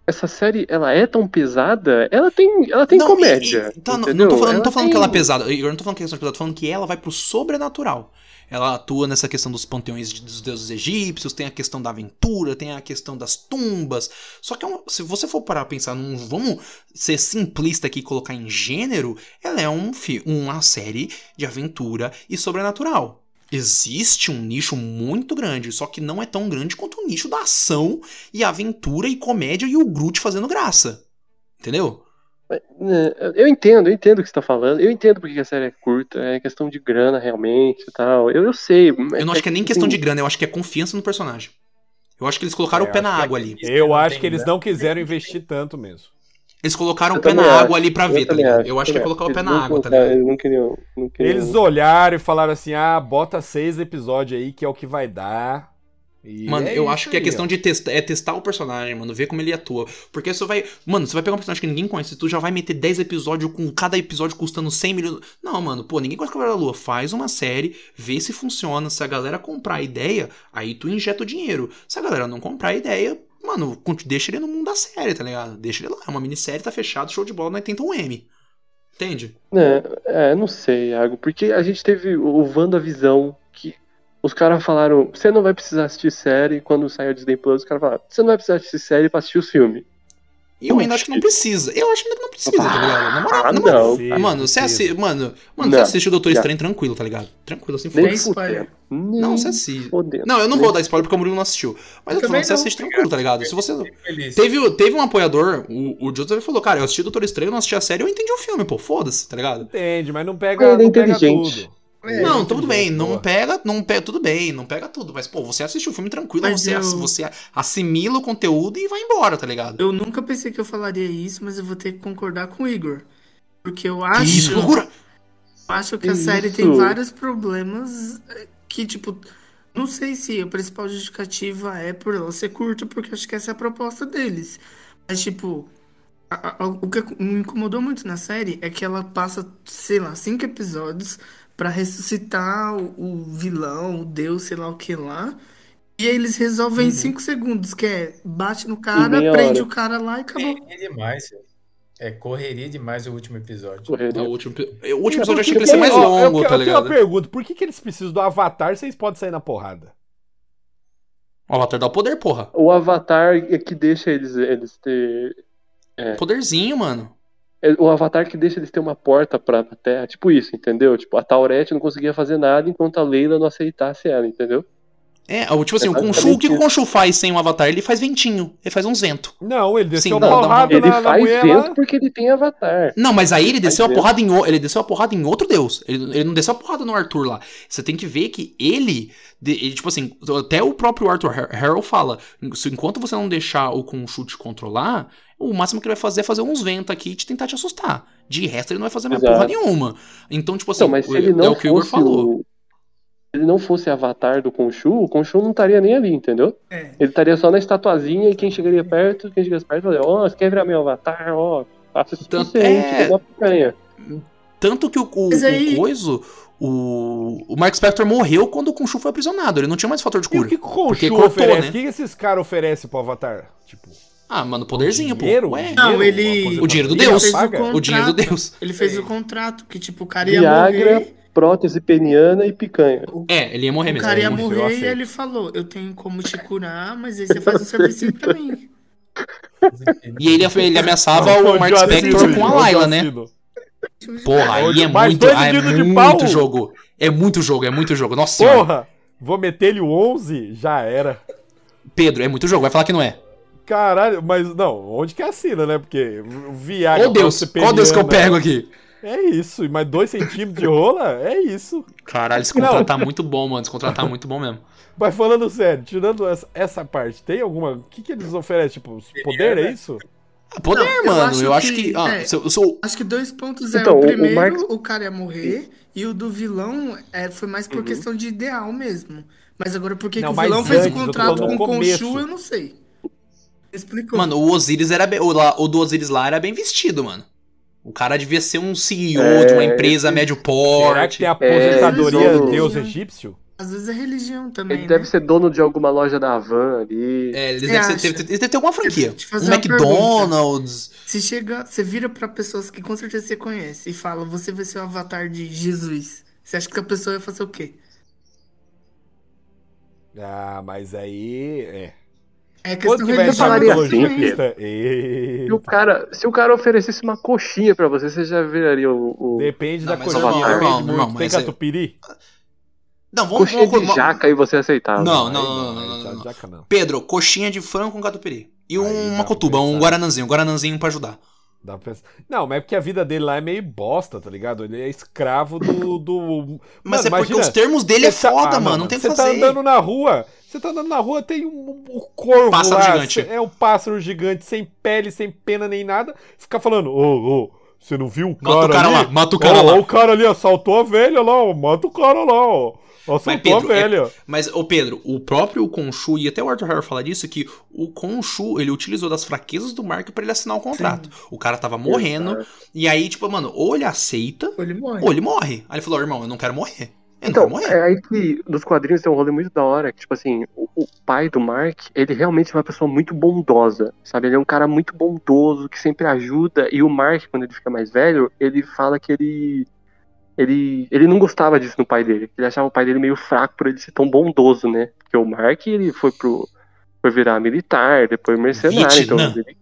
S7: essa série, ela é tão pesada? Ela tem, ela tem
S3: Não,
S7: comédia,
S3: e- e- tá, não, não
S7: entendeu?
S3: tô falando, não
S7: Ela
S3: tô falando
S7: tem-
S3: que ela é pesada, Igor, não tô falando que ela é pesada, tô falando que ela vai pro sobrenatural. Ela atua nessa questão dos panteões de- dos deuses egípcios, tem a questão da aventura, tem a questão das tumbas. Só que é um- se você for parar a pensar, num, vamos ser simplista aqui e colocar em gênero, ela é um fi- uma série de aventura e sobrenatural. Existe um nicho muito grande, só que não é tão grande quanto o nicho da ação e aventura e comédia e o Groot fazendo graça. Entendeu?
S7: É, Eu entendo, eu entendo o que você tá falando. Eu entendo porque a série é curta, é questão de grana realmente e tal. Eu, eu sei.
S3: Eu não acho que é nem questão de grana, eu acho que é confiança no personagem. Eu acho que eles colocaram
S1: É,
S3: o pé na
S1: acho que
S3: água ali.
S1: Eu acho que
S3: né?
S1: eles não quiseram investir tanto mesmo.
S3: Eles colocaram o
S7: Eu
S3: pé na
S7: também
S3: água ali pra
S7: Eu
S3: ver, tá
S7: também
S3: ligado? Eu acho que é
S7: também
S3: colocar o
S7: Eles
S3: pé
S7: não é,
S3: na água, tá
S7: colocaram-
S3: ligado?
S7: Eles não queriam. Não queriam.
S1: Eles olharam e falaram assim: ah, bota seis episódios aí que é o que vai dar. E
S3: Mano,
S1: é
S3: eu
S1: isso
S3: acho que é
S1: aí,
S3: questão
S1: ó.
S3: de testar, é testar o personagem, mano, ver como ele atua. Porque você vai. Mano, você vai pegar um personagem que ninguém conhece, tu já vai meter 10 episódios com cada episódio custando 100 milhões. Não, mano, pô, ninguém conhece o Cavaleiro da Lua. Faz uma série, vê se funciona. Se a galera comprar a ideia, aí tu injeta o dinheiro. Se a galera não comprar a ideia, mano, conti- deixa ele no mundo da série, tá ligado? Deixa ele lá. É uma minissérie, tá fechado, show de bola, nós tenta um M. Entende?
S7: É, é, não sei, Iago, porque a gente teve o o WandaVisão, que os caras falaram, você não vai precisar assistir série, quando saiu a Disney Plus, os caras falaram, você não vai precisar assistir série pra assistir os filmes.
S3: E eu ainda acho que não precisa. Eu acho ainda que não precisa, tá ligado? Na moral,
S7: Ah,
S3: na moral.
S7: não.
S1: Precisa,
S3: Mano, você
S1: precisa.
S3: assiste. Mano, mano, você
S7: Não,
S3: assiste o Doutor
S7: já.
S3: Estranho tranquilo, tá ligado? Tranquilo, assim,
S7: Nem
S4: Tem
S3: foda-se.
S4: spoiler.
S7: Nem
S3: Não, você assiste.
S7: fodendo.
S3: Não, eu não vou dar spoiler porque o Murilo não assistiu. Mas eu tô falando
S10: também
S3: que você
S10: não,
S3: assiste
S10: obrigado.
S3: tranquilo, tá ligado? Se você.
S10: Fico feliz.
S3: Teve, teve um apoiador, o, o Joseph falou, cara, eu assisti Doutor Estranho, não assisti a série, eu entendi o filme, pô, foda-se, tá ligado?
S1: Entende, mas não
S7: Ele
S1: pega,
S7: é
S1: não pega
S7: inteligente.
S1: tudo.
S10: É,
S3: não, tudo
S1: entendi,
S3: bem, não
S1: boa.
S3: pega, não pega, tudo bem, não pega tudo, mas, pô, você assiste o filme tranquilo,
S4: Mas
S3: você,
S4: eu-
S3: ass- você assimila o conteúdo e vai embora, tá ligado?
S4: Eu nunca pensei que eu falaria isso, mas eu vou ter que concordar com o Igor. Porque eu acho.
S3: Que isso, loucura!
S4: Eu acho que
S7: Que
S4: a série tem
S7: isso?
S4: vários problemas eh, que, tipo, não sei se a principal justificativa é por ela ser curta, porque acho que essa é a proposta deles. Mas, tipo, a- a- o que me incomodou muito na série é que ela passa, sei lá, cinco episódios pra ressuscitar o, o vilão, o deus, sei lá o que lá. E eles resolvem em 5 segundos, que é bate no cara,
S7: Uhum. meia
S4: prende
S7: hora.
S4: o cara lá e acabou.
S10: Correria demais. velho. É correria demais o último episódio.
S7: Correria.
S3: Ah, O último, o último episódio eu
S1: Porque
S3: achei que ele ia ser mais
S1: tem- ó, eu
S3: longo,
S1: que-
S3: tá
S1: eu tenho uma
S3: ligado?
S1: pergunta: por que, que eles precisam do Avatar se eles podem sair na porrada?
S3: O Avatar dá o poder, porra.
S7: O Avatar é que deixa eles, eles ter.
S3: Poderzinho, mano.
S7: é O Avatar que deixa eles ter uma porta pra pra Terra, tipo isso, entendeu? Tipo, a Taurete não conseguia fazer nada enquanto a Leila não aceitasse ela, entendeu?
S3: É, o- tipo assim, o
S7: É basicamente
S3: Khonshu, o que o
S7: isso.
S3: Khonshu faz sem o Avatar? Ele faz ventinho, ele faz um uns vento.
S1: Não, ele desceu
S3: Sim,
S1: a
S3: não, não,
S1: porrada
S7: Ele
S1: na, na
S7: faz
S1: mulher
S7: vento
S1: lá.
S7: porque ele tem Avatar.
S3: Não, mas aí ele desceu a
S7: Deus.
S3: porrada em o- ele desceu a porrada em outro deus. Ele, ele não desceu a porrada no Arthur lá. Você tem que ver que ele, de- ele, tipo assim, até o próprio Arthur Har- Harrell fala, "Se- enquanto você não deixar o Khonshu te controlar, o máximo que ele vai fazer é fazer uns ventos aqui e te tentar te assustar. De resto ele não vai fazer mais
S7: Exato.
S3: porra nenhuma. Então, tipo assim,
S7: Então, mas se
S3: o-
S7: ele
S3: é
S7: não
S3: o que o Igor
S7: fosse
S3: falou.
S7: o... Se ele não fosse Avatar do Khonshu, o Khonshu não estaria nem ali, entendeu?
S4: É.
S7: Ele estaria só na estatuazinha e quem chegaria perto, quem chegasse perto, falaria, ó, você quer virar meu Avatar, ó, faça isso
S3: Tanto-
S7: pra você, hein,
S3: é.
S7: tipo uma picanha.
S3: Tanto que o, o,
S4: Mas aí-
S3: o coiso, o, o Mark Spector morreu quando o Khonshu foi aprisionado. Ele não tinha mais fator de
S1: E o
S3: cura.
S1: que que o Khonshu
S3: Porque cortou,
S1: oferece?
S3: né?
S1: O que que esses caras oferecem pro Avatar? Tipo,
S3: Ah, mano, poderzinho,
S1: dinheiro?
S3: pô. Ué,
S4: Não,
S1: Dinheiro?
S4: ele-
S1: Uma aposentadoria?
S3: O dinheiro do
S4: Ele
S3: Deus.
S4: fez o
S1: Paga?
S4: contrato,
S3: o dinheiro do Deus.
S4: Ele fez o contrato, que tipo, o cara ia
S7: Viagra,
S4: morrer.
S7: prótese peniana e picanha.
S3: É, ele ia morrer
S4: O
S3: mesmo.
S4: cara
S3: ele ia
S4: ia
S3: morrer.
S1: morrer.
S4: morrer e
S1: aceito.
S4: ele falou: Eu tenho como te curar, mas aí você faz um serviço pra mim.
S3: E ele, ele ameaçava
S1: Ô,
S3: o Mark
S1: John
S3: Spector
S1: Cena,
S3: com a
S1: ô, John
S3: Laila, né?
S1: Cena.
S3: Porra, aí é
S1: Mais
S3: muito,
S1: dois
S3: ah, é
S1: dedos de
S3: muito
S1: pau.
S3: jogo. É muito jogo, é muito jogo. Nossa senhora.
S1: Porra, vou meter ele o 11? Já era.
S3: Pedro, é muito jogo, vai falar que não é.
S1: Caralho, mas não, onde que assina, né? Porque Viagra.
S3: Ô Deus,
S1: prótese
S3: qual Deus que eu
S1: peniana,
S3: pego aqui?
S1: É isso, e mais dois centímetros de rola? É isso.
S3: Caralho, esse contratar muito bom, mano. Esse contratar muito bom mesmo.
S1: Mas falando sério, tirando essa, essa parte, tem alguma. O que, que eles oferecem? Tipo, os poder, é isso?
S3: Ah, Poder,
S4: eu
S3: mano.
S4: acho
S3: eu acho
S4: que-
S3: que. ah,
S4: é.
S3: se eu- se eu-
S4: Acho que 2.0
S7: Então,
S4: o
S7: o- o
S4: primeiro, o,
S7: Marx-
S4: cara ia morrer, e o do vilão é, foi mais por questão de ideal mesmo. Mas agora por que que
S1: Uhum. Não,
S4: o
S1: mas
S4: vilão fez o
S1: antes, eu tô
S4: contrato
S1: falando
S4: com
S1: no
S4: o Conchu,
S1: começo.
S4: eu não sei. Explicou.
S3: Mano, o Osiris era. bem- O, lá- o do Osiris lá era bem vestido, mano. O cara devia ser um CEO de uma
S7: É,
S3: empresa
S7: esse-
S3: médio
S1: Será que
S3: porte.
S1: tem aposentadoria
S7: É,
S1: de
S7: isso.
S1: deus egípcio?
S4: Às vezes é religião também.
S7: Ele deve
S4: né?
S7: ser dono de alguma loja da Havan ali.
S3: É, eles
S4: Você
S3: devem
S4: acha?
S3: ter, eles devem ter alguma franquia.
S4: Eu te fazer
S3: Um
S4: uma
S3: McDonald's.
S4: Se chega, você vira pra pessoas que com certeza você conhece e fala: Você vai ser o avatar de Jesus. Você acha que a pessoa vai fazer o quê?
S1: Ah, mas aí. É.
S4: É questão
S1: Quanto que vai
S4: religiosa
S1: entrar a
S7: falaria
S1: mitologia
S7: assim,
S4: também.
S1: cristã?
S7: Se o,
S1: Eita,
S7: cara, se o cara oferecesse uma coxinha pra você, você já viraria o. o-
S1: Depende
S3: Não,
S1: da
S3: mas
S1: coxinha,
S7: irmão,
S1: depende
S3: irmão,
S1: muito.
S3: irmão,
S1: Tem
S3: mas é-
S1: catupiry?
S3: Não, vamos.
S7: coxinha
S3: vamos,
S7: de jaca e você aceitava.
S3: Não, não,
S1: Aí
S3: não, não,
S1: aí
S3: não, não,
S1: já-
S3: não.
S1: já que não.
S3: Pedro, coxinha de frango com catupiry. E
S1: Aí
S3: uma
S1: dá pra
S3: cotuba, um
S1: pensar.
S3: guarananzinho, um guarananzinho pra ajudar.
S1: Dá pra pensar. Não, mas é porque a vida dele lá é meio bosta, tá ligado? Ele é escravo do. do...
S3: Mas
S1: Mano,
S3: é porque
S1: imagina,
S3: os termos dele é
S1: Você tá-
S3: foda,
S1: Ah,
S3: mano. Não tem o que
S1: Você tá
S3: fazer.
S1: andando na rua, você tá andando na rua, tem um, um corvo
S3: Pássaro
S1: lá,
S3: gigante.
S1: É um pássaro gigante, sem pele, sem pena nem nada. Fica falando, ô, ô, você não viu o cara
S3: Mata o cara
S1: ali?
S3: lá, mata o cara
S1: Ó,
S3: lá.
S1: ó, o cara ali assaltou a velha lá, ó, mata o cara lá, ó. Assaltou
S3: Mas, Pedro, é
S1: a velha.
S3: Mas, ô Pedro, o próprio Conchu, e até o Arthur Harrow fala disso, que o Conchu, ele utilizou das fraquezas do Mark pra ele assinar o contrato. O cara tava morrendo, e aí, tipo, mano, ou ele aceita,
S4: Ou ele morre.
S3: ou ele morre. Aí ele falou, irmão, eu não quero morrer. Eu não
S7: Então,
S3: quero morrer.
S7: é aí que nos quadrinhos tem um rolê muito da hora, que, tipo assim, o, o pai do Mark, ele realmente é uma pessoa muito bondosa, sabe? Ele é um cara muito bondoso, que sempre ajuda, e o Mark, quando ele fica mais velho, ele fala que ele... Ele, ele não gostava disso no pai dele, que ele achava o pai dele meio fraco por ele ser tão bondoso, né? Porque o Mark, ele foi pro... foi virar militar, depois mercenário,
S3: Vietnã.
S7: então... Ele,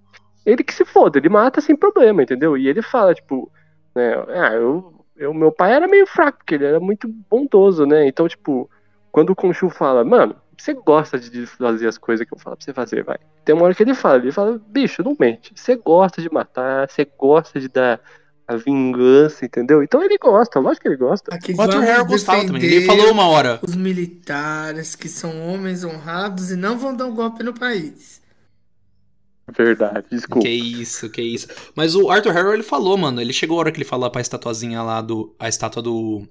S7: ele que se foda, ele mata sem problema, entendeu? E ele fala, tipo, né, ah, eu eu, meu pai era meio fraco, porque ele era muito bondoso, né? Então, tipo, quando o Conchu fala, mano, você gosta de fazer as coisas que eu falo pra você fazer, vai. Tem uma hora que ele fala, ele fala, bicho, não mente. Você gosta de matar, você gosta de dar a vingança, entendeu? Então ele gosta, lógico que ele gosta.
S4: Aqui
S3: O Arthur
S4: vamos
S3: Harrow gostava também. Ele
S4: defender
S3: falou uma hora.
S4: os militares que são homens honrados e não vão dar um golpe no país.
S7: Verdade, desculpa.
S3: Que isso, que isso. Mas o Arthur Harrow, ele falou, mano. Ele chegou a hora que ele falou pra estatuazinha lá do. A estátua do.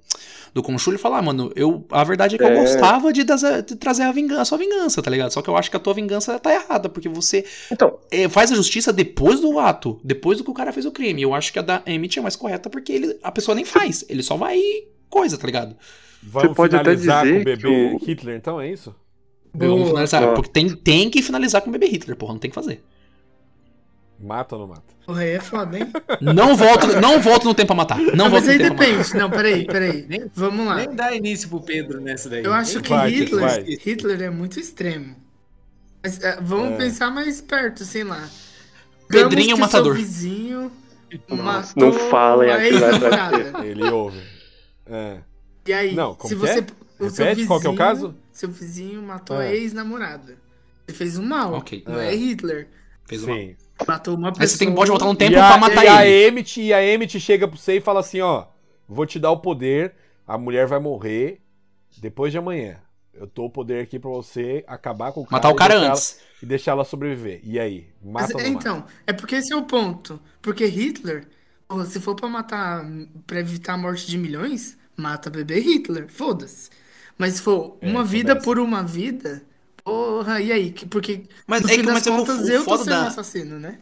S3: Do Conchu, ele falou, ah, mano, eu, a verdade é que eu
S7: É.
S3: gostava de, das- de trazer a vingança, a sua vingança, tá ligado? Só que eu acho que a tua vingança tá errada, porque você
S7: Então,
S3: é, faz a justiça depois do ato, depois do que o cara fez o crime. Eu acho que a da Emmett é mais correta, porque ele, a pessoa nem faz, ele só vai e coisa, tá ligado?
S1: Vamos
S7: pode até
S1: finalizar com
S7: dizer
S1: o bebê
S7: que o-
S1: Hitler, então, é isso?
S3: Vamos
S4: Boa.
S3: finalizar.
S7: Boa.
S3: Porque tem, tem que finalizar com o bebê Hitler, porra. Não tem o que fazer.
S1: Mata ou não mata?
S4: Porra, aí é foda, hein? Ah,
S3: Não volto, não volto no tempo pra matar. Não volto
S4: Mas
S3: no
S4: aí
S3: tempo pra matar.
S4: depende. Não, peraí, peraí.
S10: Nem-
S4: Vamos lá.
S10: Nem dá início pro Pedro nessa daí.
S4: Eu acho que
S1: Vai,
S4: Hitler,
S1: vai.
S4: Hitler é muito extremo. Mas, é, vamos
S1: É. um
S4: pensar mais perto, sei lá.
S3: Pedrinho
S4: Digamos que
S3: matador.
S4: Seu vizinho
S7: Nossa,
S4: matou
S7: não falem
S4: a
S7: aquilo, vai
S4: ex-namorada.
S1: Ele ouve. É.
S4: E aí,
S1: Não, como
S4: se
S1: que
S4: você.
S1: é?
S4: o seu
S1: Repete qual que é o
S4: vizinho-
S1: caso?
S4: Seu vizinho matou a
S1: É.
S4: ex-namorada. Ele fez um mal.
S3: Ok.
S4: Não é
S1: É.
S4: Hitler.
S3: Fez uma...
S1: Sim.
S4: Matou uma pessoa.
S3: Ah. Mas você tem, pode um voltar no tempo
S1: e a,
S3: pra matar
S1: e a
S3: ele.
S1: Emmett, e a Emmett chega pro você e fala assim, ó, vou te dar o poder, a mulher vai morrer depois de amanhã. Eu tô o poder aqui pra você acabar com o cara.
S3: Matar
S1: e
S3: o cara
S1: deixar
S3: antes.
S1: ela- e deixar ela sobreviver. E aí?
S4: Mas,
S1: Mata ou não mata?
S4: então, é porque esse é o ponto. Porque Hitler, pô, se for pra matar, pra evitar a morte de milhões, mata bebê Hitler, foda-se. Mas se for
S1: É,
S4: uma vida
S1: acontece.
S4: por uma vida, porra, e aí? Que- Porque
S3: Mas
S4: no
S3: é
S4: fim
S3: que-
S4: das
S3: mas é que o-
S4: contas
S3: o
S4: eu tô
S3: foda
S4: sendo
S3: da-
S4: um assassino, né?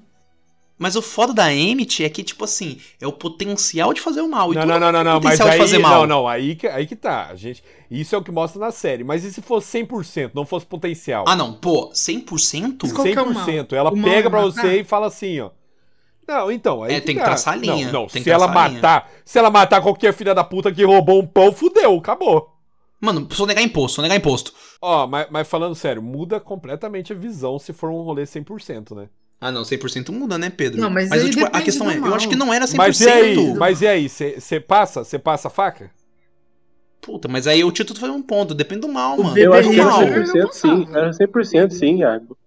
S3: Mas o foda da Emmett é que, tipo assim, é o potencial de fazer o mal. E
S1: Não,
S3: tu
S1: não, não, não, não,
S3: tem
S1: mas
S3: potencial de
S1: aí,
S3: fazer mal.
S1: não, não, aí que, aí que tá, a gente. Isso é o que mostra na série. Mas e se fosse 100%, não fosse potencial?
S3: Ah, não, pô, 100%?
S4: Mas qual que é o mal?
S1: 100%. Ela
S4: O mal
S1: pega
S4: é
S1: pra
S4: matar?
S1: você e fala assim, ó. Não, então, aí
S3: É, tem que
S1: tá.
S3: traçar a linha,
S1: Não, não,
S3: tem que
S1: se ela
S3: traçar a linha.
S1: matar, se ela matar qualquer filha da puta que roubou um pão, fudeu, acabou.
S3: Mano, só negar imposto, só negar imposto.
S1: Ó, mas, mas falando sério, muda completamente a visão se for um rolê 100%, né?
S3: Ah, não, 100% muda, né, Pedro?
S4: Não, mas aí
S3: tipo, a
S4: depende
S3: questão
S4: do
S3: é, eu
S4: mal.
S3: acho que não era 100%.
S1: Mas e aí? Mas e aí? Você passa? Você passa a faca?
S3: Puta, mas aí o Tito faz um ponto, depende do mal,
S4: O
S3: mano.
S4: bebê
S3: Qual
S7: Eu acho
S3: que
S7: que
S3: é
S7: era
S3: o mal? É,
S4: Hitler-
S7: 100% sim. é Era 100% sim, Iago.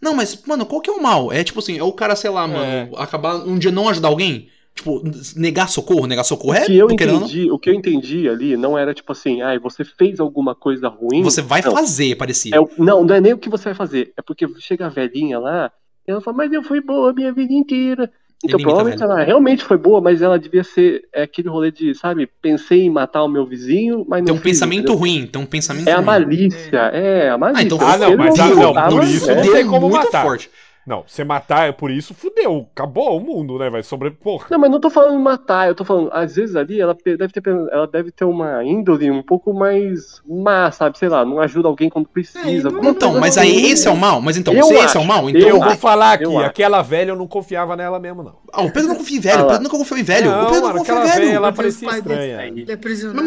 S3: Não, mas, mano, qual que é o mal? É tipo assim, é o cara, sei lá, mano,
S7: É.
S3: acabar um dia não ajudar alguém? Tipo, negar socorro, negar socorro é,
S7: O que eu
S3: querendo ou não,
S7: entendi, o que eu entendi ali não era tipo assim, ai, você fez alguma coisa ruim.
S3: você vai
S7: não.
S3: fazer, parecia.
S7: É o- não, não é nem o que você vai fazer. É porque chega a velhinha lá, e ela fala, mas eu fui boa a minha vida inteira. Então,
S3: Ele imita a
S7: provavelmente
S3: velha.
S7: ela realmente foi boa, mas ela devia ser é aquele rolê de, sabe, pensei em matar o meu vizinho, mas não.
S3: Tem um
S7: fiz,
S3: pensamento
S7: entendeu?
S3: ruim, tem um pensamento
S7: É a
S3: ruim.
S7: malícia, é, a malícia.
S3: Ah, então
S1: Ah, não,
S7: Você
S1: mas ah, não,
S7: tava-
S1: por isso
S7: é.
S1: não tem como
S3: muito
S1: matar.
S3: forte.
S1: Não, você matar, é por isso fudeu, acabou o mundo, né? Vai sobre. Porra.
S7: Não, mas não tô falando matar, eu tô falando, às vezes ali ela pe- deve ter, pen- ela deve ter uma índole um pouco mais má, sabe? Sei lá, não ajuda alguém quando precisa.
S4: É, não-
S3: Então, mas aí esse é o mal, mas então,
S7: Eu
S3: se esse
S7: acho,
S3: é o mal, então.
S1: eu vou falar aqui,
S7: eu acho.
S1: aquela velha eu não confiava nela mesmo, não.
S3: Ah, o Pedro não confia em velho,
S7: Ah
S3: o
S7: lá.
S3: Pedro nunca confiou em velho. o Pedro não
S1: mano,
S3: confia em
S1: aquela
S3: velho.
S1: velha ela
S4: porque os
S1: parecia
S4: pais dele-
S1: estranha.
S4: Ele é prisioneiro.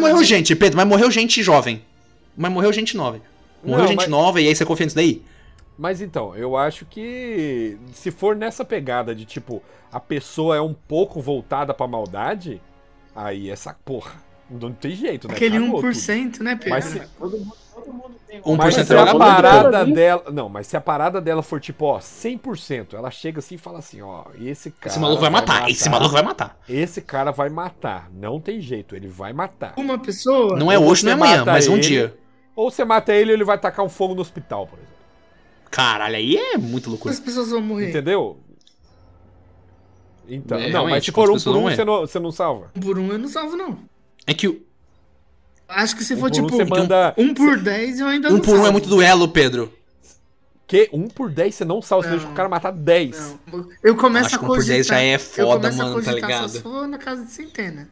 S3: Mas morreu gente, Pedro, mas morreu gente jovem. Mas morreu gente nova. Morreu
S1: Não,
S3: gente
S1: mas-
S3: nova e aí você confia nisso daí?
S1: Mas então, eu acho que se for nessa pegada de tipo, a pessoa é um pouco voltada pra maldade, aí essa porra. Não tem jeito, né?
S4: Aquele
S1: Cagou
S4: 1%, né, Pedro?
S1: Mas se-
S10: Todo mundo, todo mundo tem um.
S3: 1%
S1: Mas se
S7: Porcentagem
S1: a
S7: é
S1: parada
S7: boa, né?
S1: dela. Não, mas se a parada dela for tipo, ó, 100%, ela chega assim e fala assim, ó, esse cara.
S3: Esse maluco vai matar, esse maluco vai matar.
S1: Esse cara vai matar. Não tem jeito, ele vai matar.
S4: Uma pessoa.
S3: Não é
S1: Ou
S3: hoje, não é
S1: você
S3: amanhã,
S1: mata
S3: mas um
S1: ele.
S3: dia.
S1: Ou você mata ele ou ele vai tacar um fogo no hospital, por exemplo.
S3: Caralho, aí é muito loucura.
S4: Quantas pessoas vão morrer?
S1: Entendeu? Então,
S3: É,
S1: não, mas
S3: realmente,
S1: se for um
S3: as pessoas
S1: por um,
S3: não é.
S1: você, não, você não salva.
S4: Um por um eu não salvo, não.
S3: É que o-
S4: Acho que se
S1: um
S4: for
S1: por um,
S4: tipo
S1: você manda.
S4: um por 10, eu ainda
S3: um
S4: não
S3: por um
S4: salvo.
S3: é muito duelo, Pedro.
S1: Que? Um por 10 você não salva, você
S4: Não.
S1: deixa o cara matar 10.
S4: Não, eu começo
S3: Acho
S4: a
S3: que um por 10 já
S4: cogitar.
S3: é
S4: Eu
S3: foda,
S4: começo a
S3: mano, tá
S4: cogitar só se
S3: ligado?
S4: for na casa de centena.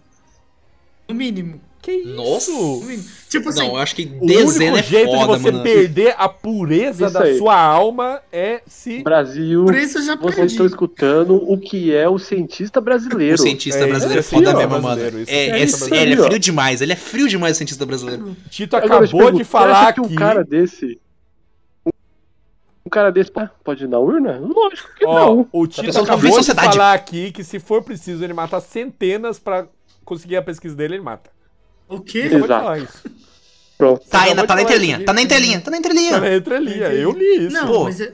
S4: No mínimo.
S1: Que isso?
S3: Nossa.
S4: No
S1: O
S4: mínimo. Tipo assim,
S3: Não, é eu acho que
S1: único
S3: dezena é
S1: jeito
S3: foda,
S1: de você
S3: mano.
S1: perder a pureza
S7: Isso
S1: da
S7: aí.
S1: sua alma é se.
S7: Brasil,
S4: por isso eu já
S7: vocês
S4: perdi.
S7: estão escutando o que é o cientista brasileiro.
S3: O cientista
S1: É,
S3: brasileiro é
S1: isso,
S3: foda
S1: ó,
S3: mesmo, mano.
S1: brasileiro, isso
S3: É,
S1: é
S3: é,
S1: isso,
S3: é-
S7: brasileiro.
S3: ele é frio demais, ele é frio demais, o cientista brasileiro.
S1: Tito
S7: Agora, eu te
S1: acabou de
S7: pergunto, você
S1: falar
S7: acha
S1: aqui.
S7: que um cara desse. Um cara desse ah, pode ir na urna? Lógico que
S1: Ó,
S7: não.
S1: o
S3: Tá A
S1: Tito
S3: pessoa só
S1: acabou
S3: vive em
S1: de
S3: sociedade.
S1: falar aqui que se for preciso ele matar centenas pra conseguir a pesquisa dele, ele mata.
S4: O quê?
S1: Ele acabou de
S7: Exato.
S1: falar isso.
S7: Pronto.
S3: Tá aí,
S1: acabou
S3: na-
S1: de
S3: tá na
S1: falar
S3: entrelinha,
S1: isso,
S3: tá na
S1: gente.
S3: entrelinha, tá na
S1: Tá na
S3: entrelinha.
S1: entrelinha, eu li isso.
S4: Não,
S3: Pô.
S4: mas é-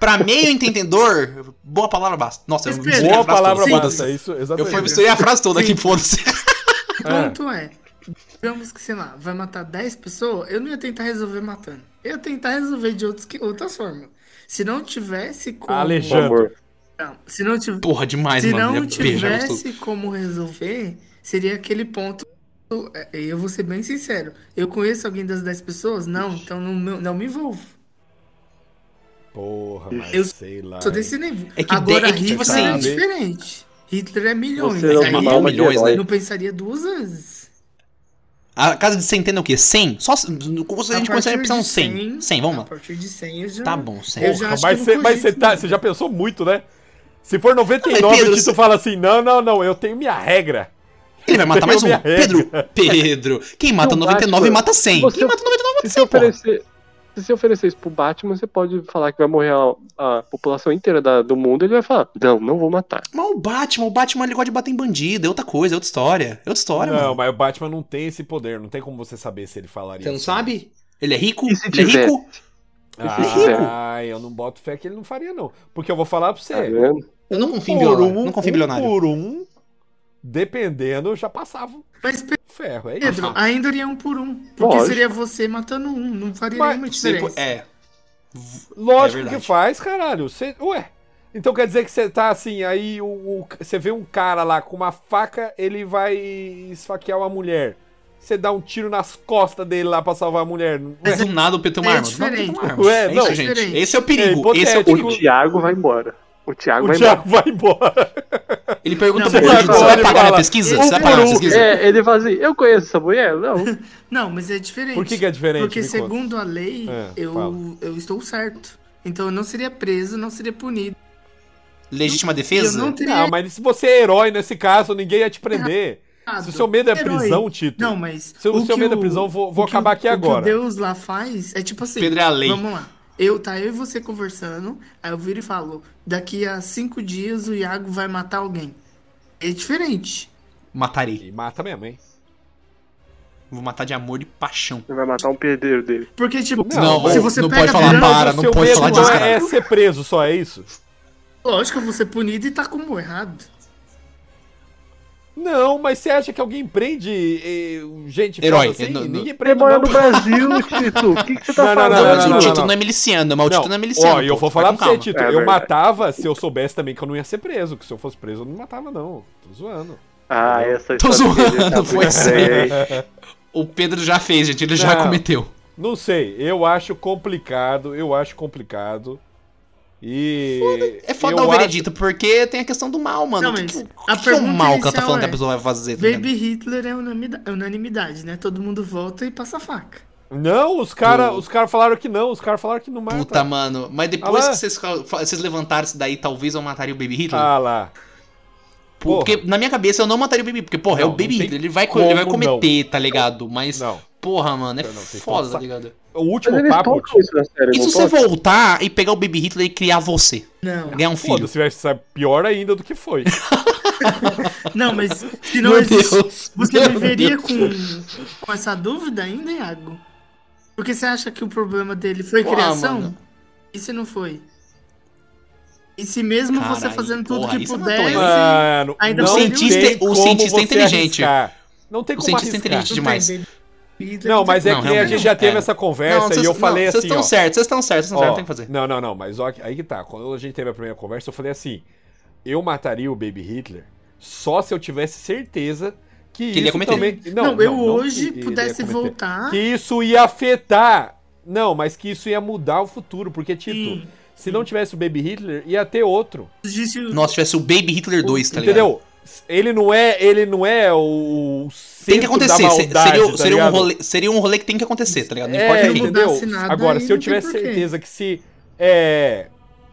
S3: Pra meio entendedor, boa palavra basta. Nossa, eu
S4: Mas,
S3: misturei a
S1: Boa
S4: Pedro,
S3: frase
S1: palavra
S3: toda, foda-se.
S1: basta, isso,
S3: Eu
S1: exatamente.
S3: fui misturei a frase toda aqui, foda-se.
S4: o ponto é, digamos que, sei lá, vai matar 10 pessoas, eu não ia tentar resolver matando. Eu ia tentar resolver de outros que, outra forma. Se não tivesse como.
S1: Alejandro.
S7: Por favor.
S4: Não, se não, tiv-
S3: Porra, demais,
S4: se
S3: mano. é Já-
S4: não
S3: já gostou.
S4: tivesse como resolver, seria aquele ponto. é, Eu vou ser bem sincero. Eu conheço alguém das 10 pessoas? Não, então não, me- não me envolvo.
S1: Porra, mas
S4: Eu
S1: sei lá.
S4: Sou
S1: hein.
S4: desse nível.
S3: É que
S4: Agora,
S3: de- é que, tipo
S4: Hitler é
S1: assim,
S4: diferente. Hitler é milhões.
S7: Você é
S4: Aí
S7: uma alma de
S3: milhões, né?
S7: herói.
S4: eu não pensaria duas vezes.
S3: A casa de centena é o quê? 100? Só se a gente começar a opção 100. 100, vamos
S4: A
S3: lá.
S4: partir de 100 eu já.
S3: Tá bom, 100.
S4: Eu já acho
S1: Mas,
S4: que eu
S1: você,
S4: não
S1: mas você,
S4: cogito,
S1: tá-
S4: não.
S1: você já pensou muito, né? Se for 99,
S3: Não, mas Pedro,
S1: o Tito
S3: você-
S1: fala assim: não, não, não, eu tenho minha regra.
S3: Ele vai matar mais um.
S1: Minha
S3: Pedro, Pedro. Quem mata
S7: Então,
S3: 99
S7: Batman,
S3: mata 100.
S7: você-
S3: Quem mata 99 mata
S7: Se você
S3: 100, porra.
S7: oferecer. Se você oferecer isso pro Batman, você pode falar que vai morrer a, a população inteira da- do mundo, ele vai falar, não, não vou matar.
S3: Mas o Batman, o Batman ele gosta de bater em bandido, é outra coisa, é outra história. É outra história,
S1: não,
S3: mano.
S1: mas o Batman não tem esse poder, não tem como você saber se ele falaria.
S3: Você não
S1: assim.
S3: sabe? é Ele é rico?
S7: E se
S3: Ele é
S7: tiver?
S3: rico?
S1: Ah, eu não boto fé que ele não faria, não. Porque eu vou falar pra
S7: Tá
S1: você.
S7: vendo?
S3: Eu não confio em
S1: por
S3: bilionário.
S1: um,
S3: não confio em
S1: um
S3: bilionário.
S1: por um, dependendo, eu já passava o
S4: Mas
S1: ferro. É isso.
S4: Pedro, ainda iria um por um. Porque
S7: Lógico.
S4: seria você matando um, não faria
S1: Mas
S4: nenhuma
S3: Se ele
S4: diferença.
S3: for- é. É
S1: Lógico
S3: verdade.
S1: que faz, caralho. Você, ué. Então quer dizer que você tá assim, aí o, o- você vê um cara lá com uma faca, ele vai esfaquear uma mulher. Você dá um tiro nas costas dele lá pra salvar a mulher.
S3: Mas do nada o Pedro tem uma
S4: é
S3: arma. Do nada o Pedro tem uma
S4: diferente.
S3: arma.
S1: Ué,
S3: É
S1: não,
S3: isso, gente.
S4: diferente.
S3: Esse é o perigo.
S1: É
S3: Esse é o
S1: hipotético.
S3: perigo.
S7: O Thiago vai embora. O Thiago
S1: O
S7: vai
S1: Thiago vai embora.
S3: Ele pergunta
S4: Não,
S3: pro
S4: mas
S3: bandido,
S1: agora
S3: você vai
S1: ele
S3: pagar minha
S1: fala,
S3: pesquisa?
S1: eu
S3: Você vai pagar minha
S1: juro,
S7: embora.
S3: pesquisa?
S7: É, ele fala assim, eu conheço essa mulher? Não.
S4: Não, mas é diferente.
S1: Por que, que é diferente?
S4: Porque
S1: Me conta.
S4: segundo a lei,
S1: É, fala.
S4: eu, eu estou certo. Então eu não seria preso, não seria punido.
S3: Legítima
S4: Eu
S3: defesa?
S4: não teria
S1: Não, mas se você é herói nesse caso, ninguém ia te prender.
S4: errado.
S1: Se o seu medo é
S4: Herói.
S1: prisão, Tito.
S4: Não, mas.
S1: se o, seu
S4: que
S1: medo é prisão, vou, vou
S4: o que o-
S1: acabar aqui
S4: o que
S1: agora.
S4: O Deus lá faz é tipo assim.
S3: Pedro é a lei.
S4: Vamos lá. Eu, tá eu e você conversando, aí eu viro e falo, daqui a cinco dias o Iago vai matar alguém. É diferente.
S3: Matarei.
S1: E mata mesmo, hein?
S3: Vou matar de amor e paixão.
S7: Ele vai matar um perdeiro dele.
S4: Porque, tipo,
S1: Não,
S4: se
S1: não
S4: você
S3: pode
S4: pega
S3: falar,
S4: a grana,
S3: para,
S1: o
S3: não
S1: seu
S3: pode
S1: medo
S3: falar
S1: não
S3: disso,
S1: é-
S3: cara.
S1: é ser preso, só é isso?
S4: lógico, eu vou ser punido e tá como errado.
S1: Não, mas você acha que alguém prende eh, gente
S3: Herói,
S1: falsa assim?
S3: eh, não, não.
S1: Ninguém
S7: Você
S1: prende,
S7: mora
S1: não.
S7: no Brasil, Tito. O que, que você tá
S1: Não, não,
S7: falando?
S3: Não, mas
S1: não,
S3: o
S1: não,
S3: Tito
S1: não.
S3: não é miliciano, mas o Tito não é miliciano.
S1: Ó, e eu
S3: pô,
S1: vou
S3: vai
S1: falar
S3: com
S1: pra você,
S3: calma.
S1: Tito.
S7: É
S1: eu
S7: verdade.
S1: matava se eu soubesse também que eu não ia ser preso. Que se eu fosse preso, eu não matava, não. Tô zoando.
S7: Ah, essa
S3: Tô
S7: história dele
S3: zoando,
S7: tá muito
S3: foi
S7: estranha, hein?
S3: O Pedro já fez, gente. Ele já
S1: Não.
S3: cometeu.
S1: Não sei, eu acho complicado, eu acho complicado. E.
S3: É foda
S1: eu
S3: dar o
S1: acho-
S3: veredito, porque tem a questão do mal, mano.
S4: Não,
S3: O que
S4: mas
S3: que- o
S4: a
S3: que que é o
S4: pergunta
S3: mal que ela tá
S4: inicial
S3: falando que a
S4: é,
S3: pessoa vai fazer? tá ligado?
S4: Baby Hitler é unanimida- é unanimidade, né? Todo mundo volta e passa a faca.
S1: Não, os caras
S3: Pô.
S1: os cara falaram que não, os caras falaram que não mata.
S3: Puta, mano. Mas
S1: Ah
S3: depois
S1: lá.
S3: que vocês, fa- vocês levantaram isso daí, talvez eu mataria o Baby Hitler.
S1: Ah lá. porra.
S3: porque na minha cabeça eu não mataria o Baby Hitler, porque, porra, é
S1: Não,
S3: o
S1: não
S3: Baby
S1: tem
S3: Hitler. Ele vai, co- ele vai
S1: como não.
S3: cometer, tá ligado? Mas,
S1: Não.
S3: porra, mano, é
S1: Não, não, vocês
S3: foda,
S1: tão
S3: tá
S1: sa-
S3: ligado?
S1: O
S7: Mas
S1: último
S7: eles
S1: papo.
S7: tocam isso na série,
S3: E
S7: é não
S3: se você
S7: tocam?
S3: voltar e pegar o Baby Hitler e criar você?
S4: Não.
S3: Ganhar um filho?
S1: Foda-se, vai ser pior ainda do que foi.
S4: Não, mas se não
S3: Meu
S4: existe.
S3: Deus,
S4: Você
S3: meu
S4: viveria
S3: Deus.
S4: com, com essa dúvida ainda, Iago? Porque você acha que o problema dele foi
S3: Pô,
S4: criação?
S3: mano.
S4: E se não foi? E se mesmo você
S3: Caralho,
S4: fazendo tudo
S3: porra,
S4: que
S3: isso é
S4: pudesse.
S3: maconha.
S1: Mano,
S4: Ainda
S1: não
S4: o cientista-
S1: tem
S3: o
S1: como
S3: cientista é
S1: você
S3: inteligente.
S1: arriscar. Não tem
S3: O
S1: como
S3: cientista é
S1: arriscar.
S3: inteligente. demais.
S4: Não, tem baby Hitler,
S1: Não,
S4: não
S1: mas
S4: tem
S1: é
S3: Não,
S1: que nem a gente
S3: realmente
S1: já
S3: não.
S1: teve
S3: É.
S1: essa conversa
S3: vocês-
S1: e eu falei
S3: vocês
S1: assim,
S3: estão
S1: ó.
S3: certos, vocês estão certos, vocês estão certos, tem que fazer.
S1: Não, não, não, mas ó, aí que tá. Quando a gente teve a primeira conversa, eu falei assim: eu mataria o Baby Hitler só se eu tivesse certeza que,
S3: ele ia
S1: isso
S3: cometer.
S1: também.
S4: Não, eu hoje
S1: que ele ia
S4: pudesse
S1: cometer.
S4: voltar.
S1: Que isso ia afetar. Não, mas que isso ia mudar o futuro, porque, Tito,
S4: Sim.
S1: se não tivesse o Baby Hitler, ia ter outro.
S4: Existe o-
S3: Nossa, tivesse o Baby Hitler 2, tá ligado?
S1: Entendeu? Ele não é, ele não é o
S3: Tem que
S1: centro da
S3: acontecer. se-
S1: maldade,
S3: seria,
S1: tá
S3: seria um
S1: ligado?
S3: rolê, seria um rolê que tem que acontecer, tá ligado? Não importa
S1: É,
S4: quem.
S3: quem.
S1: entendeu?
S4: Mudasse nada,
S1: Agora,
S4: aí
S1: se eu
S4: não tem
S1: tivesse
S4: porquê.
S1: certeza que se. É,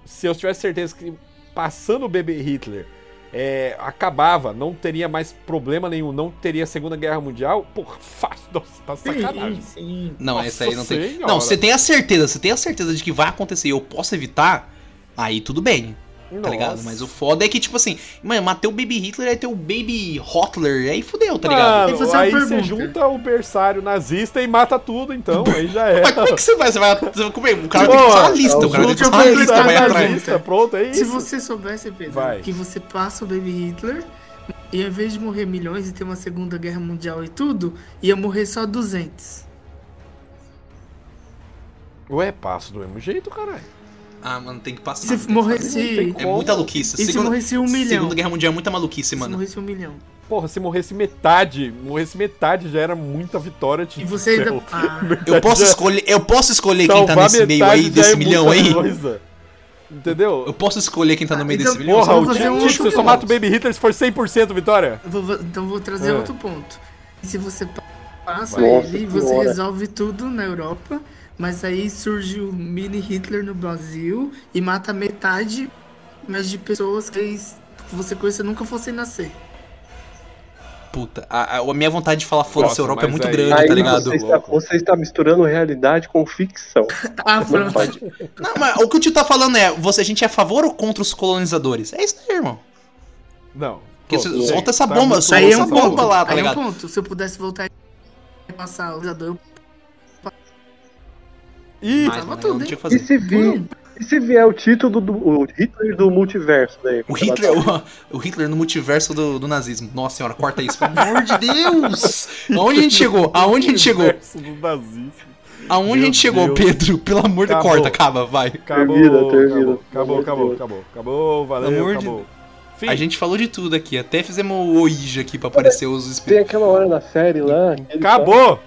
S1: se eu tivesse certeza que passando o bebê Hitler é, acabava, não teria mais problema nenhum, não teria Segunda Guerra Mundial, porra, fácil. Nossa, tá sacanagem.
S4: Sim, sim.
S3: Não,
S1: Nossa
S3: essa aí não tem.
S1: Senhora.
S3: Não, tá você tem a certeza, você tem a certeza de que vai acontecer e eu posso evitar, aí tudo bem, tá
S1: Nossa.
S3: ligado? Mas o foda é que, tipo assim, mano, matei o Baby Hitler, aí tem o Baby Hotler, aí fudeu, tá ligado?
S4: Tem que
S1: Mano,
S4: fazer uma
S1: aí você
S4: pergunta.
S1: junta o berçário nazista e mata tudo, então. Aí já é.
S3: Mas como é que você vai? Você vai, você vai comer? O cara tem que fazer uma
S1: Pô,
S3: lista, o cara tem que fazer
S1: junta
S3: uma
S1: o
S3: lista,
S1: berçário
S3: vai atrás.
S1: nazista, Pronto, é isso.
S4: Se você soubesse, Pedro,
S1: Vai.
S4: que você passa o Baby Hitler, e ao invés de morrer milhões e ter uma Segunda Guerra Mundial e tudo, ia morrer só 200.
S1: Ué, passo do mesmo jeito, caralho.
S3: Ah, mano, tem que passar.
S4: Se
S3: tem que fazer.
S4: morresse.
S3: É muita maluquice.
S4: E se morresse um milhão?
S3: Segunda Guerra Mundial é muita maluquice,
S4: Se
S3: mano.
S4: morresse um milhão.
S1: Porra, se morresse metade, morresse metade já era muita vitória.
S4: E
S1: Tito.
S4: você ainda. Ah,
S3: Eu posso
S1: Já-
S3: escolher, eu posso escolher quem tá nesse meio aí, desse milhão aí. Eu
S1: é Entendeu?
S3: posso escolher quem tá no meio
S4: Então,
S3: desse milhão.
S1: Porra,
S4: vamos
S1: o
S4: fazer
S1: Tito,
S4: um
S1: Tito,
S4: chute
S1: você só
S4: de
S1: mata o Baby Hitler se for 100% vitória?
S4: eu vou- então vou trazer
S1: É.
S4: outro ponto. E se você pa- passa
S7: Nossa
S4: ele, você
S7: Senhora.
S4: resolve tudo na Europa, mas aí surge o mini Hitler no Brasil e mata metade mas de pessoas que eles- que você conhece nunca fossem nascer.
S3: Puta, a, a- a minha vontade de falar foda-se
S1: Nossa,
S3: Europa é
S1: mas
S3: muito
S1: aí-
S3: grande,
S7: Aí
S3: tá ligado?
S7: você, está, você está misturando realidade com ficção.
S4: Ah,
S7: Não
S4: pronto.
S7: pode.
S3: Não, mas o que o tio tá falando é, você, a gente é a favor ou contra os colonizadores? É isso aí, irmão.
S1: Não.
S3: Porque
S1: Pô,
S3: você
S1: gente,
S3: solta essa
S1: tá
S3: bomba,
S1: muito
S3: solta
S4: Aí é
S3: essa
S4: um
S1: louco.
S3: bomba
S4: ponto.
S3: lá, tá
S4: aí é um
S3: ligado?
S4: ponto. Se eu pudesse voltar e passar o usador, eu
S1: Ih,
S3: Mas,
S4: Tava
S3: mano,
S4: tudo,
S3: não
S4: hein?
S3: tinha o que fazer.
S7: E se, vi, e se vier o título do o Hitler do multiverso daí?
S3: O Hitler, é o, o Hitler no multiverso do, do nazismo. Nossa senhora, corta isso, pelo amor de Deus! Aonde a gente chegou? Aonde a gente chegou?
S1: Universo do nazismo.
S3: Aonde a gente
S1: Meu
S3: chegou,
S1: Deus.
S3: Pedro? Pelo amor de Deus,
S1: Acabou.
S3: corta, acaba, vai.
S1: Acabou,
S7: Termina, termina.
S1: acabou, acabou, acabou, acabou, acabou, valeu,
S3: Amor de-
S1: acabou. Fim.
S3: A gente falou de tudo aqui, até fizemos o Ouija aqui pra aparecer os
S7: Tem
S3: espíritos.
S7: aquela hora na série lá. que ele
S1: Acabou!